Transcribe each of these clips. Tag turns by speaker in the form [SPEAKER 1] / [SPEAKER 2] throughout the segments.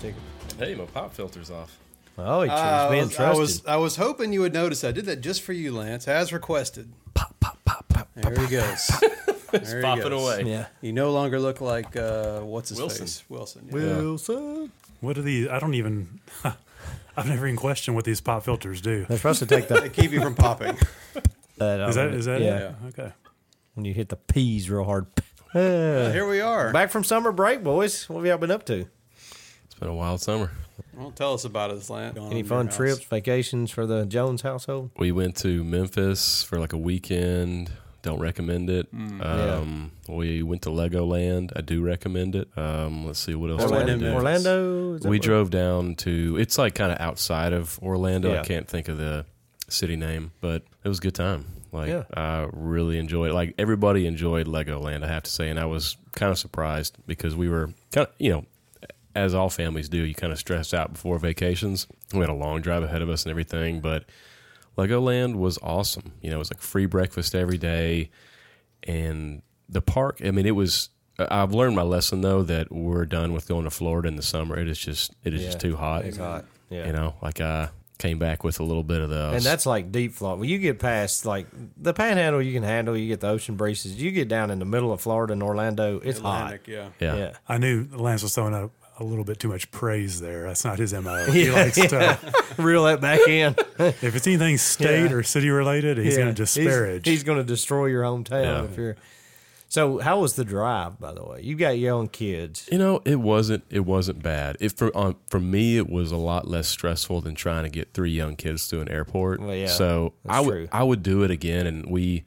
[SPEAKER 1] ticket.
[SPEAKER 2] Hey, my pop filter's off.
[SPEAKER 1] Oh, he chose
[SPEAKER 3] Uh, I
[SPEAKER 1] being
[SPEAKER 3] was, I
[SPEAKER 1] trusted.
[SPEAKER 3] was I was hoping you would notice. I did that just for you, Lance, as requested.
[SPEAKER 1] pop, pop, pop, pop.
[SPEAKER 3] There he goes. it's
[SPEAKER 2] Popping away.
[SPEAKER 1] Yeah.
[SPEAKER 3] You no longer look like uh, what's his
[SPEAKER 2] Wilson.
[SPEAKER 3] face Wilson. yeah.
[SPEAKER 1] Wilson.
[SPEAKER 4] What are these? I don't even. I've never even questioned what these pop filters do.
[SPEAKER 1] They're supposed to take the
[SPEAKER 3] They keep you from popping.
[SPEAKER 1] that.
[SPEAKER 4] Is
[SPEAKER 1] out
[SPEAKER 4] that
[SPEAKER 1] of it.
[SPEAKER 4] is that
[SPEAKER 1] yeah?
[SPEAKER 4] it? Okay.
[SPEAKER 1] When you hit the P's real hard.
[SPEAKER 3] Here we are.
[SPEAKER 1] Back from summer break, boys. What have y'all been up to?
[SPEAKER 3] Oh,
[SPEAKER 2] It's been a wild summer.
[SPEAKER 3] Well, tell us about it, Lance.
[SPEAKER 1] Any fun trips, vacations for the Jones household?
[SPEAKER 2] We went to Memphis for like a weekend. Don't recommend it. Um, We went to Legoland. I do recommend it. Um, let's see what else. did we
[SPEAKER 3] Orlando.
[SPEAKER 2] do?
[SPEAKER 1] Orlando. Is that
[SPEAKER 2] We
[SPEAKER 1] what-
[SPEAKER 2] drove down to. It's like kind of outside of Orlando.
[SPEAKER 1] Yeah.
[SPEAKER 2] I can't think of the city name, but it was a good time. Like
[SPEAKER 1] Yeah.
[SPEAKER 2] I really enjoyed. Like everybody enjoyed Legoland. I have to say, and I was kind of surprised because we were kind of you know. As all families do, you kind of stress out before vacations. We had a long drive ahead of us and everything, but Legoland was awesome. You know, it was like free breakfast every day, and the park. I mean, it was. I- I've learned my lesson though that we're done with going to Florida in the summer. It is just it is just
[SPEAKER 1] Yeah,
[SPEAKER 2] too hot.
[SPEAKER 1] It's hot. Yeah.
[SPEAKER 2] You know, like I came back with a little bit of the
[SPEAKER 1] And that's like deep Florida. When you get past like the Panhandle, you can handle. You get the ocean breezes. You get down in the middle of Florida and Orlando, it's
[SPEAKER 3] Atlantic, yeah.
[SPEAKER 2] yeah.
[SPEAKER 1] hot. Yeah.
[SPEAKER 4] I knew Lance was throwing up a little bit too much praise there. That's not his mo. He likes to.
[SPEAKER 1] Reel that back in.
[SPEAKER 4] If it's anything state
[SPEAKER 1] Yeah.
[SPEAKER 4] or city related, he's
[SPEAKER 1] Yeah.
[SPEAKER 4] going to disparage.
[SPEAKER 1] He's, going to destroy your hometown
[SPEAKER 2] Yeah.
[SPEAKER 1] if you're. So, how was the drive? By the way, you got your own kids.
[SPEAKER 2] You know, it wasn't it wasn't bad. It for um, for me, it was a lot less stressful than trying to get three young kids to an airport.
[SPEAKER 1] Well, yeah,
[SPEAKER 2] so
[SPEAKER 1] that's
[SPEAKER 2] I would
[SPEAKER 1] true.
[SPEAKER 2] I would do it again. And we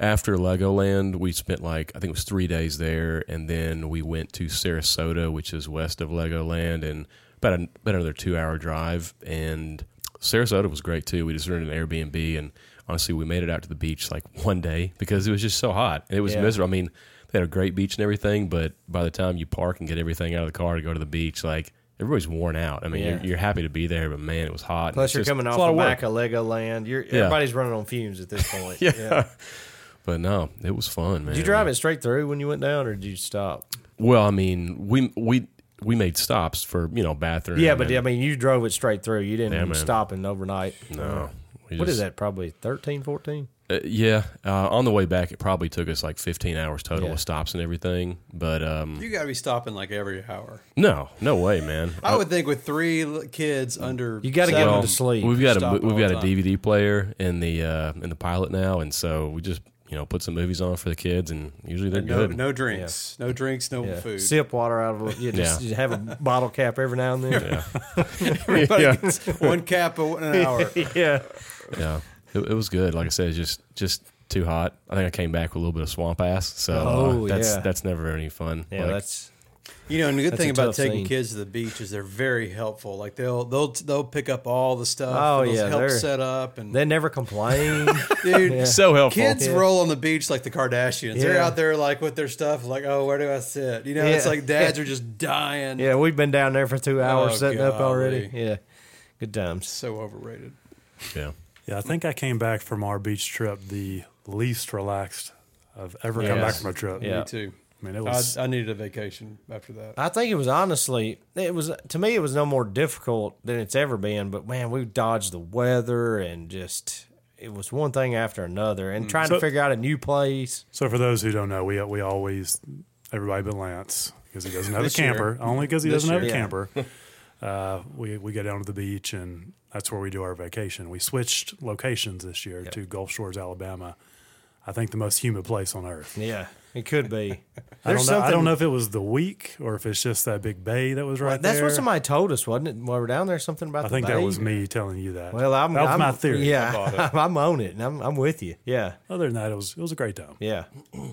[SPEAKER 2] after Legoland, we spent like I think it was three days there, and then we went to Sarasota, which is west of Legoland, and about, an, about another two hour drive. And Sarasota was great too. We just rented an Airbnb, and honestly, we made it out to the beach like one day because it was just so hot and it was
[SPEAKER 1] Yeah.
[SPEAKER 2] miserable. I mean, they had a great beach and everything, but by the time you park and get everything out of the car to go to the beach, like everybody's worn out. I mean,
[SPEAKER 1] Yeah.
[SPEAKER 2] you're, you're happy to be there, but man, it was hot.
[SPEAKER 1] Plus, you're coming off
[SPEAKER 2] a lot
[SPEAKER 1] the
[SPEAKER 2] of work.
[SPEAKER 1] back of Legoland. You're everybody's running on fumes at this point.
[SPEAKER 2] Yeah. But no, it was fun, man.
[SPEAKER 1] Did you drive it straight through when you went down, or did you stop?
[SPEAKER 2] Well, I mean, we we we made stops for you know bathroom.
[SPEAKER 1] Yeah, but
[SPEAKER 2] and-
[SPEAKER 1] I mean, you drove it straight through. You didn't
[SPEAKER 2] Yeah, man.
[SPEAKER 1] stop and overnight.
[SPEAKER 2] no. we
[SPEAKER 1] What is
[SPEAKER 2] just-
[SPEAKER 1] that? Probably 13, 14?
[SPEAKER 2] Uh, yeah, uh, on the way back, it probably took us like 15 hours total
[SPEAKER 1] Yeah.
[SPEAKER 2] of stops and everything. But um,
[SPEAKER 3] You got to be stopping like every hour.
[SPEAKER 2] no, no way, man.
[SPEAKER 3] I would think with three l- kids under,
[SPEAKER 1] Uh, You gotta get
[SPEAKER 3] seven,
[SPEAKER 1] them to sleep.
[SPEAKER 2] We've got a
[SPEAKER 3] Stop
[SPEAKER 2] we've
[SPEAKER 3] all
[SPEAKER 2] got
[SPEAKER 3] the
[SPEAKER 2] a
[SPEAKER 3] time.
[SPEAKER 2] DVD player in the uh, in the pilot now, and so we just you know put some movies on for the kids, and usually they're
[SPEAKER 3] No,
[SPEAKER 2] good.
[SPEAKER 3] no drinks, no drinks, no
[SPEAKER 1] Yeah.
[SPEAKER 3] food.
[SPEAKER 1] Sip water out of you just
[SPEAKER 2] Yeah.
[SPEAKER 1] you have a bottle cap every now and then.
[SPEAKER 2] Yeah,
[SPEAKER 3] Everybody
[SPEAKER 2] Yeah.
[SPEAKER 3] gets one cap in an hour.
[SPEAKER 1] Yeah.
[SPEAKER 2] yeah, it, it was good. Like I said, it's just just too hot. I think I came back with a little bit of swamp ass, so uh,
[SPEAKER 1] Oh,
[SPEAKER 2] that's
[SPEAKER 1] yeah.
[SPEAKER 2] that's never any fun.
[SPEAKER 1] Yeah,
[SPEAKER 2] Like,
[SPEAKER 1] that's
[SPEAKER 3] You know, and the good
[SPEAKER 1] That's
[SPEAKER 3] thing
[SPEAKER 1] a
[SPEAKER 3] about
[SPEAKER 1] tough
[SPEAKER 3] taking
[SPEAKER 1] scene.
[SPEAKER 3] kids to the beach is they're very helpful. Like they'll they'll they'll pick up all the stuff.
[SPEAKER 1] Oh,
[SPEAKER 3] they'll
[SPEAKER 1] yeah,
[SPEAKER 3] help
[SPEAKER 1] they're-
[SPEAKER 3] set up and
[SPEAKER 1] they never complain.
[SPEAKER 3] dude.
[SPEAKER 2] so helpful.
[SPEAKER 3] Kids
[SPEAKER 1] Yeah.
[SPEAKER 3] roll on the beach like the Kardashians. They're
[SPEAKER 1] Yeah.
[SPEAKER 3] out there like with their stuff, like, oh, where do I sit? You know, it's
[SPEAKER 1] Yeah.
[SPEAKER 3] like dads are just dying.
[SPEAKER 1] yeah, we've been down there for two hours
[SPEAKER 3] Oh,
[SPEAKER 1] setting up already.
[SPEAKER 3] golly.
[SPEAKER 1] Yeah. Good times.
[SPEAKER 3] So overrated.
[SPEAKER 2] Yeah.
[SPEAKER 4] yeah, I think I came back from our beach trip the least relaxed I've ever come back
[SPEAKER 1] Yes.
[SPEAKER 4] from a trip.
[SPEAKER 1] Yeah.
[SPEAKER 2] Uh,
[SPEAKER 1] Uh,
[SPEAKER 3] Me too.
[SPEAKER 4] I mean, it was.
[SPEAKER 3] I, I needed a vacation after that.
[SPEAKER 1] I think it was honestly it was to me it was no more difficult than it's ever been, but man, we dodged the weather and just it was one thing after another and trying to
[SPEAKER 4] Mm. So-
[SPEAKER 1] figure out a new place.
[SPEAKER 4] so for those who don't know, we we always everybody but Lance because he doesn't have a
[SPEAKER 3] This year.
[SPEAKER 4] camper. Only because he
[SPEAKER 3] This
[SPEAKER 4] doesn't have a
[SPEAKER 1] year. Yeah.
[SPEAKER 4] camper. Uh, we we go down to the beach and that's where we do our vacation. We switched locations this year to Gulf Shores, Alabama. I think the most humid place on earth.
[SPEAKER 1] Yeah, it could be.
[SPEAKER 4] I don't,
[SPEAKER 1] There's
[SPEAKER 4] know, I
[SPEAKER 1] something-
[SPEAKER 4] don't know if it was the week or if it's just that big bay that was right there.
[SPEAKER 1] That's what somebody told us, wasn't it? While we are down there, something about.
[SPEAKER 4] I
[SPEAKER 1] the
[SPEAKER 4] think that
[SPEAKER 1] bay?
[SPEAKER 4] was me telling you that.
[SPEAKER 1] Well, I'm.
[SPEAKER 4] that was
[SPEAKER 1] I'm,
[SPEAKER 4] my theory.
[SPEAKER 1] Yeah, I'm on it, and I'm, I'm with you. Yeah,
[SPEAKER 4] Other than that, it was it was a great time.
[SPEAKER 1] yeah.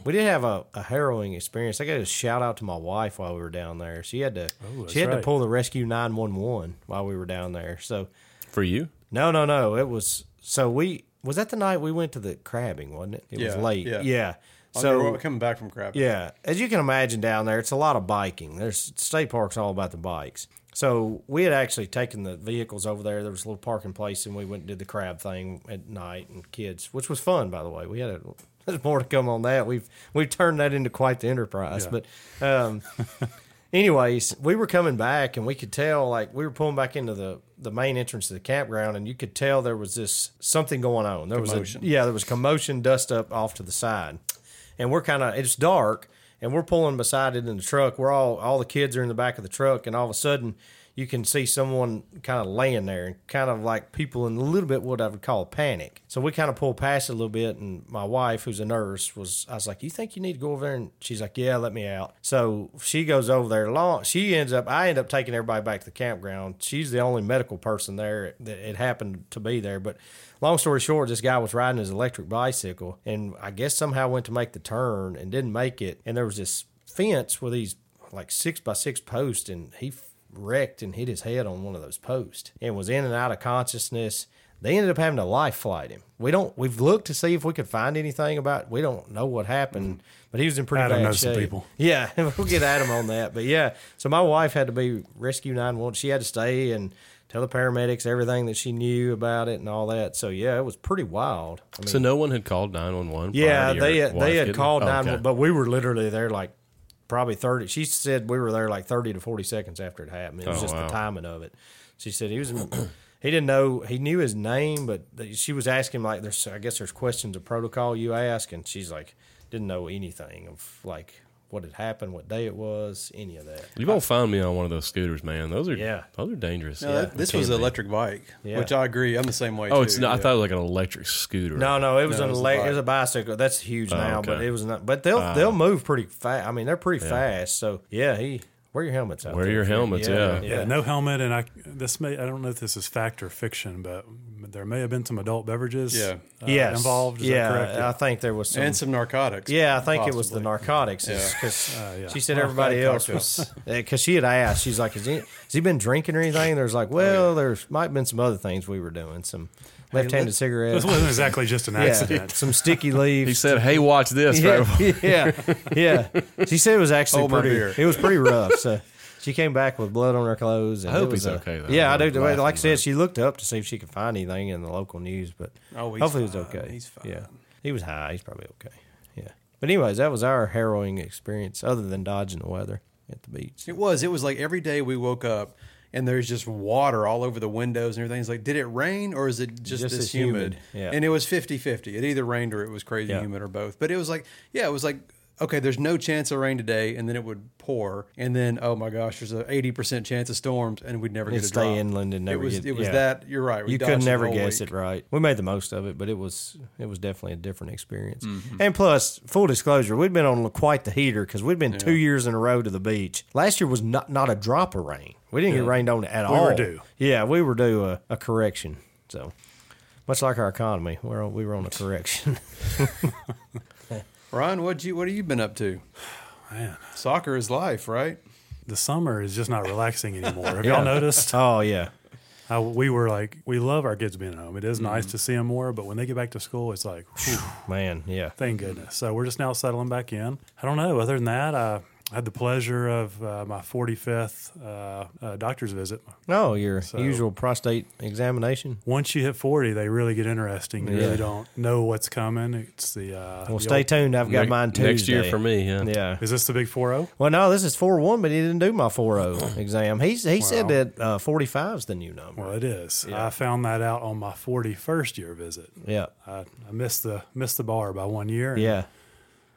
[SPEAKER 1] We did have a, a harrowing experience. I got to shout out to my wife while we were down there. She had to.
[SPEAKER 4] that's
[SPEAKER 1] she had to
[SPEAKER 4] right.
[SPEAKER 1] pull the rescue nine one one while we were down there. So
[SPEAKER 2] For you,
[SPEAKER 1] no, no, no. It was so we was that the night we went to the crabbing, wasn't it? It was
[SPEAKER 3] Yeah,
[SPEAKER 1] late.
[SPEAKER 3] yeah.
[SPEAKER 1] yeah.
[SPEAKER 3] So
[SPEAKER 1] So
[SPEAKER 3] coming back from crap.
[SPEAKER 1] Yeah, as you can imagine down there, it's a lot of biking. There's state parks all about the bikes. So we had actually taken the vehicles over there. There was a little parking place, and we went and did the crab thing at night and kids, which was fun, by the way. We had a, there's more to come on that. We've we've turned that into quite the enterprise, but um, anyways, we were coming back and we could tell like we were pulling back into the the main entrance to the campground and you could tell there was this something going on. There
[SPEAKER 3] Commotion.
[SPEAKER 1] was a, yeah, there was commotion, dust up off to the side. And we're kind of it's dark and we're pulling beside it in the truck. We're all all the kids are in the back of the truck and all of a sudden you can see someone kind of laying there and kind of like people in a little bit what I would call panic. So we kind of pulled past it a little bit, and my wife, who's a nurse, was I was like, "You think you need to go over there?" And she's like, "Yeah, let me out." So she goes over there. Long she ends up, I end up taking everybody back to the campground. She's the only medical person there that it happened to be there, but Long story short, this guy was riding his electric bicycle and I guess somehow went to make the turn and didn't make it. And there was this fence with these like six by six posts and he f- wrecked and hit his head on one of those posts and was in and out of consciousness. They ended up having to life flight him. We don't. We've looked to see if we could find anything about. We don't know what happened, but he was in pretty
[SPEAKER 4] Adam
[SPEAKER 1] bad
[SPEAKER 4] knows some
[SPEAKER 1] shape.
[SPEAKER 4] people.
[SPEAKER 1] Yeah, we'll get Adam on that. But yeah, so my wife had to be rescue 911. She had to stay and tell the paramedics everything that she knew about it and all that. So yeah, it was pretty wild. I mean,
[SPEAKER 2] So no one had called nine one one.
[SPEAKER 1] yeah, they they had
[SPEAKER 2] Oh,
[SPEAKER 1] called 911, but we were literally there like probably 30. She said we were there like 30 to 40 seconds after it happened. It was
[SPEAKER 2] Oh,
[SPEAKER 1] just
[SPEAKER 2] wow.
[SPEAKER 1] the timing of it. She said he was he didn't know he knew his name, but th- she was asking like there's I guess there's questions of protocol you ask, and she's like didn't know anything of like what had happened, what day it was, any of that.
[SPEAKER 2] You won't find me on one of those scooters, man. Those are
[SPEAKER 1] Yeah.
[SPEAKER 2] those are dangerous.
[SPEAKER 3] No, that, Uh, this
[SPEAKER 2] They
[SPEAKER 3] was
[SPEAKER 2] can
[SPEAKER 3] an
[SPEAKER 2] be.
[SPEAKER 3] electric bike,
[SPEAKER 1] Yeah.
[SPEAKER 3] which I agree. I'm the same way.
[SPEAKER 2] Oh, it's
[SPEAKER 3] too.
[SPEAKER 2] not. I
[SPEAKER 3] Yeah.
[SPEAKER 2] thought it was like an electric scooter.
[SPEAKER 1] No, no, it was
[SPEAKER 3] No,
[SPEAKER 1] an
[SPEAKER 3] it was a
[SPEAKER 1] elec-
[SPEAKER 3] bike.
[SPEAKER 1] it was a bicycle. That's huge now, but
[SPEAKER 2] okay.
[SPEAKER 1] it was not. But they'll they'll move pretty fast. I mean, they're pretty fast. So yeah, he wear your helmets out.
[SPEAKER 2] Wear
[SPEAKER 1] there.
[SPEAKER 2] your helmets, yeah.
[SPEAKER 4] Yeah, no helmet, and I this may I don't know if this is fact or fiction, but there may have been some adult beverages
[SPEAKER 3] Yeah.
[SPEAKER 4] uh,
[SPEAKER 1] yes.
[SPEAKER 4] involved. Is
[SPEAKER 1] yeah,
[SPEAKER 4] that correct?
[SPEAKER 1] I think there was some.
[SPEAKER 3] and some narcotics.
[SPEAKER 1] yeah, I think it was the
[SPEAKER 3] possibly.
[SPEAKER 1] narcotics because
[SPEAKER 4] Uh, yeah.
[SPEAKER 1] she said everybody
[SPEAKER 3] fat
[SPEAKER 1] else was because she had asked. She's like, "Has he, has he been drinking or anything?" There's like, "Well, there's might have been some other things we were doing, some left-handed cigarettes,
[SPEAKER 4] This wasn't exactly just an
[SPEAKER 1] yeah,
[SPEAKER 4] accident.
[SPEAKER 1] some sticky leaves."
[SPEAKER 2] He said, "Hey, watch this." right?
[SPEAKER 1] yeah, yeah, yeah. She said it was actually
[SPEAKER 3] Oh, my beer.
[SPEAKER 1] pretty. It was pretty rough. So she came back with blood on her clothes. And
[SPEAKER 2] I hope
[SPEAKER 1] it was
[SPEAKER 2] he's
[SPEAKER 1] a-
[SPEAKER 2] okay, though.
[SPEAKER 1] Yeah, I
[SPEAKER 2] I'm
[SPEAKER 1] do.
[SPEAKER 2] laughing,
[SPEAKER 1] Like I said, she looked up to see if she could find anything in the local news, but
[SPEAKER 3] Oh, he's
[SPEAKER 1] hopefully he's
[SPEAKER 3] fine.
[SPEAKER 1] okay.
[SPEAKER 3] He's fine.
[SPEAKER 1] Yeah, he was high. He's probably okay. Yeah. But anyways, that was our harrowing experience, other than dodging the weather at the beach.
[SPEAKER 3] It was. It was like every day we woke up and there's just water all over the windows and everything. It's like, did it rain or is it
[SPEAKER 1] Just
[SPEAKER 3] just, this
[SPEAKER 1] as humid.
[SPEAKER 3] humid?
[SPEAKER 1] Yeah.
[SPEAKER 3] And it was 50 50. It either rained or it was crazy
[SPEAKER 1] Yeah.
[SPEAKER 3] humid or both. But it was like, yeah, it was like, okay, there's no chance of rain today. And then it would pour. And then, oh my gosh, there's a 80% chance of storms and we'd never get
[SPEAKER 1] It'd
[SPEAKER 3] a
[SPEAKER 1] stay
[SPEAKER 3] drop.
[SPEAKER 1] inland and never
[SPEAKER 3] it was,
[SPEAKER 1] get-
[SPEAKER 3] It was
[SPEAKER 1] yeah.
[SPEAKER 3] that. You're right.
[SPEAKER 1] you could never guess it right. We made the most of it, but it was it was definitely a different experience. And plus, full disclosure, we'd been on quite the heater because we'd been two years in a row to the beach. Last year was not not a drop of rain. We didn't get rained on at
[SPEAKER 4] We
[SPEAKER 1] all.
[SPEAKER 4] were due.
[SPEAKER 1] Yeah, we were due a, a correction. So much like our economy, we're on, we were on a correction.
[SPEAKER 3] Ryan, what you what have you been up to?
[SPEAKER 4] Man,
[SPEAKER 3] Soccer is life, right?
[SPEAKER 4] the summer is just not relaxing anymore. Have y'all noticed?
[SPEAKER 1] oh yeah,
[SPEAKER 4] How we were like, we love our kids being home. It is nice to see them more, but when they get back to school, it's like, whew,
[SPEAKER 1] man, yeah.
[SPEAKER 4] thank goodness. So we're just now settling back in. I don't know. Other than that, I had the pleasure of uh, my 45th uh, uh, doctor's visit.
[SPEAKER 1] Oh, your usual prostate examination.
[SPEAKER 4] Once you hit 40, they really get interesting. You
[SPEAKER 1] Yeah.
[SPEAKER 4] really don't know what's coming. It's the. Uh,
[SPEAKER 1] Well,
[SPEAKER 4] the
[SPEAKER 1] stay
[SPEAKER 4] old-
[SPEAKER 1] tuned. I've got
[SPEAKER 2] Ne-
[SPEAKER 1] mine Tuesday.
[SPEAKER 2] next year for me. Yeah.
[SPEAKER 1] Yeah.
[SPEAKER 4] Is this the big oh? 4
[SPEAKER 1] Well, no, this is four one, but he didn't do my four zero exam. He he said
[SPEAKER 4] Wow.
[SPEAKER 1] that uh, forty five is the new number.
[SPEAKER 4] Well, it is. I found that out on my 41st year visit.
[SPEAKER 1] Yeah,
[SPEAKER 4] I, I missed the missed the bar by one year. and
[SPEAKER 1] yeah.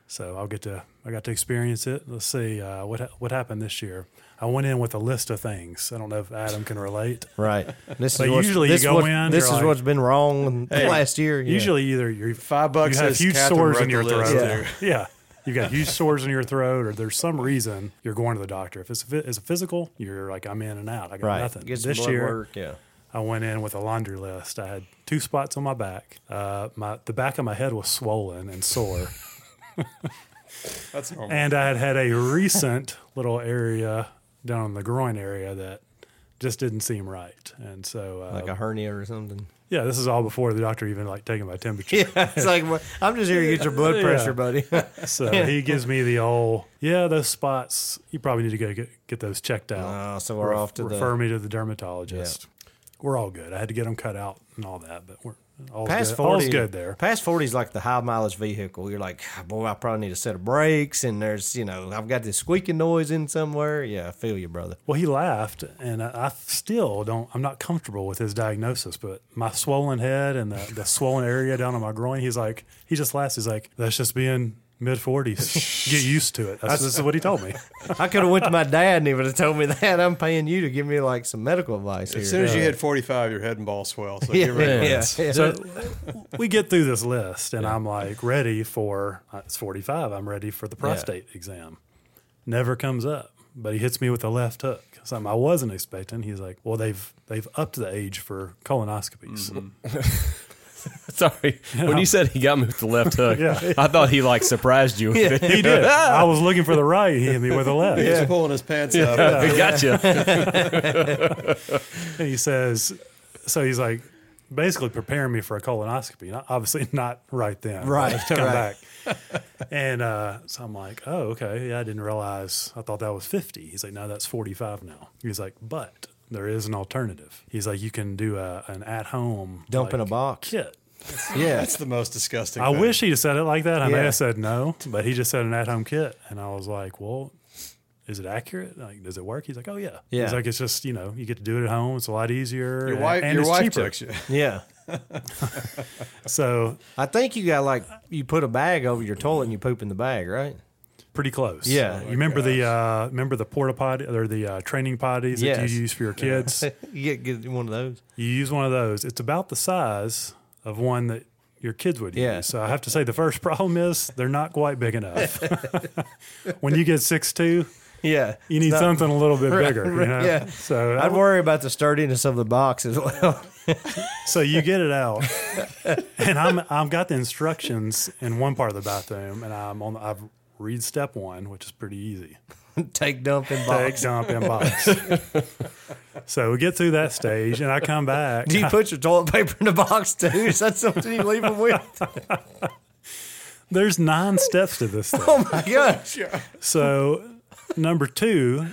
[SPEAKER 4] So I'll get to I got to experience it. Let's see uh, what ha- what happened this year. I went in with a list of things. I don't know if Adam can relate.
[SPEAKER 1] Right. This
[SPEAKER 4] So
[SPEAKER 1] is what's-
[SPEAKER 4] usually you
[SPEAKER 1] this is
[SPEAKER 4] go
[SPEAKER 1] what-
[SPEAKER 4] in,
[SPEAKER 1] This
[SPEAKER 4] you're
[SPEAKER 1] is
[SPEAKER 4] like-
[SPEAKER 1] what's been wrong last year. yeah.
[SPEAKER 4] Usually, either you're
[SPEAKER 3] Five bucks
[SPEAKER 4] you have
[SPEAKER 3] says
[SPEAKER 4] huge
[SPEAKER 3] Catherine
[SPEAKER 4] sores
[SPEAKER 3] wrote
[SPEAKER 4] in your
[SPEAKER 3] the list
[SPEAKER 4] throat.
[SPEAKER 3] there.
[SPEAKER 4] yeah. You've got huge sores in your throat, or there's some reason you're going to the doctor. If it's a, phy- it's a physical, you're like, I'm in and out. I got
[SPEAKER 1] right.
[SPEAKER 4] nothing.
[SPEAKER 1] Get some
[SPEAKER 4] this
[SPEAKER 1] blood
[SPEAKER 4] year,
[SPEAKER 1] work, yeah.
[SPEAKER 4] I went in with a laundry list. I had two spots on my back. Uh, my the back of my head was swollen and sore,
[SPEAKER 3] That's normal.
[SPEAKER 4] and I had had a recent little area down in the groin area that just didn't seem right. And so, uh,
[SPEAKER 1] Like a hernia or something.
[SPEAKER 4] yeah, this is all before the doctor even like taking my temperature.
[SPEAKER 1] Yeah, it's like well, I'm just here to get your blood
[SPEAKER 4] Yeah.
[SPEAKER 1] pressure, buddy.
[SPEAKER 4] So he gives me the old, yeah, those spots. You probably need to go get, get those checked out.
[SPEAKER 1] Ah, so we're off to the-
[SPEAKER 4] refer me to the dermatologist. We're all good. I had to get them cut out and all that, but we're All's
[SPEAKER 1] Past
[SPEAKER 4] good.
[SPEAKER 1] forty,
[SPEAKER 4] All's good there.
[SPEAKER 1] Past forty is like the high mileage vehicle. You're like, boy, I probably need a set of brakes, and there's, you know, I've got this squeaking noise in somewhere. Yeah, I feel you, brother.
[SPEAKER 4] Well, he laughed, and I, I still don't. I'm not comfortable with his diagnosis, but my swollen head and the, the swollen area down on my groin. He's like, he just laughs. He's like, that's just being mid 40s. Get used to it. That's, this is what he told me.
[SPEAKER 1] I could have went to my dad and he would have told me that I'm paying you to give me like some medical advice here.
[SPEAKER 3] As soon as you hit 45, your head and ball swell. So
[SPEAKER 1] yeah,
[SPEAKER 3] get ready.
[SPEAKER 1] yeah, yeah.
[SPEAKER 4] So we get through this list, and I'm like ready for uh, it's 45. I'm ready for the prostate exam. Never comes up, but he hits me with a left hook. Something I wasn't expecting. He's like, "Well, they've they've upped the age for colonoscopies."
[SPEAKER 2] Sorry. When you said he got me with the left hook,
[SPEAKER 4] Yeah.
[SPEAKER 2] I thought he like surprised you. With it.
[SPEAKER 4] He did. I was looking for the right. He hit me with a left.
[SPEAKER 3] He's pulling his pants up.
[SPEAKER 2] He got you.
[SPEAKER 4] And he says, so he's like, basically preparing me for a colonoscopy. Not, obviously not right then.
[SPEAKER 1] Right,
[SPEAKER 4] I'll Come
[SPEAKER 1] right.
[SPEAKER 4] back. And uh, so I'm like, oh, okay. Yeah, I didn't realize. I thought that was 50. He's like, no, that's 45 now. He's like, but there is an alternative. He's like, you can do a, an at home
[SPEAKER 1] Dump in a
[SPEAKER 4] like,
[SPEAKER 1] box.
[SPEAKER 4] kit.
[SPEAKER 1] Yeah.
[SPEAKER 3] That's the most disgusting.
[SPEAKER 4] I
[SPEAKER 3] thing.
[SPEAKER 4] wish he'd have said it like that. I may
[SPEAKER 1] Yeah.
[SPEAKER 4] have said no, but he just said an at home kit. And I was like, well, is it accurate? Like, does it work? He's like, oh, yeah.
[SPEAKER 1] Yeah.
[SPEAKER 4] He's like, it's just, you know, you get to do it at home. It's a lot easier.
[SPEAKER 3] your
[SPEAKER 4] and-
[SPEAKER 3] wife,
[SPEAKER 4] and
[SPEAKER 3] your
[SPEAKER 4] it's
[SPEAKER 3] wife
[SPEAKER 4] cheaper.
[SPEAKER 3] tricks you.
[SPEAKER 1] Yeah.
[SPEAKER 4] So
[SPEAKER 1] I think you got like, you put a bag over your toilet and you poop in the bag, right?
[SPEAKER 4] pretty close.
[SPEAKER 1] Yeah. Oh
[SPEAKER 4] you
[SPEAKER 1] my
[SPEAKER 4] remember the uh, remember the porta potty or the uh, training potties that
[SPEAKER 1] Yes.
[SPEAKER 4] you use for your kids?
[SPEAKER 1] you get, get one of those.
[SPEAKER 4] you use one of those. It's about the size of one that your kids would
[SPEAKER 1] Yeah.
[SPEAKER 4] use. So I have to say, the first problem is they're not quite big enough. when you get six two,
[SPEAKER 1] Yeah.
[SPEAKER 4] you need
[SPEAKER 1] It's not-
[SPEAKER 4] something a little bit bigger. you know?
[SPEAKER 1] yeah.
[SPEAKER 4] So
[SPEAKER 1] I'd worry about the sturdiness of the box as well.
[SPEAKER 4] So you get it out, and I'm I've got the instructions in one part of the bathroom, and I'm on. I've read step one, which is pretty easy.
[SPEAKER 1] Take dump in box.
[SPEAKER 4] Take dump in box. so we get through that stage, and I come back.
[SPEAKER 1] Do you put your toilet paper in the box too? Is that something you leave them with?
[SPEAKER 4] There's nine steps to this thing.
[SPEAKER 1] Oh my gosh.
[SPEAKER 4] So number two,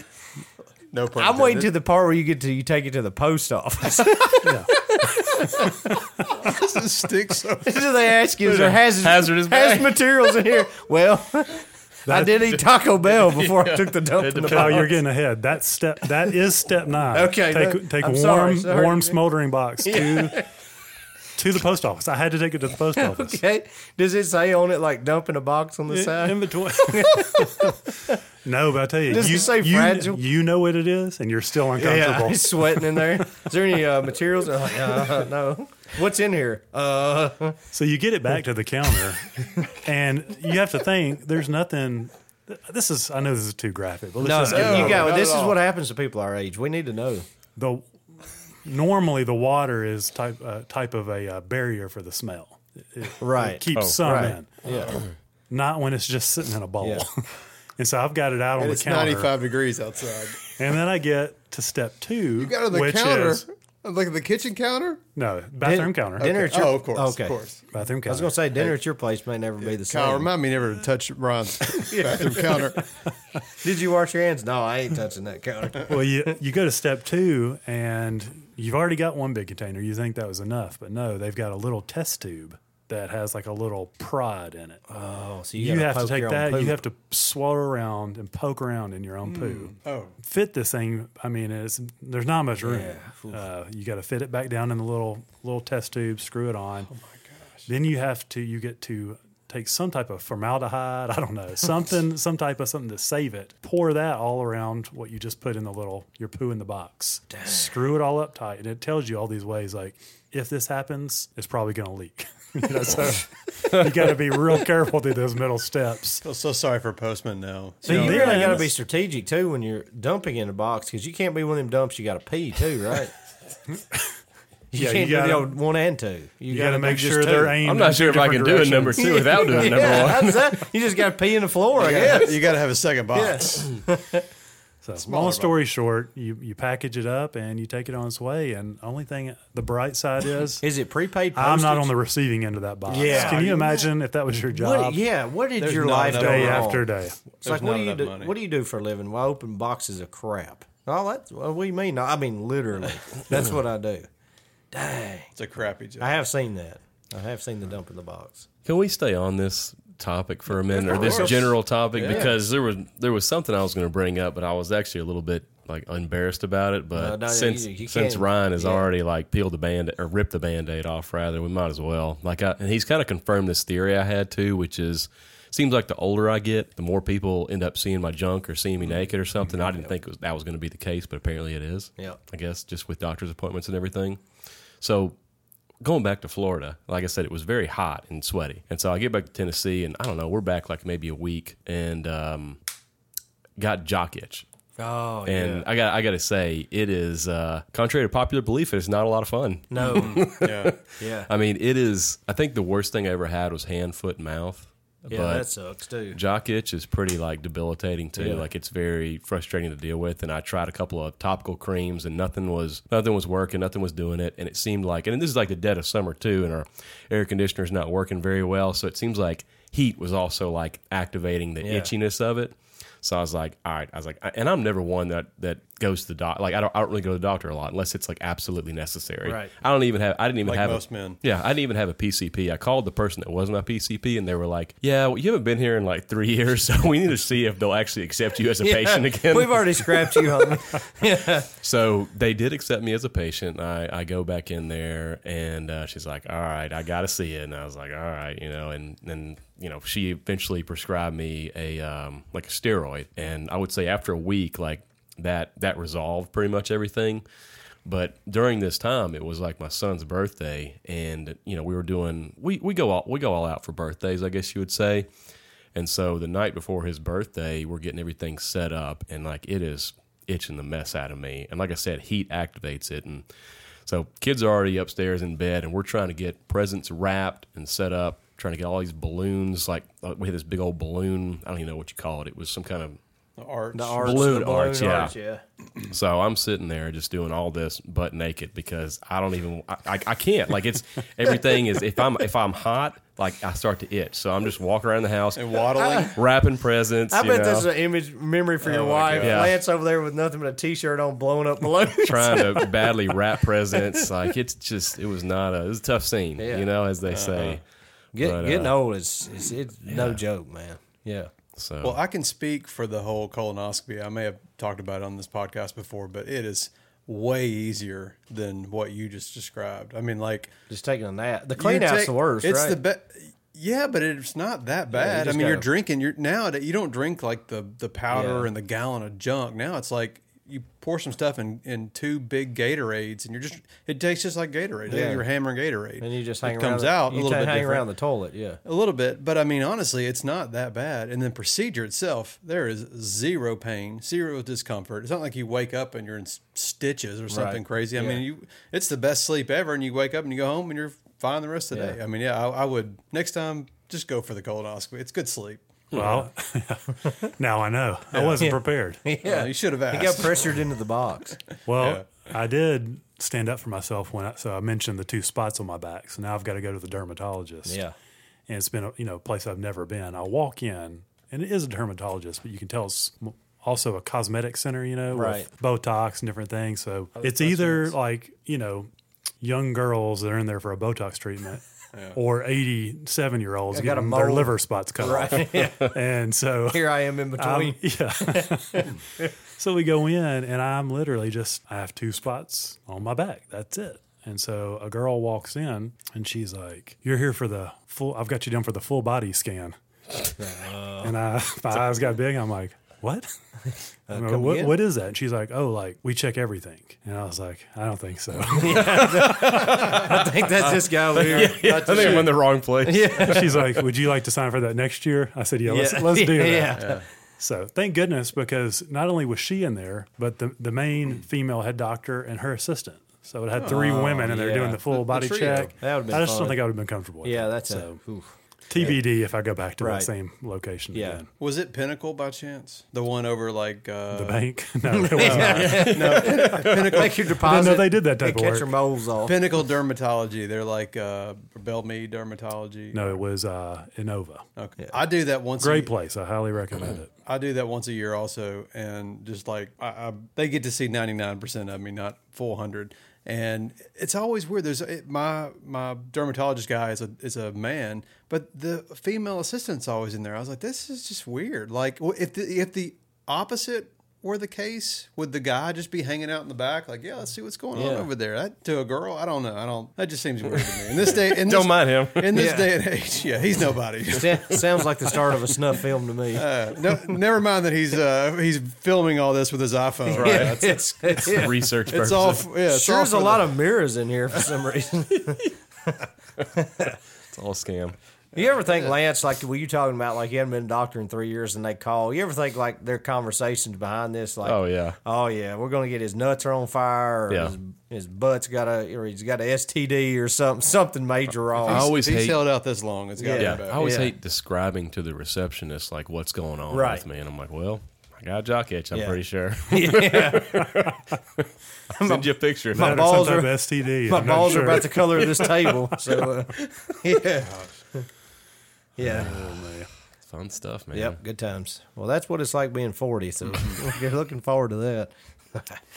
[SPEAKER 3] No pun
[SPEAKER 1] I'm waiting
[SPEAKER 3] intended.
[SPEAKER 1] to the part where you get to you take it to the post office.
[SPEAKER 3] This stinks so
[SPEAKER 1] do they ask you? Is there hazardous,
[SPEAKER 2] hazardous bag.
[SPEAKER 1] materials in here? Well, I did eat Taco Bell before I took the dump in the
[SPEAKER 4] oh,
[SPEAKER 1] box.
[SPEAKER 4] you're getting ahead. That step that is step nine.
[SPEAKER 1] Okay,
[SPEAKER 4] take
[SPEAKER 1] no,
[SPEAKER 4] take
[SPEAKER 1] I'm
[SPEAKER 4] warm
[SPEAKER 1] sorry, sorry.
[SPEAKER 4] warm smoldering box to to the post office. I had to take it to the post office.
[SPEAKER 1] Okay. Does it say on it like dump in a box on the
[SPEAKER 4] In,
[SPEAKER 1] side?
[SPEAKER 4] in between. no, but I tell you,
[SPEAKER 1] Does it
[SPEAKER 4] you
[SPEAKER 1] say
[SPEAKER 4] you,
[SPEAKER 1] fragile?
[SPEAKER 4] you know what it is, and you're still uncomfortable.
[SPEAKER 1] he's sweating in there. Is there any uh, materials? I'm like, uh, no. What's in here? Uh,
[SPEAKER 4] So you get it back to the counter, and you have to think. There's nothing. This is. I know this is too graphic, but let's
[SPEAKER 1] no,
[SPEAKER 4] just get it
[SPEAKER 1] you
[SPEAKER 4] over.
[SPEAKER 1] got.
[SPEAKER 3] not
[SPEAKER 1] This
[SPEAKER 3] at
[SPEAKER 1] is
[SPEAKER 3] all.
[SPEAKER 1] what happens to people our age. We need to know.
[SPEAKER 4] the normally the water is type uh, type of a uh, barrier for the smell. It
[SPEAKER 1] Right. Oh,
[SPEAKER 4] keeps some
[SPEAKER 1] right.
[SPEAKER 4] in,
[SPEAKER 1] Yeah.
[SPEAKER 4] not when it's just sitting in a bowl.
[SPEAKER 1] Yeah.
[SPEAKER 4] and so I've got it out on the
[SPEAKER 3] It's
[SPEAKER 4] counter,
[SPEAKER 3] 95 degrees outside.
[SPEAKER 4] and then I get to step two,
[SPEAKER 3] You got on the
[SPEAKER 4] which
[SPEAKER 3] counter.
[SPEAKER 4] is
[SPEAKER 3] Like the kitchen counter?
[SPEAKER 4] no bathroom
[SPEAKER 1] Din-
[SPEAKER 4] counter,
[SPEAKER 1] Dinner at your,
[SPEAKER 3] Oh, of course.
[SPEAKER 1] Okay.
[SPEAKER 3] Of course.
[SPEAKER 4] bathroom
[SPEAKER 1] I was
[SPEAKER 4] counter.
[SPEAKER 1] gonna say dinner at your place may never be the same.
[SPEAKER 3] Kyle, remind me never to touch Ron's bathroom counter.
[SPEAKER 1] Did you wash your hands? No, I ain't touching that counter.
[SPEAKER 4] well, you you go to step two, and you've already got one big container. You think that was enough, but no, they've got a little test tube that has like a little prod in it.
[SPEAKER 1] Oh, so
[SPEAKER 4] you,
[SPEAKER 1] gotta
[SPEAKER 4] have to
[SPEAKER 1] poke
[SPEAKER 4] take
[SPEAKER 1] your own
[SPEAKER 4] that. You
[SPEAKER 1] poop.
[SPEAKER 4] have to swallow around and poke around in your own poo.
[SPEAKER 3] Oh.
[SPEAKER 4] Fit this thing. I mean, it's there's not much room. Uh, you got to fit it back down in the little little test tube. Screw it on. Oh my gosh. Then you have to. You get to take some type of formaldehyde. I don't know something. some type of something to save it. Pour that all around what you just put in the little your poo in the box. Screw it all up tight, and it tells you all these ways like. If this happens, it's probably going to leak. You know, so you got to be real careful through those middle steps.
[SPEAKER 3] Feel so sorry for Postman now.
[SPEAKER 1] So you really
[SPEAKER 4] then-
[SPEAKER 1] got to be strategic too when you're dumping in a box because you can't be one of them dumps. You got to pee too, right? you
[SPEAKER 4] Yeah, you
[SPEAKER 1] can't do
[SPEAKER 4] gotta-
[SPEAKER 1] the old one and two.
[SPEAKER 4] You got to
[SPEAKER 1] do
[SPEAKER 4] make
[SPEAKER 1] just
[SPEAKER 4] sure
[SPEAKER 1] two.
[SPEAKER 4] they're aimed.
[SPEAKER 2] I'm not sure if I can do a number two without doing a number
[SPEAKER 1] Yeah,
[SPEAKER 2] one.
[SPEAKER 1] how's that? You just got to pee in the floor, I guess.
[SPEAKER 3] You got to have a second box.
[SPEAKER 4] So, long story short, you you package it up and you take it on its way. And only thing, the bright side is,
[SPEAKER 1] Is it prepaid? Postage?
[SPEAKER 4] I'm not on the receiving end of that box.
[SPEAKER 1] Yeah.
[SPEAKER 4] Can you imagine if that was your job?
[SPEAKER 1] What, yeah, what did
[SPEAKER 3] There's
[SPEAKER 1] your
[SPEAKER 3] not
[SPEAKER 1] life
[SPEAKER 3] enough
[SPEAKER 1] go
[SPEAKER 4] Day
[SPEAKER 1] wrong?
[SPEAKER 4] after day.
[SPEAKER 1] It's like
[SPEAKER 3] There's
[SPEAKER 1] what
[SPEAKER 3] not
[SPEAKER 1] do you
[SPEAKER 3] enough
[SPEAKER 1] do?
[SPEAKER 3] money.
[SPEAKER 1] What do you do for a living? Well, I open boxes of crap. Oh, that's what do you mean? I mean literally. That's what I do. Dang.
[SPEAKER 3] It's a crappy joke.
[SPEAKER 1] I have seen that. I have seen the dump in the box.
[SPEAKER 2] Can we stay on this topic for a minute, or this
[SPEAKER 3] course.
[SPEAKER 2] general topic?
[SPEAKER 3] Yeah.
[SPEAKER 2] Because there was there was something I was going to bring up, but I was actually a little bit like embarrassed about it. But
[SPEAKER 1] No, no,
[SPEAKER 2] since
[SPEAKER 1] you- you
[SPEAKER 2] since
[SPEAKER 1] can't-
[SPEAKER 2] Ryan has
[SPEAKER 1] yeah.
[SPEAKER 2] already like peeled the band or ripped the band aid off, rather, we might as well. Like, I, and he's kind of confirmed this theory I had too, which is. Seems like the older I get, the more people end up seeing my junk or seeing me naked or something. I didn't think it was, that was going to be the case, but apparently it is.
[SPEAKER 1] Yeah.
[SPEAKER 2] I guess just with doctor's appointments and everything. So going back to Florida, like I said, it was very hot and sweaty. And so I get back to Tennessee, and I don't know, we're back like maybe a week, and um, got jock itch.
[SPEAKER 1] Oh,
[SPEAKER 2] And I got I got to say, it is uh, contrary to popular belief, it's not a lot of fun.
[SPEAKER 1] No.
[SPEAKER 3] yeah.
[SPEAKER 1] Yeah.
[SPEAKER 2] I mean, it is. I think the worst thing I ever had was hand, foot, and mouth.
[SPEAKER 1] Yeah,
[SPEAKER 2] but
[SPEAKER 1] that sucks too.
[SPEAKER 2] jock itch is pretty like debilitating too. Like it's very frustrating to deal with. And I tried a couple of topical creams and nothing was nothing was working, nothing was doing it. And it seemed like and this is like the dead of summer too, and our air conditioner's not working very well. So it seems like heat was also like activating the
[SPEAKER 1] Yeah.
[SPEAKER 2] itchiness of it. So I was like, all right. I was like, and I'm never one that that goes to the doc. Like I don't, I don't really go to the doctor a lot unless it's like absolutely necessary.
[SPEAKER 1] Right.
[SPEAKER 2] I don't even have. I didn't even
[SPEAKER 3] Like
[SPEAKER 2] have a-
[SPEAKER 3] most men.
[SPEAKER 2] yeah, I didn't even have a PCP. I called the person that was my PCP, and they were like, "Yeah, well, you haven't been here in like three years, so we need to see if they'll actually accept you as a patient again."
[SPEAKER 1] We've already scrapped you, homie.
[SPEAKER 2] so they did accept me as a patient. I, I go back in there, and uh, she's like, "All right, I got to see it." And I was like, "All right," you know, and then you know, she eventually prescribed me a um, like a steroid, and I would say after a week, like that that resolved pretty much everything. But during this time, it was like my son's birthday, and you know, we were doing we we go all we go all out for birthdays, I guess you would say. And so the night before his birthday, we're getting everything set up, and like it is itching the mess out of me. And like I said, heat activates it, and so kids are already upstairs in bed, and we're trying to get presents wrapped and set up, trying to get all these balloons. Like uh, we had this big old balloon. I don't even know what you call it. It was some kind of
[SPEAKER 3] The arch.
[SPEAKER 1] The arch,
[SPEAKER 2] Balloon
[SPEAKER 1] the
[SPEAKER 2] arch, yeah.
[SPEAKER 1] yeah.
[SPEAKER 2] so I'm sitting there just doing all this butt naked because I don't even I, I, I can't like it's everything is if I'm if I'm hot like I start to itch so I'm just walking around the house
[SPEAKER 3] And waddling.
[SPEAKER 2] wrapping presents
[SPEAKER 1] I
[SPEAKER 2] you
[SPEAKER 1] bet
[SPEAKER 2] know,
[SPEAKER 1] this is an image memory for your
[SPEAKER 3] my
[SPEAKER 1] wife.
[SPEAKER 3] God.
[SPEAKER 1] Lance over there with nothing but a t-shirt on, blowing up balloons.
[SPEAKER 2] trying to badly wrap presents like it's just it was not a it was a tough scene
[SPEAKER 1] Yeah.
[SPEAKER 2] you know as they say
[SPEAKER 1] Get,
[SPEAKER 2] But, uh,
[SPEAKER 1] getting old is it's, it's no joke, man. Yeah.
[SPEAKER 2] so
[SPEAKER 3] Well, I can speak for the whole colonoscopy. I may have talked about it on this podcast before, but it is way easier than what you just described. I mean, like
[SPEAKER 1] Just taking a nap. The
[SPEAKER 3] you
[SPEAKER 1] clean out's
[SPEAKER 3] take-
[SPEAKER 1] the worst,
[SPEAKER 3] It's
[SPEAKER 1] right?
[SPEAKER 3] the best. Yeah, but it's not that bad. I
[SPEAKER 1] just
[SPEAKER 3] mean, you're
[SPEAKER 1] gotta-
[SPEAKER 3] drinking. You're now that- you don't drink like the the powder
[SPEAKER 1] Yeah.
[SPEAKER 3] and the gallon of junk. Now it's like you pour some stuff in in two big Gatorades, and you're just it tastes just like Gatorade.
[SPEAKER 1] Yeah.
[SPEAKER 3] You're hammering Gatorade,
[SPEAKER 1] and you just
[SPEAKER 3] It
[SPEAKER 1] hang around.
[SPEAKER 3] comes
[SPEAKER 1] the-
[SPEAKER 3] out
[SPEAKER 1] you
[SPEAKER 3] a little
[SPEAKER 1] ta-
[SPEAKER 3] bit
[SPEAKER 1] hang
[SPEAKER 3] different.
[SPEAKER 1] around the toilet, yeah.
[SPEAKER 3] A little bit, but I mean, honestly, it's not that bad. And then procedure itself, there is zero pain, zero discomfort. It's not like you wake up and you're in s- stitches or something
[SPEAKER 1] Right.
[SPEAKER 3] crazy. I
[SPEAKER 1] Yeah.
[SPEAKER 3] mean, you it's the best sleep ever, and you wake up and you go home and you're fine the rest of the
[SPEAKER 1] Yeah.
[SPEAKER 3] day. I mean, yeah, I, I would next time just go for the colonoscopy. It's good sleep.
[SPEAKER 4] Well, now I know. I wasn't prepared.
[SPEAKER 1] Yeah. Oh,
[SPEAKER 3] Uh, you should have
[SPEAKER 1] He got
[SPEAKER 3] asked.
[SPEAKER 1] pressured into the box.
[SPEAKER 4] Well, I did stand up for myself when I, so I mentioned the two spots on my back. So now I've got to go to the dermatologist.
[SPEAKER 1] Yeah.
[SPEAKER 4] And it's been a you know place I've never been. I walk in and it is a dermatologist, but you can tell it's m- also a cosmetic center, you know,
[SPEAKER 1] Right. Oh,
[SPEAKER 4] with Botox and different things. So it's either like, you know, young girls that are in there for a Botox treatment or 87 year olds
[SPEAKER 1] got a
[SPEAKER 4] getting their
[SPEAKER 1] mole.
[SPEAKER 4] liver spots cut off. And so
[SPEAKER 1] Here I am in between.
[SPEAKER 4] I'm- yeah. so we go in, and I'm literally just, I have two spots on my back. That's it. And so a girl walks in, and she's like, You're here for the full, I've got you down for the full body scan. and I, my eyes got big. I'm like, What? I'm like,
[SPEAKER 1] Uh, come
[SPEAKER 4] what,
[SPEAKER 1] again?"
[SPEAKER 4] what is that? And she's like, Oh, like we check everything. And I was like, I don't think so.
[SPEAKER 1] I think that's this guy over here.
[SPEAKER 2] I think I'm in the wrong place
[SPEAKER 4] she's like, Would you like to sign for that next year? I said, Yeah, let's, let's do that.
[SPEAKER 1] Yeah.
[SPEAKER 4] So thank goodness because not only was she in there, but the, the main
[SPEAKER 1] Mm.
[SPEAKER 4] female head doctor and her assistant. So it had three women in there
[SPEAKER 1] Oh, yeah.
[SPEAKER 4] doing the full
[SPEAKER 3] The- the
[SPEAKER 4] body
[SPEAKER 3] trio.
[SPEAKER 4] check.
[SPEAKER 1] That would've been
[SPEAKER 4] I just
[SPEAKER 1] fun.
[SPEAKER 4] don't think I would have been comfortable. With
[SPEAKER 1] Yeah,
[SPEAKER 4] it.
[SPEAKER 1] that's
[SPEAKER 4] so
[SPEAKER 1] a oof.
[SPEAKER 4] TBD if I go back to
[SPEAKER 1] Right.
[SPEAKER 4] that same location.
[SPEAKER 1] Yeah.
[SPEAKER 4] again.
[SPEAKER 3] Was it Pinnacle by chance? The one over like uh,
[SPEAKER 1] Uh-huh.
[SPEAKER 4] the bank. No, it was not.
[SPEAKER 1] Make your deposit.
[SPEAKER 4] know they did that
[SPEAKER 1] They
[SPEAKER 4] type of
[SPEAKER 1] catch
[SPEAKER 4] work.
[SPEAKER 1] your moles off.
[SPEAKER 3] Pinnacle Dermatology. They're like uh, Bellmead Dermatology.
[SPEAKER 4] No, it was uh, Innova.
[SPEAKER 3] Okay. I do that once. a
[SPEAKER 4] Great place. I highly recommend
[SPEAKER 1] uh,
[SPEAKER 4] it.
[SPEAKER 3] I do that once a year also, and just like I, I, they get to see ninety nine percent of me, not full hundred. and it's always weird. There's it, my my dermatologist guy is a is a man, but the female assistant's always in there. I was like, this is just weird. Like, well, if the if the opposite were the case, would the guy just be hanging out in the back? Like, yeah, let's see what's going on
[SPEAKER 2] Yeah.
[SPEAKER 3] over there. That, to a girl, I don't know. I don't. That just seems weird to me. In this day, in
[SPEAKER 2] Don't
[SPEAKER 3] this,
[SPEAKER 2] mind him.
[SPEAKER 3] In this
[SPEAKER 1] Yeah.
[SPEAKER 3] day and age, yeah, he's nobody.
[SPEAKER 1] Sa- Sounds like the start of a snuff film to me.
[SPEAKER 2] Oh,
[SPEAKER 3] Uh, no, never mind that he's uh, he's filming all this with his iPhone. Right.
[SPEAKER 1] it's, it's,
[SPEAKER 2] For Research
[SPEAKER 3] It's
[SPEAKER 2] purposes.
[SPEAKER 3] all. f- Yeah. It's
[SPEAKER 1] sure
[SPEAKER 3] all
[SPEAKER 1] there's a
[SPEAKER 3] for the-
[SPEAKER 1] lot of mirrors in here for some reason.
[SPEAKER 2] It's all scam.
[SPEAKER 1] You ever think, Lance, like, were you talking about, like, you haven't been a doctor in three years and they call? You ever think, like, their conversations behind this, like,
[SPEAKER 2] Oh, yeah.
[SPEAKER 1] oh, yeah, we're going to get his nuts are on fire, or
[SPEAKER 2] Yeah.
[SPEAKER 1] his, his butt's got a, or he's got a STD or something, something major wrong.
[SPEAKER 2] I always
[SPEAKER 3] If he's
[SPEAKER 2] hate-
[SPEAKER 3] held out this long. It's got to
[SPEAKER 2] Yeah,
[SPEAKER 3] be
[SPEAKER 2] I
[SPEAKER 3] bad.
[SPEAKER 2] always
[SPEAKER 1] Yeah.
[SPEAKER 2] hate describing to the receptionist like what's going on
[SPEAKER 1] Right.
[SPEAKER 2] with me, and I'm like, well, I got a jock itch. I'm
[SPEAKER 1] Yeah.
[SPEAKER 2] pretty sure.
[SPEAKER 1] yeah.
[SPEAKER 2] Send you a picture. of
[SPEAKER 1] My
[SPEAKER 2] it.
[SPEAKER 4] Some
[SPEAKER 1] balls
[SPEAKER 4] type
[SPEAKER 1] are,
[SPEAKER 4] of STD.
[SPEAKER 1] my
[SPEAKER 4] I'm not
[SPEAKER 1] balls
[SPEAKER 4] sure.
[SPEAKER 1] are about the color of this table. So, uh, yeah.
[SPEAKER 2] Oh,
[SPEAKER 1] Yeah.
[SPEAKER 2] Fun stuff, man.
[SPEAKER 1] Yep, good times. Well, that's what it's like being 40, so you're looking forward to that.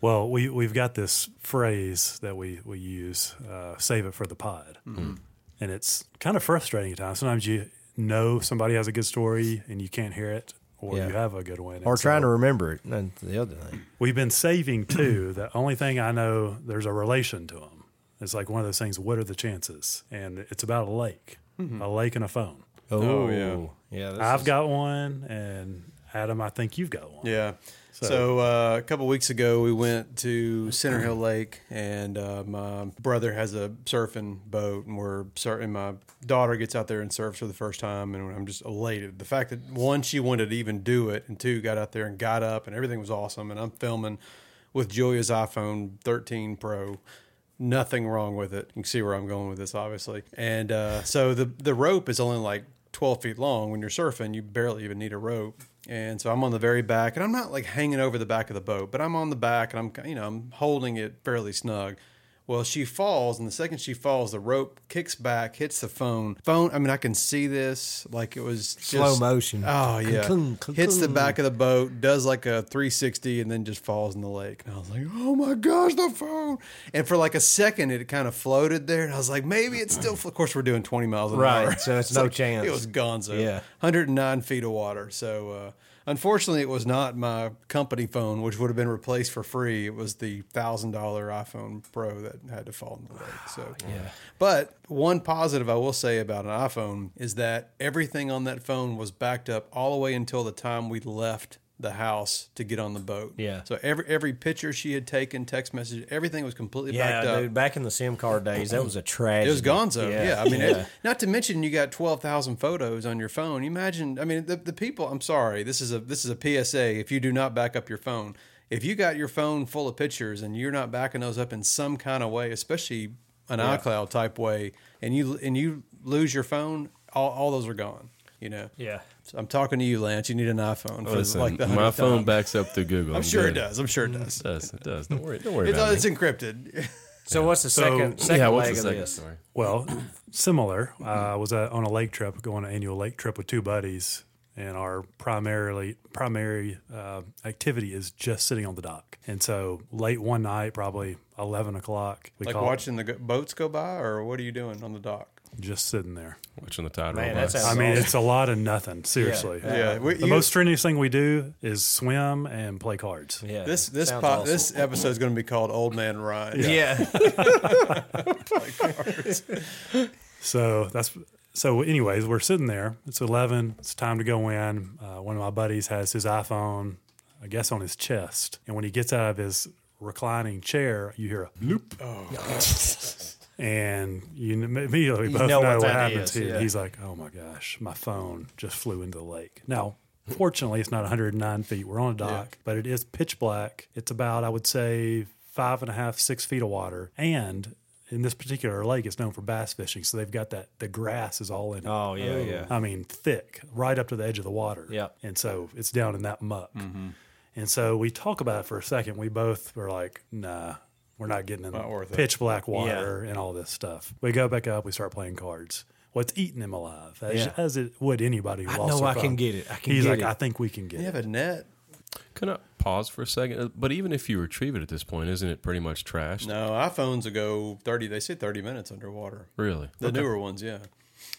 [SPEAKER 4] Well, we we've got this phrase that we we use, uh, save it for the pod,
[SPEAKER 1] Hmm.
[SPEAKER 4] and it's kind of frustrating at times. Sometimes you know somebody has a good story and you can't hear it, or
[SPEAKER 1] Yeah.
[SPEAKER 4] you have a good one, and
[SPEAKER 1] Or
[SPEAKER 4] so
[SPEAKER 1] trying to remember it. That's the other thing.
[SPEAKER 4] We've been saving two. the only thing I know there's a relation to them. It's like one of those things. What are the chances? And it's about a lake, a lake and a phone.
[SPEAKER 1] Oh,
[SPEAKER 3] yeah.
[SPEAKER 1] Yeah. this
[SPEAKER 4] I've
[SPEAKER 1] is-
[SPEAKER 4] got one, and Adam, I think you've got one.
[SPEAKER 3] Yeah.
[SPEAKER 4] So-
[SPEAKER 3] So, uh, a couple weeks ago, we went to Center Hill Lake, and uh, my brother has a surfing boat, and we're sur- and My daughter gets out there and surfs for the first time, and I'm just elated. The fact that one, she wanted to even do it, and two, got out there and got up, and everything was awesome. And I'm filming with Julia's iPhone 13 Pro. Nothing wrong with it. You can see where I'm going with this, obviously. And uh, so the the rope is only like 12 feet long. When you're surfing, you barely even need a rope. And so I'm on the very back, and I'm not like hanging over the back of the boat, but I'm on the back, and I'm you know I'm holding it fairly snug. Well, she falls, and the second she falls, the rope kicks back, hits the phone. Phone. I mean, I can see this like it was just,
[SPEAKER 1] Slow motion.
[SPEAKER 3] Oh yeah,
[SPEAKER 1] Ka-kung, ka-kung.
[SPEAKER 3] hits the back of the boat, does like a 360, and then just falls in the lake. And I was like, oh my gosh, the phone! And for like a second, it kind of floated there, and I was like, maybe it's still. Of course, we're doing 20 miles an hour,
[SPEAKER 1] Right, so it's no
[SPEAKER 3] like-
[SPEAKER 1] chance.
[SPEAKER 3] It was Gonzo.
[SPEAKER 1] Yeah.
[SPEAKER 3] 109 feet of water. So uh, unfortunately, it was not my company phone, which would have been replaced for free. It was the thousand dollar iPhone Pro that had to fall in the lake. So
[SPEAKER 1] Ah,
[SPEAKER 3] yeah. But one positive I will say about an iPhone is that everything on that phone was backed up all the way until the time we left the house to get on the boat.
[SPEAKER 1] Yeah.
[SPEAKER 3] So every every picture she had taken, text message, everything was completely backed
[SPEAKER 1] Yeah,
[SPEAKER 3] up.
[SPEAKER 1] dude, back in the SIM card days, that was a tragedy.
[SPEAKER 3] It was Gonzo. Yeah, I mean,
[SPEAKER 1] Yeah.
[SPEAKER 3] It, not to mention you got twelve thousand photos on your phone. You imagine. I mean, the, the people. I'm sorry. This is a this is a PSA. If you do not back up your phone, if you got your phone full of pictures and you're not backing those up in some kind of way, especially an iCloud type way, and you and you lose your phone, all, all those are gone. You know.
[SPEAKER 1] Yeah.
[SPEAKER 3] So I'm talking to you, Lance. You need an iPhone for
[SPEAKER 2] Listen,
[SPEAKER 3] like the
[SPEAKER 2] my
[SPEAKER 3] hundredth
[SPEAKER 2] phone
[SPEAKER 3] time.
[SPEAKER 2] backs up through Google.
[SPEAKER 3] I'm sure it does. I'm sure it
[SPEAKER 1] Mm.
[SPEAKER 3] does.
[SPEAKER 2] It does. It does. Don't worry. Don't worry
[SPEAKER 3] It's, uh,
[SPEAKER 2] about
[SPEAKER 3] it's
[SPEAKER 2] it.
[SPEAKER 3] encrypted.
[SPEAKER 1] So what's the second second
[SPEAKER 2] Yeah,
[SPEAKER 1] leg
[SPEAKER 2] what's the
[SPEAKER 1] of
[SPEAKER 2] second
[SPEAKER 1] this?
[SPEAKER 2] story?
[SPEAKER 4] Well, similar. I was uh, on a lake trip, going on an annual lake trip with two buddies, and our primarily primary uh, activity is just sitting on the dock. And so, late one night, probably eleven o'clock, we
[SPEAKER 3] like
[SPEAKER 4] caught
[SPEAKER 3] watching the go- boats go by, or what are you doing on the dock?
[SPEAKER 4] just sitting there.
[SPEAKER 2] Watching the tide
[SPEAKER 1] Man,
[SPEAKER 2] roll
[SPEAKER 1] that's
[SPEAKER 2] by.
[SPEAKER 1] how-
[SPEAKER 4] I mean, it's a lot of nothing. Seriously,
[SPEAKER 3] Yeah, we,
[SPEAKER 4] the
[SPEAKER 3] you-
[SPEAKER 4] most strenuous thing we do is swim and play cards.
[SPEAKER 1] Yeah.
[SPEAKER 3] This this
[SPEAKER 1] sounds
[SPEAKER 3] po-
[SPEAKER 1] awesome.
[SPEAKER 3] this episode is going to be called Old Man Ryan.
[SPEAKER 1] Yeah.
[SPEAKER 4] So that's so. Anyways, we're sitting there. It's eleven. It's time to go in. Uh, one of my buddies has his iPhone, I guess, on his chest, and when he gets out of his reclining chair, you hear a bloop. And you kn- immediately both
[SPEAKER 1] Oh. know
[SPEAKER 4] know,
[SPEAKER 1] what
[SPEAKER 4] what,
[SPEAKER 1] that
[SPEAKER 4] happens
[SPEAKER 1] is,
[SPEAKER 4] here.
[SPEAKER 1] yeah.
[SPEAKER 4] He's like, "Oh my gosh, my phone just flew into the lake." Now, fortunately, it's not 109 feet. We're on a dock, but it is pitch black. It's about, I would say, five and a half, six feet of water, and in this particular lake, it's known for bass fishing, so they've got that. The grass is all in. it.
[SPEAKER 1] Oh, yeah, yeah.
[SPEAKER 4] I mean, thick, right up to the edge of the water.
[SPEAKER 1] Yep. Mm-hmm.
[SPEAKER 4] And so it's down in that muck. And so we talk about it for a second. We both were like, nah, we're not getting in
[SPEAKER 3] worth it.
[SPEAKER 4] pitch black water and all this stuff. We go back up, we start playing cards. What's eating him alive, as,
[SPEAKER 1] Yeah.
[SPEAKER 4] as it would anybody who
[SPEAKER 1] I
[SPEAKER 4] lost
[SPEAKER 1] know
[SPEAKER 4] their
[SPEAKER 1] I can
[SPEAKER 4] phone.
[SPEAKER 1] get it. I can
[SPEAKER 4] He's
[SPEAKER 1] get
[SPEAKER 4] like,
[SPEAKER 1] it.
[SPEAKER 4] I think we can get
[SPEAKER 3] You have
[SPEAKER 4] it.
[SPEAKER 3] a net.
[SPEAKER 2] Can I pause for a second? Uh, But even if you retrieve it at this point, isn't it pretty much trashed?
[SPEAKER 3] No, iPhones will go thirty. They say thirty minutes underwater.
[SPEAKER 2] Really?
[SPEAKER 3] The newer ones, yeah.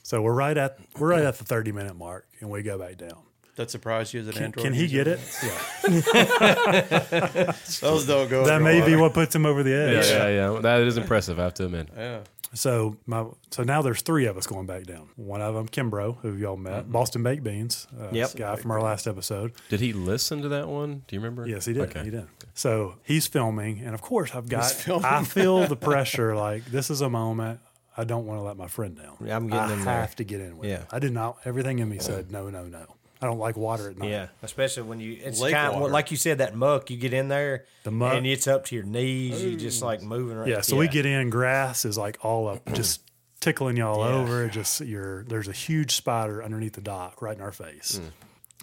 [SPEAKER 4] So we're right at we're right at the thirty minute mark, and we go back down.
[SPEAKER 3] That surprised you as an
[SPEAKER 4] Can,
[SPEAKER 3] Android?
[SPEAKER 4] can he
[SPEAKER 3] user?
[SPEAKER 4] get it? Yeah,
[SPEAKER 3] Those don't go.
[SPEAKER 4] that may be
[SPEAKER 3] underwater.
[SPEAKER 4] what puts him over the edge.
[SPEAKER 2] Yeah, yeah, yeah. That is impressive. I have to admit.
[SPEAKER 3] Yeah.
[SPEAKER 4] So my so now there's three of us going back down. One of them, Kimbro, who y'all met, Boston Baked Beans, uh,
[SPEAKER 1] Mm-hmm. Yep.
[SPEAKER 4] guy from our last episode.
[SPEAKER 2] Did he listen to that one? Do you remember?
[SPEAKER 4] Yes, he did.
[SPEAKER 2] Okay.
[SPEAKER 4] He did. So he's filming, and of course, I've got. I feel the pressure. Like this is a moment. I don't want to let my friend down.
[SPEAKER 1] Yeah, I'm getting
[SPEAKER 4] I
[SPEAKER 1] in there.
[SPEAKER 4] have to get in with.
[SPEAKER 1] Yeah.
[SPEAKER 4] him. I did not. Everything in me said no, no, no. I don't like water at night.
[SPEAKER 1] Yeah, especially when you it's
[SPEAKER 3] Lake
[SPEAKER 1] kind of,
[SPEAKER 3] water.
[SPEAKER 1] like you said that muck. You get in there,
[SPEAKER 4] The muck.
[SPEAKER 1] and it's up to your knees. You just like moving. Around.
[SPEAKER 4] Yeah, so we get in. Grass is like all up, just tickling you all over. Just you're there's a huge spider underneath the dock, right in our face.
[SPEAKER 1] Mm.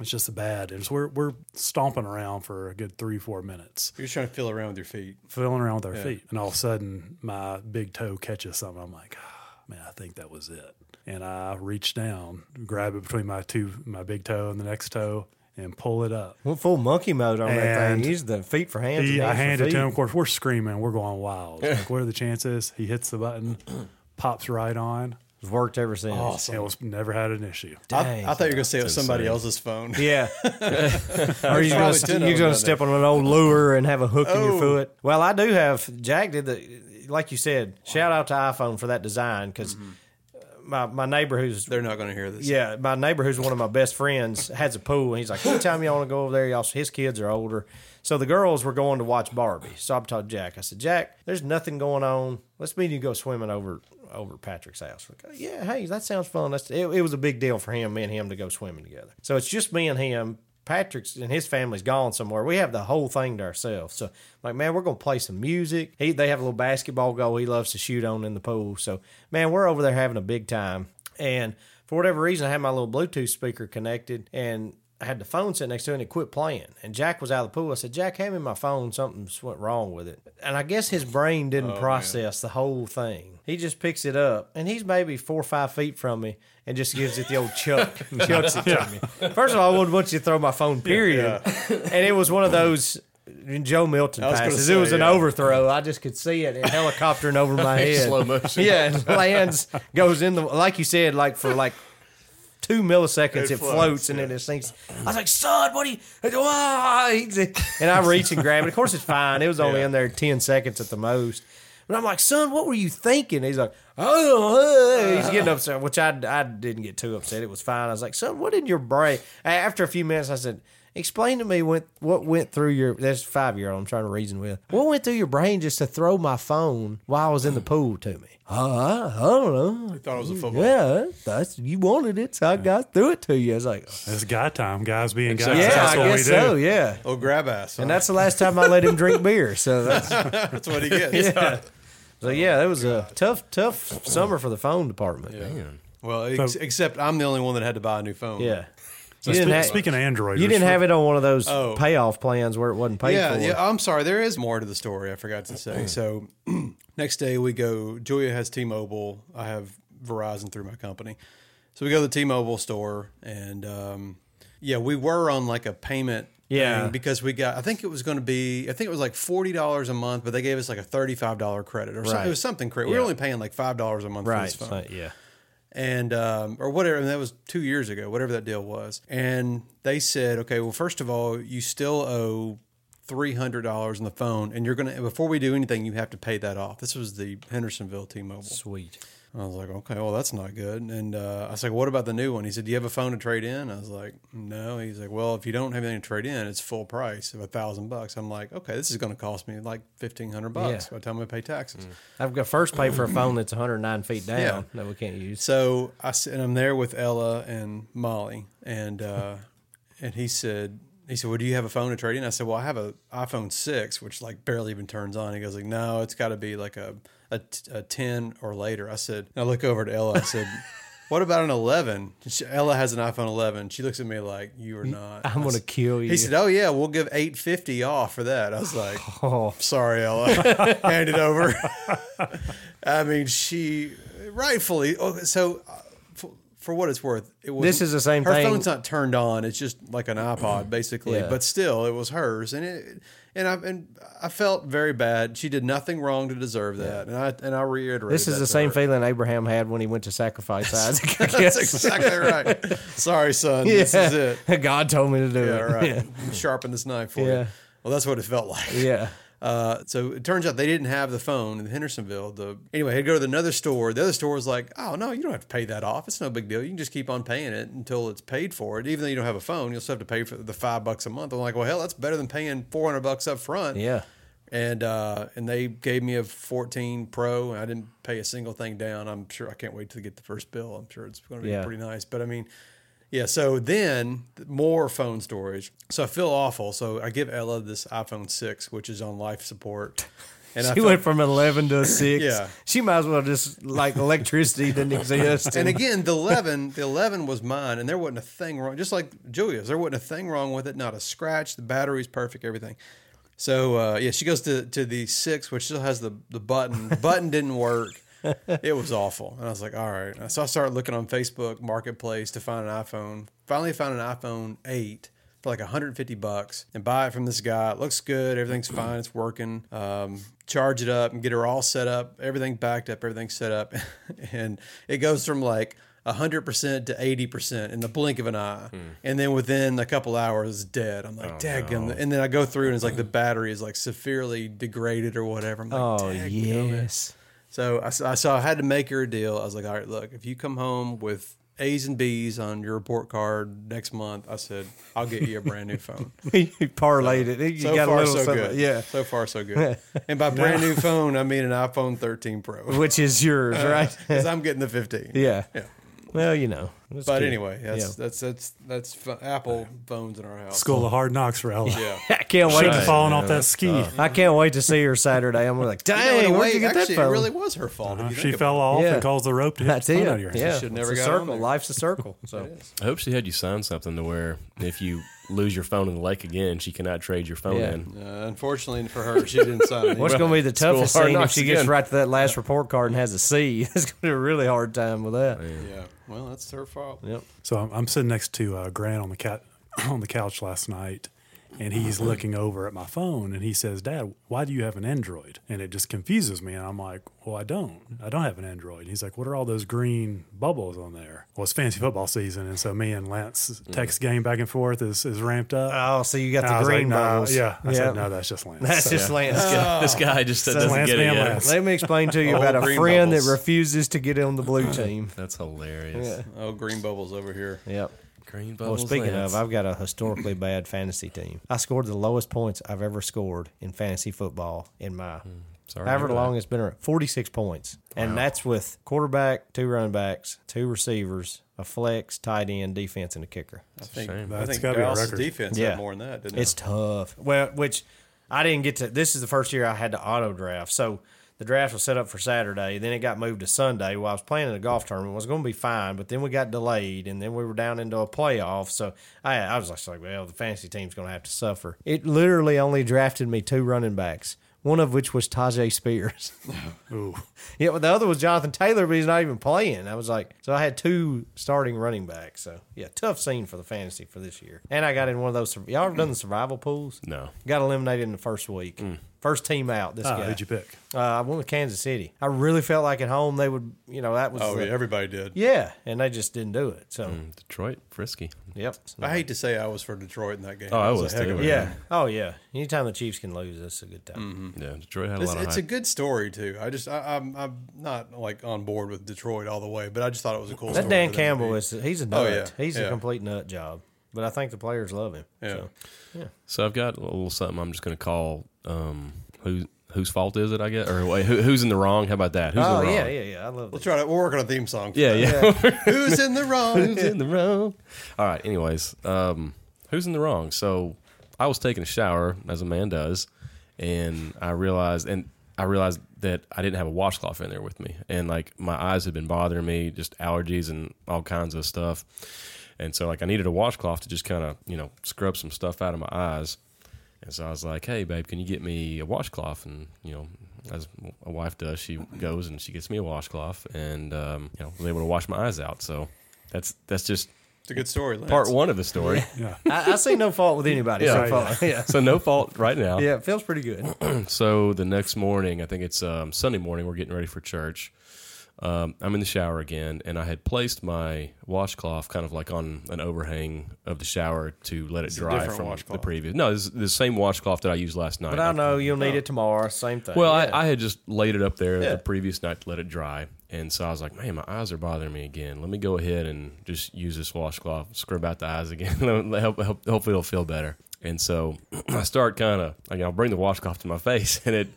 [SPEAKER 4] It's just bad. And so we're we're stomping around for a good three four minutes,
[SPEAKER 3] You're just trying to feel around with your feet.
[SPEAKER 4] fiddling around with our feet, and all of a sudden my big toe catches something. I'm like, "Ah, man, I think that was it. And I reach down, grab it between my two my big toe and the next toe, and pull it up.
[SPEAKER 1] Went full monkey mode on that
[SPEAKER 4] And
[SPEAKER 1] thing. Use the feet for hands.
[SPEAKER 4] He,
[SPEAKER 1] and
[SPEAKER 4] I
[SPEAKER 1] hands for
[SPEAKER 4] handed it to
[SPEAKER 1] feet.
[SPEAKER 4] him. Of course, we're screaming. We're going wild. Like, what are the chances? He hits the button, pops right on.
[SPEAKER 1] It's worked ever since.
[SPEAKER 4] It was never had an issue.
[SPEAKER 1] Dang.
[SPEAKER 3] I, I thought you were gonna say it was somebody
[SPEAKER 2] insane.
[SPEAKER 3] else's phone.
[SPEAKER 1] Yeah. or you're going
[SPEAKER 3] probably ten of
[SPEAKER 1] to you're
[SPEAKER 3] them
[SPEAKER 1] going
[SPEAKER 3] down Oh.
[SPEAKER 1] to step on an old lure and have a hook in your foot. Well, I do have Jack did the like you said. Shout out to iPhone for that design because
[SPEAKER 3] Mm-hmm.
[SPEAKER 1] my my neighbor who's
[SPEAKER 3] They're not gonna hear this.
[SPEAKER 1] yeah, my neighbor who's one of my best friends has a pool, and he's like, anytime y'all want to go over there, y'all. His kids are older, so the girls were going to watch Barbie. So I told Jack, I said, Jack, there's nothing going on. Let's meet and go swimming over over Patrick's house. Like, "Oh, yeah, hey, that sounds fun. That's it, it was a big deal for him, me and him to go swimming together. So it's just me and him. Patrick's and his family's gone somewhere. We have the whole thing to ourselves. So, like, man, we're gonna play some music. He, they have a little basketball goal he loves to shoot on in the pool. So, man, we're over there having a big time. And for whatever reason, I had my little Bluetooth speaker connected and I had the phone sitting next to it and it quit playing. And Jack was out of the pool. I said, Jack, hand me my phone. Something's went wrong with it. And I guess his brain
[SPEAKER 3] Oh,
[SPEAKER 1] didn't process the whole thing. He just picks it up and he's maybe four or five feet from me and just gives it the old chuck. chucks it to me. First of all, I wouldn't want you to throw my phone, period. And it was one of those. Joe Milton
[SPEAKER 3] was gonna
[SPEAKER 1] passes.
[SPEAKER 3] say,
[SPEAKER 1] it was an
[SPEAKER 3] yeah.
[SPEAKER 1] overthrow. I just could see it and helicoptering over my head.
[SPEAKER 2] Slow motion.
[SPEAKER 1] Yeah, and lands, goes in the like you said, like for like two milliseconds, it, floats, and then it sinks. I was like, "Son, what are you?" Ah, he's- And I reach and grab it. Of course, it's fine. It was only in there ten seconds at the most. But I'm like, "Son, what were you thinking?" He's like, "Oh," uh," he's getting upset, which I I didn't get too upset. It was fine. I was like, "Son, what in your brain?" A- After a few minutes, I said. Explain to me what what went through your that's five year old I'm trying to reason with. What went through your brain just to throw my phone while I was in the pool to me? Uh, I don't know.
[SPEAKER 3] I thought it was a football.
[SPEAKER 1] Yeah, that's you wanted it, so I got through it to you. It's like,
[SPEAKER 4] It's guy time. Guys being guys.
[SPEAKER 2] Exactly.
[SPEAKER 1] yeah,
[SPEAKER 4] That's
[SPEAKER 1] I
[SPEAKER 4] what
[SPEAKER 1] guess
[SPEAKER 4] we do.
[SPEAKER 1] so. Yeah,
[SPEAKER 3] Oh, grab ass. huh?
[SPEAKER 1] and that's the last time I let him drink beer. So, that's,
[SPEAKER 3] that's what he gets.
[SPEAKER 1] so yeah, that was a tough, tough summer for the phone department. Yeah,
[SPEAKER 3] Well, ex- except I'm the only one that had to buy a new phone.
[SPEAKER 1] you didn't
[SPEAKER 4] Spe-
[SPEAKER 1] have,
[SPEAKER 4] speaking of Android,
[SPEAKER 1] you
[SPEAKER 4] we're
[SPEAKER 1] didn't
[SPEAKER 4] sp-
[SPEAKER 1] have it on one of those
[SPEAKER 3] Oh.
[SPEAKER 1] payoff plans where it wasn't paid
[SPEAKER 3] Yeah,
[SPEAKER 1] for.
[SPEAKER 3] yeah. I'm sorry. There is more to the story. I forgot to say. So next day we go. Julia has T-Mobile. I have Verizon through my company. So we go to the T-Mobile store, and um, yeah, we were on like a payment.
[SPEAKER 1] Yeah.
[SPEAKER 3] thing because we got. I think it was going to be. I think it was like forty dollars a month, but they gave us like a thirty-five dollar credit or something.
[SPEAKER 1] Right.
[SPEAKER 3] It was something crazy. We were
[SPEAKER 1] Yeah.
[SPEAKER 3] only paying like five dollars a month for
[SPEAKER 1] right.
[SPEAKER 3] this phone
[SPEAKER 1] so- yeah,
[SPEAKER 3] and um, or whatever. And that was two years ago, whatever that deal was. And they said, okay, well, first of all, you still owe three hundred dollars on the phone, and you're gonna before we do anything, you have to pay that off. This was the Hendersonville T-Mobile.
[SPEAKER 1] sweet.
[SPEAKER 3] I was like, okay, well, that's not good. And uh, I was like, what about the new one? He said, do you have a phone to trade in? I was like, no. He's like, well, if you don't have anything to trade in, it's full price of a thousand bucks. I'm like, okay, this is going to cost me like fifteen hundred bucks
[SPEAKER 1] Yeah.
[SPEAKER 3] by the time I pay taxes.
[SPEAKER 1] I've got first paid for a phone that's 109 feet down that we can't use.
[SPEAKER 3] So I s- and I'm there with Ella and Molly, and uh, and he said he said, "Well, do you have a phone to trade in?" I said, "Well, I have a iPhone six, which like barely even turns on." He goes like, "No, it's got to be like a, a t- a ten or later." I said, and I look over at Ella. I said. What about an 11? She- Ella has an iPhone 11. She looks at me like, "You are not."
[SPEAKER 1] I'm
[SPEAKER 3] I
[SPEAKER 1] gonna
[SPEAKER 3] s-
[SPEAKER 1] kill you.
[SPEAKER 3] He said, "Oh yeah, we'll give 850 off for that." I was like,
[SPEAKER 1] Oh,
[SPEAKER 3] sorry, Ella. Hand it over. I mean, she rightfully. oh, So, uh, f- for what it's worth, it was
[SPEAKER 1] This is the same
[SPEAKER 3] her
[SPEAKER 1] thing-
[SPEAKER 3] phone's not turned on; it's just like an iPod, basically.
[SPEAKER 1] Yeah.
[SPEAKER 3] But still, it was hers, and it and I and I felt very bad. She did nothing wrong to deserve that, and I and I reiterate.
[SPEAKER 1] This is the same feeling Abraham had when he went to sacrifice Isaac. I guess.
[SPEAKER 3] That's exactly right. Sorry, son. This is it.
[SPEAKER 1] God told me to do
[SPEAKER 3] Yeah,
[SPEAKER 1] it.
[SPEAKER 3] right. Sharpen this knife for
[SPEAKER 1] Yeah.
[SPEAKER 3] you. Well, that's what it felt like.
[SPEAKER 1] Yeah.
[SPEAKER 3] Uh, so it turns out they didn't have the phone in Hendersonville. The anyway, he'd go to another store. The other store was like, "Oh no, you don't have to pay that off. It's no big deal. You can just keep on paying it until it's paid for. It. Even though you don't have a phone, you'll still have to pay for the five bucks a month." I'm like, "Well, hell, that's better than paying four hundred bucks up front."
[SPEAKER 1] Yeah.
[SPEAKER 3] And uh, and they gave me a 14 Pro, and I didn't pay a single thing down. I'm sure I can't wait to get the first bill. I'm sure it's going to be
[SPEAKER 1] Yeah.
[SPEAKER 3] pretty nice. But I mean, yeah. So then more phone storage. So I feel awful. So I give Ella this iPhone 6, which is on life support. And I
[SPEAKER 1] She
[SPEAKER 3] felt-
[SPEAKER 1] went from 11 to 6.
[SPEAKER 3] Yeah.
[SPEAKER 1] She might as well just, like, electricity didn't exist.
[SPEAKER 3] and again, the eleven, the eleven was mine, and there wasn't a thing wrong. Just like Julia's, there wasn't a thing wrong with it. Not a scratch. The battery's perfect. Everything. So uh, yeah, she goes to to the six, which still has the the button. The button didn't work. It was awful, and I was like, all right. So I started looking on Facebook Marketplace to find an iPhone. Finally, found an iPhone eight. For like 150 bucks and buy it from this guy. It looks good. Everything's fine. It's working. Um, charge it up and get her all set up, everything backed up, everything set up. and it goes from like 100% to 80% in the blink of an eye.
[SPEAKER 1] Hmm.
[SPEAKER 3] And then within a couple hours, it's dead. I'm
[SPEAKER 1] Oh,
[SPEAKER 3] like, daggum. And then I go through and it's like the battery is like severely degraded or whatever. I'm like,
[SPEAKER 1] oh,
[SPEAKER 3] "Dag-
[SPEAKER 1] yes.
[SPEAKER 3] so I, s- I- so I had to make her a deal. I was like, all right, look, if you come home with A's and B's on your report card next month, I said, I'll get you a brand new phone.
[SPEAKER 1] you parlayed it. You
[SPEAKER 3] So
[SPEAKER 1] got a
[SPEAKER 3] far,
[SPEAKER 1] little
[SPEAKER 3] so
[SPEAKER 1] something.
[SPEAKER 3] good.
[SPEAKER 1] Yeah.
[SPEAKER 3] So far, so good. And by brand new phone, I mean an iPhone 13 Pro.
[SPEAKER 1] Which is yours,
[SPEAKER 3] Uh-huh.
[SPEAKER 1] right?
[SPEAKER 3] because I'm getting the 15.
[SPEAKER 1] yeah. Well, you know. It's
[SPEAKER 3] But
[SPEAKER 1] good.
[SPEAKER 3] anyway, that's,
[SPEAKER 1] Yeah.
[SPEAKER 3] that's that's that's fu- Apple phones in our house.
[SPEAKER 4] School of hard knocks for Ella.
[SPEAKER 3] Yeah.
[SPEAKER 1] I can't wait.
[SPEAKER 4] Should
[SPEAKER 1] To,
[SPEAKER 4] have fallen off that ski.
[SPEAKER 1] I can't wait to see her Saturday. I'm like,
[SPEAKER 3] You know, in
[SPEAKER 1] dang,
[SPEAKER 3] a
[SPEAKER 1] where'd
[SPEAKER 3] way,
[SPEAKER 1] you get
[SPEAKER 3] actually,
[SPEAKER 1] that
[SPEAKER 3] it
[SPEAKER 1] phone?
[SPEAKER 3] really was her fault. if you
[SPEAKER 4] she
[SPEAKER 3] think
[SPEAKER 4] fell
[SPEAKER 3] about
[SPEAKER 4] off
[SPEAKER 1] Yeah.
[SPEAKER 4] and caused the rope to hit
[SPEAKER 1] That's
[SPEAKER 4] the phone out of
[SPEAKER 1] it.
[SPEAKER 4] your
[SPEAKER 1] Yeah.
[SPEAKER 3] Should've
[SPEAKER 1] It's
[SPEAKER 3] never
[SPEAKER 1] a
[SPEAKER 3] got on
[SPEAKER 1] circle.
[SPEAKER 3] there.
[SPEAKER 1] Life's a circle. So.
[SPEAKER 3] it.
[SPEAKER 2] I hope she had you sign something to where if you lose your phone in the lake again, she cannot trade your phone
[SPEAKER 1] Yeah.
[SPEAKER 2] in.
[SPEAKER 3] Uh, unfortunately for her, she didn't sign. any-
[SPEAKER 1] What's going to be the
[SPEAKER 2] school
[SPEAKER 1] toughest
[SPEAKER 2] hard
[SPEAKER 1] scene if
[SPEAKER 2] knocks
[SPEAKER 1] she gets
[SPEAKER 2] again.
[SPEAKER 1] right to that last report card and has a C? It's going to be a really hard time with that.
[SPEAKER 3] Yeah. Well, that's her fault.
[SPEAKER 1] Yep.
[SPEAKER 4] So I'm, I'm sitting next to uh, Grant on the cat on the couch last night,
[SPEAKER 1] Oh,
[SPEAKER 4] and he's looking over at my phone, and he says, "Dad, why do you have an Android?" And it just confuses me, and I'm like, "Well, I don't. I don't have an Android." And he's like, "What are all those green bubbles on there?" Well, it's fantasy football season, and so me and Lance
[SPEAKER 1] Mm.
[SPEAKER 4] text game back and forth is, is ramped up.
[SPEAKER 1] Oh, so you got
[SPEAKER 4] And I
[SPEAKER 1] the
[SPEAKER 4] was
[SPEAKER 1] green
[SPEAKER 4] like, "No."
[SPEAKER 1] bubbles.
[SPEAKER 4] Yeah, I said, "No, that's just Lance."
[SPEAKER 1] That's just Lance.
[SPEAKER 2] this guy just
[SPEAKER 4] So
[SPEAKER 2] doesn't
[SPEAKER 4] Lance
[SPEAKER 2] get it
[SPEAKER 4] Van
[SPEAKER 2] yet.
[SPEAKER 4] Lance.
[SPEAKER 1] Uh, Let me explain to you
[SPEAKER 3] Oh,
[SPEAKER 1] about a
[SPEAKER 3] green
[SPEAKER 1] friend
[SPEAKER 3] bubbles.
[SPEAKER 1] that refuses to get on the blue team.
[SPEAKER 2] That's hilarious.
[SPEAKER 3] Oh, green bubbles over here.
[SPEAKER 1] Yep.
[SPEAKER 2] Green
[SPEAKER 1] Well,
[SPEAKER 2] bubbles.
[SPEAKER 1] speaking
[SPEAKER 2] Lance.
[SPEAKER 1] of, I've got a historically bad fantasy team. I scored the lowest points I've ever scored in fantasy football in my
[SPEAKER 4] Hmm.
[SPEAKER 2] sorry to
[SPEAKER 1] however
[SPEAKER 2] hear
[SPEAKER 1] long
[SPEAKER 2] that.
[SPEAKER 1] it's been around. Forty six points, and that's with quarterback, two running backs, two receivers, a flex, tight end, defense, and a kicker.
[SPEAKER 3] I think,
[SPEAKER 2] shame.
[SPEAKER 3] I
[SPEAKER 4] That's
[SPEAKER 3] think
[SPEAKER 4] gotta be a
[SPEAKER 3] Dallas'
[SPEAKER 4] record.
[SPEAKER 3] defense
[SPEAKER 1] Yeah.
[SPEAKER 3] had more than that, didn't
[SPEAKER 1] It's tough. Well, which I didn't get to. This is the first year I had to auto draft. So the draft was set up for Saturday. Then it got moved to Sunday. Well, I was playing in a golf tournament. It was going to be fine, but then we got delayed, and then we were down into a playoff. So I, I was just like, well, the fantasy team's going to have to suffer. It literally only drafted me two running backs. One of which was Tajay Spears.
[SPEAKER 4] Ooh.
[SPEAKER 1] yeah, but the other was Jonathan Taylor, but he's not even playing. I was like, so I had two starting running backs. So yeah, tough scene for the fantasy for this year. And I got in one of those. Y'all ever done the survival pools?
[SPEAKER 2] No.
[SPEAKER 1] Got eliminated in the first week.
[SPEAKER 3] Mm.
[SPEAKER 1] First team out. This
[SPEAKER 4] Ah,
[SPEAKER 1] guy.
[SPEAKER 4] who'd you pick?
[SPEAKER 1] Uh, I went with Kansas City. I really felt like at home they would. You know that was.
[SPEAKER 3] Oh,
[SPEAKER 1] the-
[SPEAKER 3] yeah, everybody did.
[SPEAKER 1] yeah, and they just didn't do it. So
[SPEAKER 2] Detroit, Frisky.
[SPEAKER 1] yep.
[SPEAKER 3] I hate to say I was for Detroit in that game.
[SPEAKER 2] Oh, I
[SPEAKER 3] It a
[SPEAKER 2] was
[SPEAKER 3] heck
[SPEAKER 2] too.
[SPEAKER 3] of a-
[SPEAKER 1] yeah. Oh yeah. Anytime the Chiefs can lose, that's a good time.
[SPEAKER 3] Mm-hmm.
[SPEAKER 2] Yeah, Detroit had a
[SPEAKER 3] It's,
[SPEAKER 2] lot of
[SPEAKER 3] it's a
[SPEAKER 2] hype.
[SPEAKER 3] good story too. I just I, I'm I'm not like on board with Detroit all the way, but I just thought it was a cool.
[SPEAKER 1] That
[SPEAKER 3] story
[SPEAKER 1] Dan
[SPEAKER 3] for them to
[SPEAKER 1] Campbell
[SPEAKER 3] be.
[SPEAKER 1] is. He's a nut.
[SPEAKER 3] Oh, yeah,
[SPEAKER 1] He's
[SPEAKER 3] yeah.
[SPEAKER 1] a complete nut job. But I think the players love him.
[SPEAKER 3] Yeah.
[SPEAKER 1] So.
[SPEAKER 2] so I've got a little something. I'm just going to call. Um, who whose fault is it? I guess, or wait, who, who's in the wrong? How about that? Who's
[SPEAKER 1] Oh
[SPEAKER 2] in the wrong?
[SPEAKER 1] yeah, yeah, yeah. I love
[SPEAKER 3] We'll
[SPEAKER 1] that.
[SPEAKER 3] try to. We'll work on a theme song. for
[SPEAKER 2] yeah,
[SPEAKER 3] that.
[SPEAKER 2] yeah.
[SPEAKER 3] Who's in the wrong?
[SPEAKER 2] who's in the wrong? All right. Anyways, um, who's in the wrong? So I was taking a shower as a man does, and I realized, and I realized that I didn't have a washcloth in there with me, and like my eyes had been bothering me, just allergies and all kinds of stuff, and so like I needed a washcloth to just kind of you know scrub some stuff out of my eyes. And so I was like, "Hey, babe, can you get me a washcloth?" And you know, as a wife does, she goes and she gets me a washcloth, and um, you know, was able to wash my eyes out. So That's that's just
[SPEAKER 3] It's a good story. Lance.
[SPEAKER 2] part one of the story.
[SPEAKER 4] Yeah.
[SPEAKER 1] I, I see no fault with anybody
[SPEAKER 2] Yeah.
[SPEAKER 1] so
[SPEAKER 2] Right.
[SPEAKER 1] far. Yeah.
[SPEAKER 2] So no fault right now.
[SPEAKER 1] Yeah, it feels pretty good.
[SPEAKER 2] So the next morning, I think it's um, Sunday morning, we're getting ready for church. Um, I'm in the shower again, and I had placed my washcloth kind of like on an overhang of the shower to let it
[SPEAKER 3] a
[SPEAKER 2] dry
[SPEAKER 3] different
[SPEAKER 2] from the
[SPEAKER 3] washcloth.
[SPEAKER 2] previous. No, it's the same washcloth that I used last night.
[SPEAKER 1] But I know you'll need it tomorrow. Same thing.
[SPEAKER 2] Well, I, I had just laid it up there
[SPEAKER 1] Yeah.
[SPEAKER 2] the previous night to let it dry. And so I was like, man, my eyes are bothering me again. Let me go ahead and just use this washcloth, scrub out the eyes again. help, help, hopefully it'll feel better. And so I start kind of, like, I'll bring the washcloth to my face and it,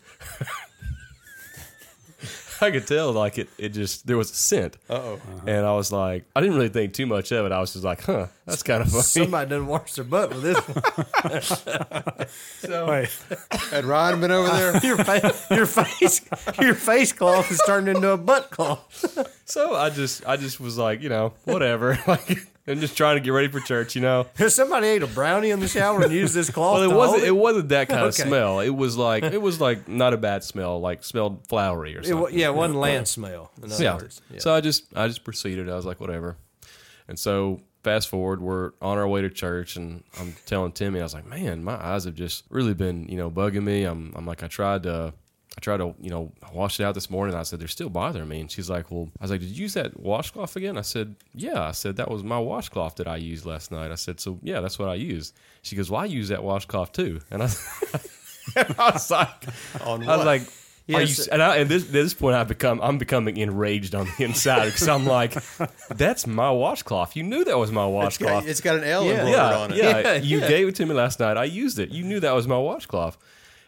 [SPEAKER 2] I could tell, like, it, it just, there was a scent.
[SPEAKER 3] Uh-oh.
[SPEAKER 2] And I was like, I didn't really think too much of it. I was just like, huh, that's kind of funny.
[SPEAKER 1] somebody doesn't wash their butt with this. one.
[SPEAKER 4] Wait,
[SPEAKER 3] Had Ryan been over there?
[SPEAKER 1] your, fa- your face, your face cloth is turned into a butt cloth.
[SPEAKER 2] so I just, I just was like, you know, whatever. like, I'm just trying to get ready for church, you know?
[SPEAKER 1] If somebody ate a brownie in the shower and used this cloth,
[SPEAKER 2] Well,
[SPEAKER 1] to
[SPEAKER 2] it wasn't.
[SPEAKER 1] hold
[SPEAKER 2] It wasn't that kind
[SPEAKER 1] Okay.
[SPEAKER 2] of smell. It was like it was like not a bad smell. Like smelled flowery or
[SPEAKER 1] It wa-
[SPEAKER 2] something.
[SPEAKER 1] yeah, it wasn't land smell. In other
[SPEAKER 2] yeah.
[SPEAKER 1] words, yeah.
[SPEAKER 2] So I just I just proceeded. I was like, whatever. And so fast forward, we're on our way to church, and I'm telling Timmy, I was like, man, my eyes have just really been you know bugging me. I'm I'm like I tried to. I tried to, you know, wash it out this morning. I said they're still bothering me, and she's like, "Well," I was like, "Did you use that washcloth again?" I said, "Yeah." I said that was my washcloth that I used last night. I said, "So yeah, that's what I used." She goes, "Well, I use that washcloth too," and I, I was like,
[SPEAKER 3] On
[SPEAKER 2] I was
[SPEAKER 3] what?
[SPEAKER 2] like, are
[SPEAKER 1] Yes.
[SPEAKER 2] you, and I, at this, this point, I become I'm becoming enraged on the inside because I'm like, that's my washcloth. You knew that was my
[SPEAKER 3] It's got,
[SPEAKER 2] washcloth.
[SPEAKER 3] it's got an L
[SPEAKER 1] Yeah.
[SPEAKER 3] embroidered
[SPEAKER 2] yeah,
[SPEAKER 3] on it.
[SPEAKER 2] yeah,
[SPEAKER 1] Yeah,
[SPEAKER 2] You
[SPEAKER 1] yeah.
[SPEAKER 2] gave it to me last night. I used it. You knew that was my washcloth.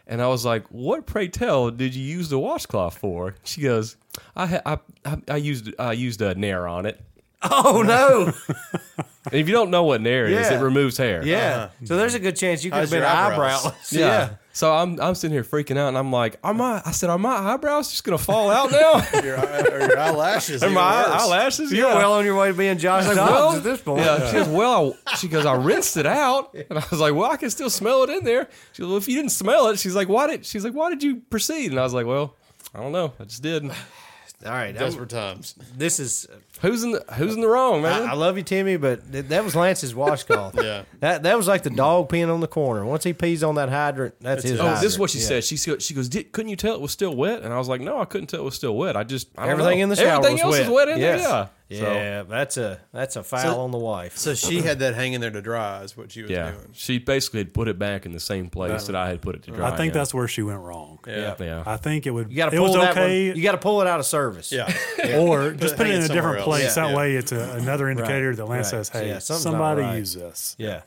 [SPEAKER 2] And I was like, what pray tell did you use the washcloth for? She goes, I ha- I, I, I used I used a nair on it.
[SPEAKER 1] Oh no!
[SPEAKER 2] And if you don't know what nair is,
[SPEAKER 1] Yeah.
[SPEAKER 2] it removes hair.
[SPEAKER 1] Yeah. So there's a good chance you could have
[SPEAKER 3] How's
[SPEAKER 1] been
[SPEAKER 3] your eyebrows?
[SPEAKER 1] eyebrowless.
[SPEAKER 2] Yeah. So I'm I'm sitting here freaking out, and I'm like, are my I said, are my eyebrows just gonna fall out now?
[SPEAKER 3] Your, eye- or your eyelashes.
[SPEAKER 2] Are
[SPEAKER 3] even
[SPEAKER 2] my eye-
[SPEAKER 3] worse.
[SPEAKER 2] eyelashes?
[SPEAKER 1] You're
[SPEAKER 2] Yeah.
[SPEAKER 1] well on your way to being Josh Dobbs
[SPEAKER 2] well,
[SPEAKER 1] at this point.
[SPEAKER 2] Yeah, she goes, well, I, she goes, I rinsed it out, and I was like, well, I can still smell it in there. She goes, well, if you didn't smell it, she's like, why did? She's like, why did you proceed? And I was like, well, I don't know, I just did.
[SPEAKER 1] All right. that
[SPEAKER 3] Those
[SPEAKER 1] was-
[SPEAKER 3] were times.
[SPEAKER 1] this is.
[SPEAKER 2] Who's in the Who's in the wrong,
[SPEAKER 1] I,
[SPEAKER 2] man?
[SPEAKER 1] I love you, Timmy, but th- that was Lance's washcloth.
[SPEAKER 3] Yeah.
[SPEAKER 1] That that was like the dog peeing on the corner. Once he pees on that hydrant, that's his.
[SPEAKER 2] Oh, this is
[SPEAKER 1] hydrant.
[SPEAKER 2] what she
[SPEAKER 1] Yeah.
[SPEAKER 2] said. She said- she goes, did, couldn't you tell it was still wet? And I was like, no, I couldn't tell it was still wet. I just I don't
[SPEAKER 1] Everything
[SPEAKER 2] know.
[SPEAKER 1] in the shower.
[SPEAKER 2] Everything
[SPEAKER 1] was
[SPEAKER 2] else
[SPEAKER 1] wet.
[SPEAKER 2] is wet in
[SPEAKER 1] yes.
[SPEAKER 2] there. Yeah. So-
[SPEAKER 1] Yeah, that's a that's a foul
[SPEAKER 3] So-
[SPEAKER 1] on the wife.
[SPEAKER 3] So she had that hanging there to dry, is what she was
[SPEAKER 2] yeah.
[SPEAKER 3] doing.
[SPEAKER 2] She basically had put it back in the same place that I had put it to dry.
[SPEAKER 4] I think
[SPEAKER 2] in.
[SPEAKER 4] that's where she went wrong.
[SPEAKER 3] Yeah.
[SPEAKER 2] yeah.
[SPEAKER 4] I think it would.
[SPEAKER 1] you got to
[SPEAKER 4] it
[SPEAKER 1] pull
[SPEAKER 4] was
[SPEAKER 1] that
[SPEAKER 4] okay,
[SPEAKER 1] one. You got to pull it out of service.
[SPEAKER 3] Yeah.
[SPEAKER 4] or just put it
[SPEAKER 3] hang
[SPEAKER 4] in
[SPEAKER 3] it
[SPEAKER 4] a
[SPEAKER 3] somewhere
[SPEAKER 4] different
[SPEAKER 3] else.
[SPEAKER 4] place.
[SPEAKER 3] Yeah,
[SPEAKER 4] that
[SPEAKER 3] yeah.
[SPEAKER 4] way, it's a, another indicator that Lance
[SPEAKER 1] right.
[SPEAKER 4] says, "Hey,
[SPEAKER 1] Yeah, something's not
[SPEAKER 4] somebody
[SPEAKER 1] right."
[SPEAKER 4] use this."
[SPEAKER 1] Yeah.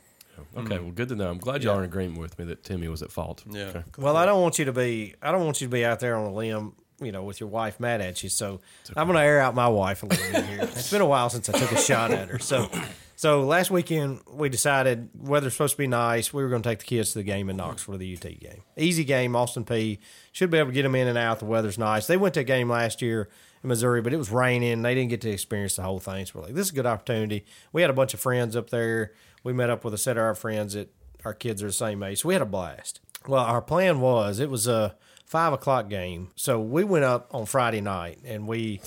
[SPEAKER 2] Okay, well, good to know. I'm glad y'all are in agreement with me that Timmy was at fault.
[SPEAKER 3] Yeah.
[SPEAKER 2] Okay.
[SPEAKER 1] Well, I don't want you to be. I don't want you to be out there on a limb, you know, with your wife mad at you. So I'm going to air out my wife a little bit here. It's been a while since I took a shot at her. So, so last weekend we decided weather's supposed to be nice. We were going to take the kids to the game in Knoxville, the UT game. Easy game. Austin P should be able to get them in and out. The weather's nice. They went to a game last year in Missouri, but it was raining. They didn't get to experience the whole thing. So we're like, this is a good opportunity. We had a bunch of friends up there. We met up with a set of our friends at our kids are the same age. So we had a blast. Well, our plan was it was a five o'clock game, so we went up on Friday night and we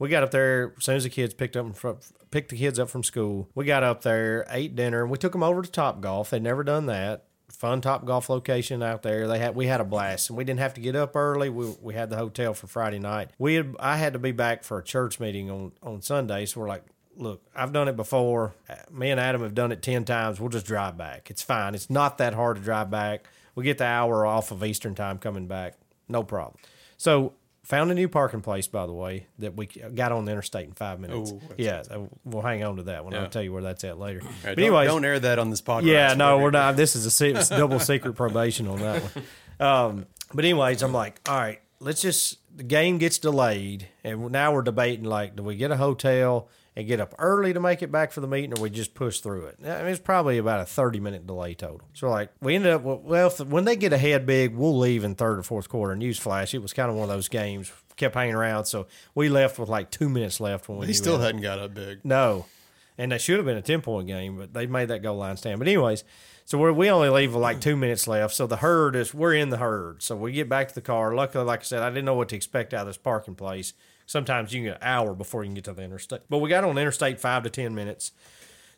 [SPEAKER 1] we got up there as soon as the kids picked up from, picked the kids up from school. We got up there, ate dinner, and we took them over to Top Golf. They'd never done that. Fun Top Golf location out there. They had we had a blast, and we didn't have to get up early. We, we had the hotel for Friday night. We had, I had to be back for a church meeting on on Sunday, so we're like, look, I've done it before. Me and Adam have done it 10 times. We'll just drive back. It's fine. It's not that hard to drive back. We get the hour off of Eastern time coming back. No problem. So, found a new parking place, by the way, that we got on the interstate in five minutes.
[SPEAKER 3] Oh, that's-
[SPEAKER 1] yeah, we'll hang on to that one. I'll tell you where that's at later.
[SPEAKER 3] All right,
[SPEAKER 1] But
[SPEAKER 3] don't,
[SPEAKER 1] anyways,
[SPEAKER 3] don't air that on this podcast.
[SPEAKER 1] yeah, no, we're not. This is a se- it's double secret probation on that one. Um, but anyways, I'm like, all right, let's just the game gets delayed, and now we're debating like, do we get a hotel and get up early to make it back for the meeting, or we just push through it? I mean, it's probably about a 30 minute delay total. So like, we ended up well, if, when they get ahead big, we'll leave in third or fourth quarter. Newsflash, it was kind of one of those games. Kept hanging around, so we left with like two minutes left when we
[SPEAKER 3] He
[SPEAKER 1] knew
[SPEAKER 3] still
[SPEAKER 1] it-
[SPEAKER 3] hadn't got up big.
[SPEAKER 1] no. And they should have been a 10 point game, but they made that goal line stand. But, anyways, so we're, we only leave with like two minutes left. So the herd is, we're in the herd. So we get back to the car. Luckily, like I said, I didn't know what to expect out of this parking place. Sometimes you can get an hour before you can get to the interstate. But we got on interstate five to 10 minutes.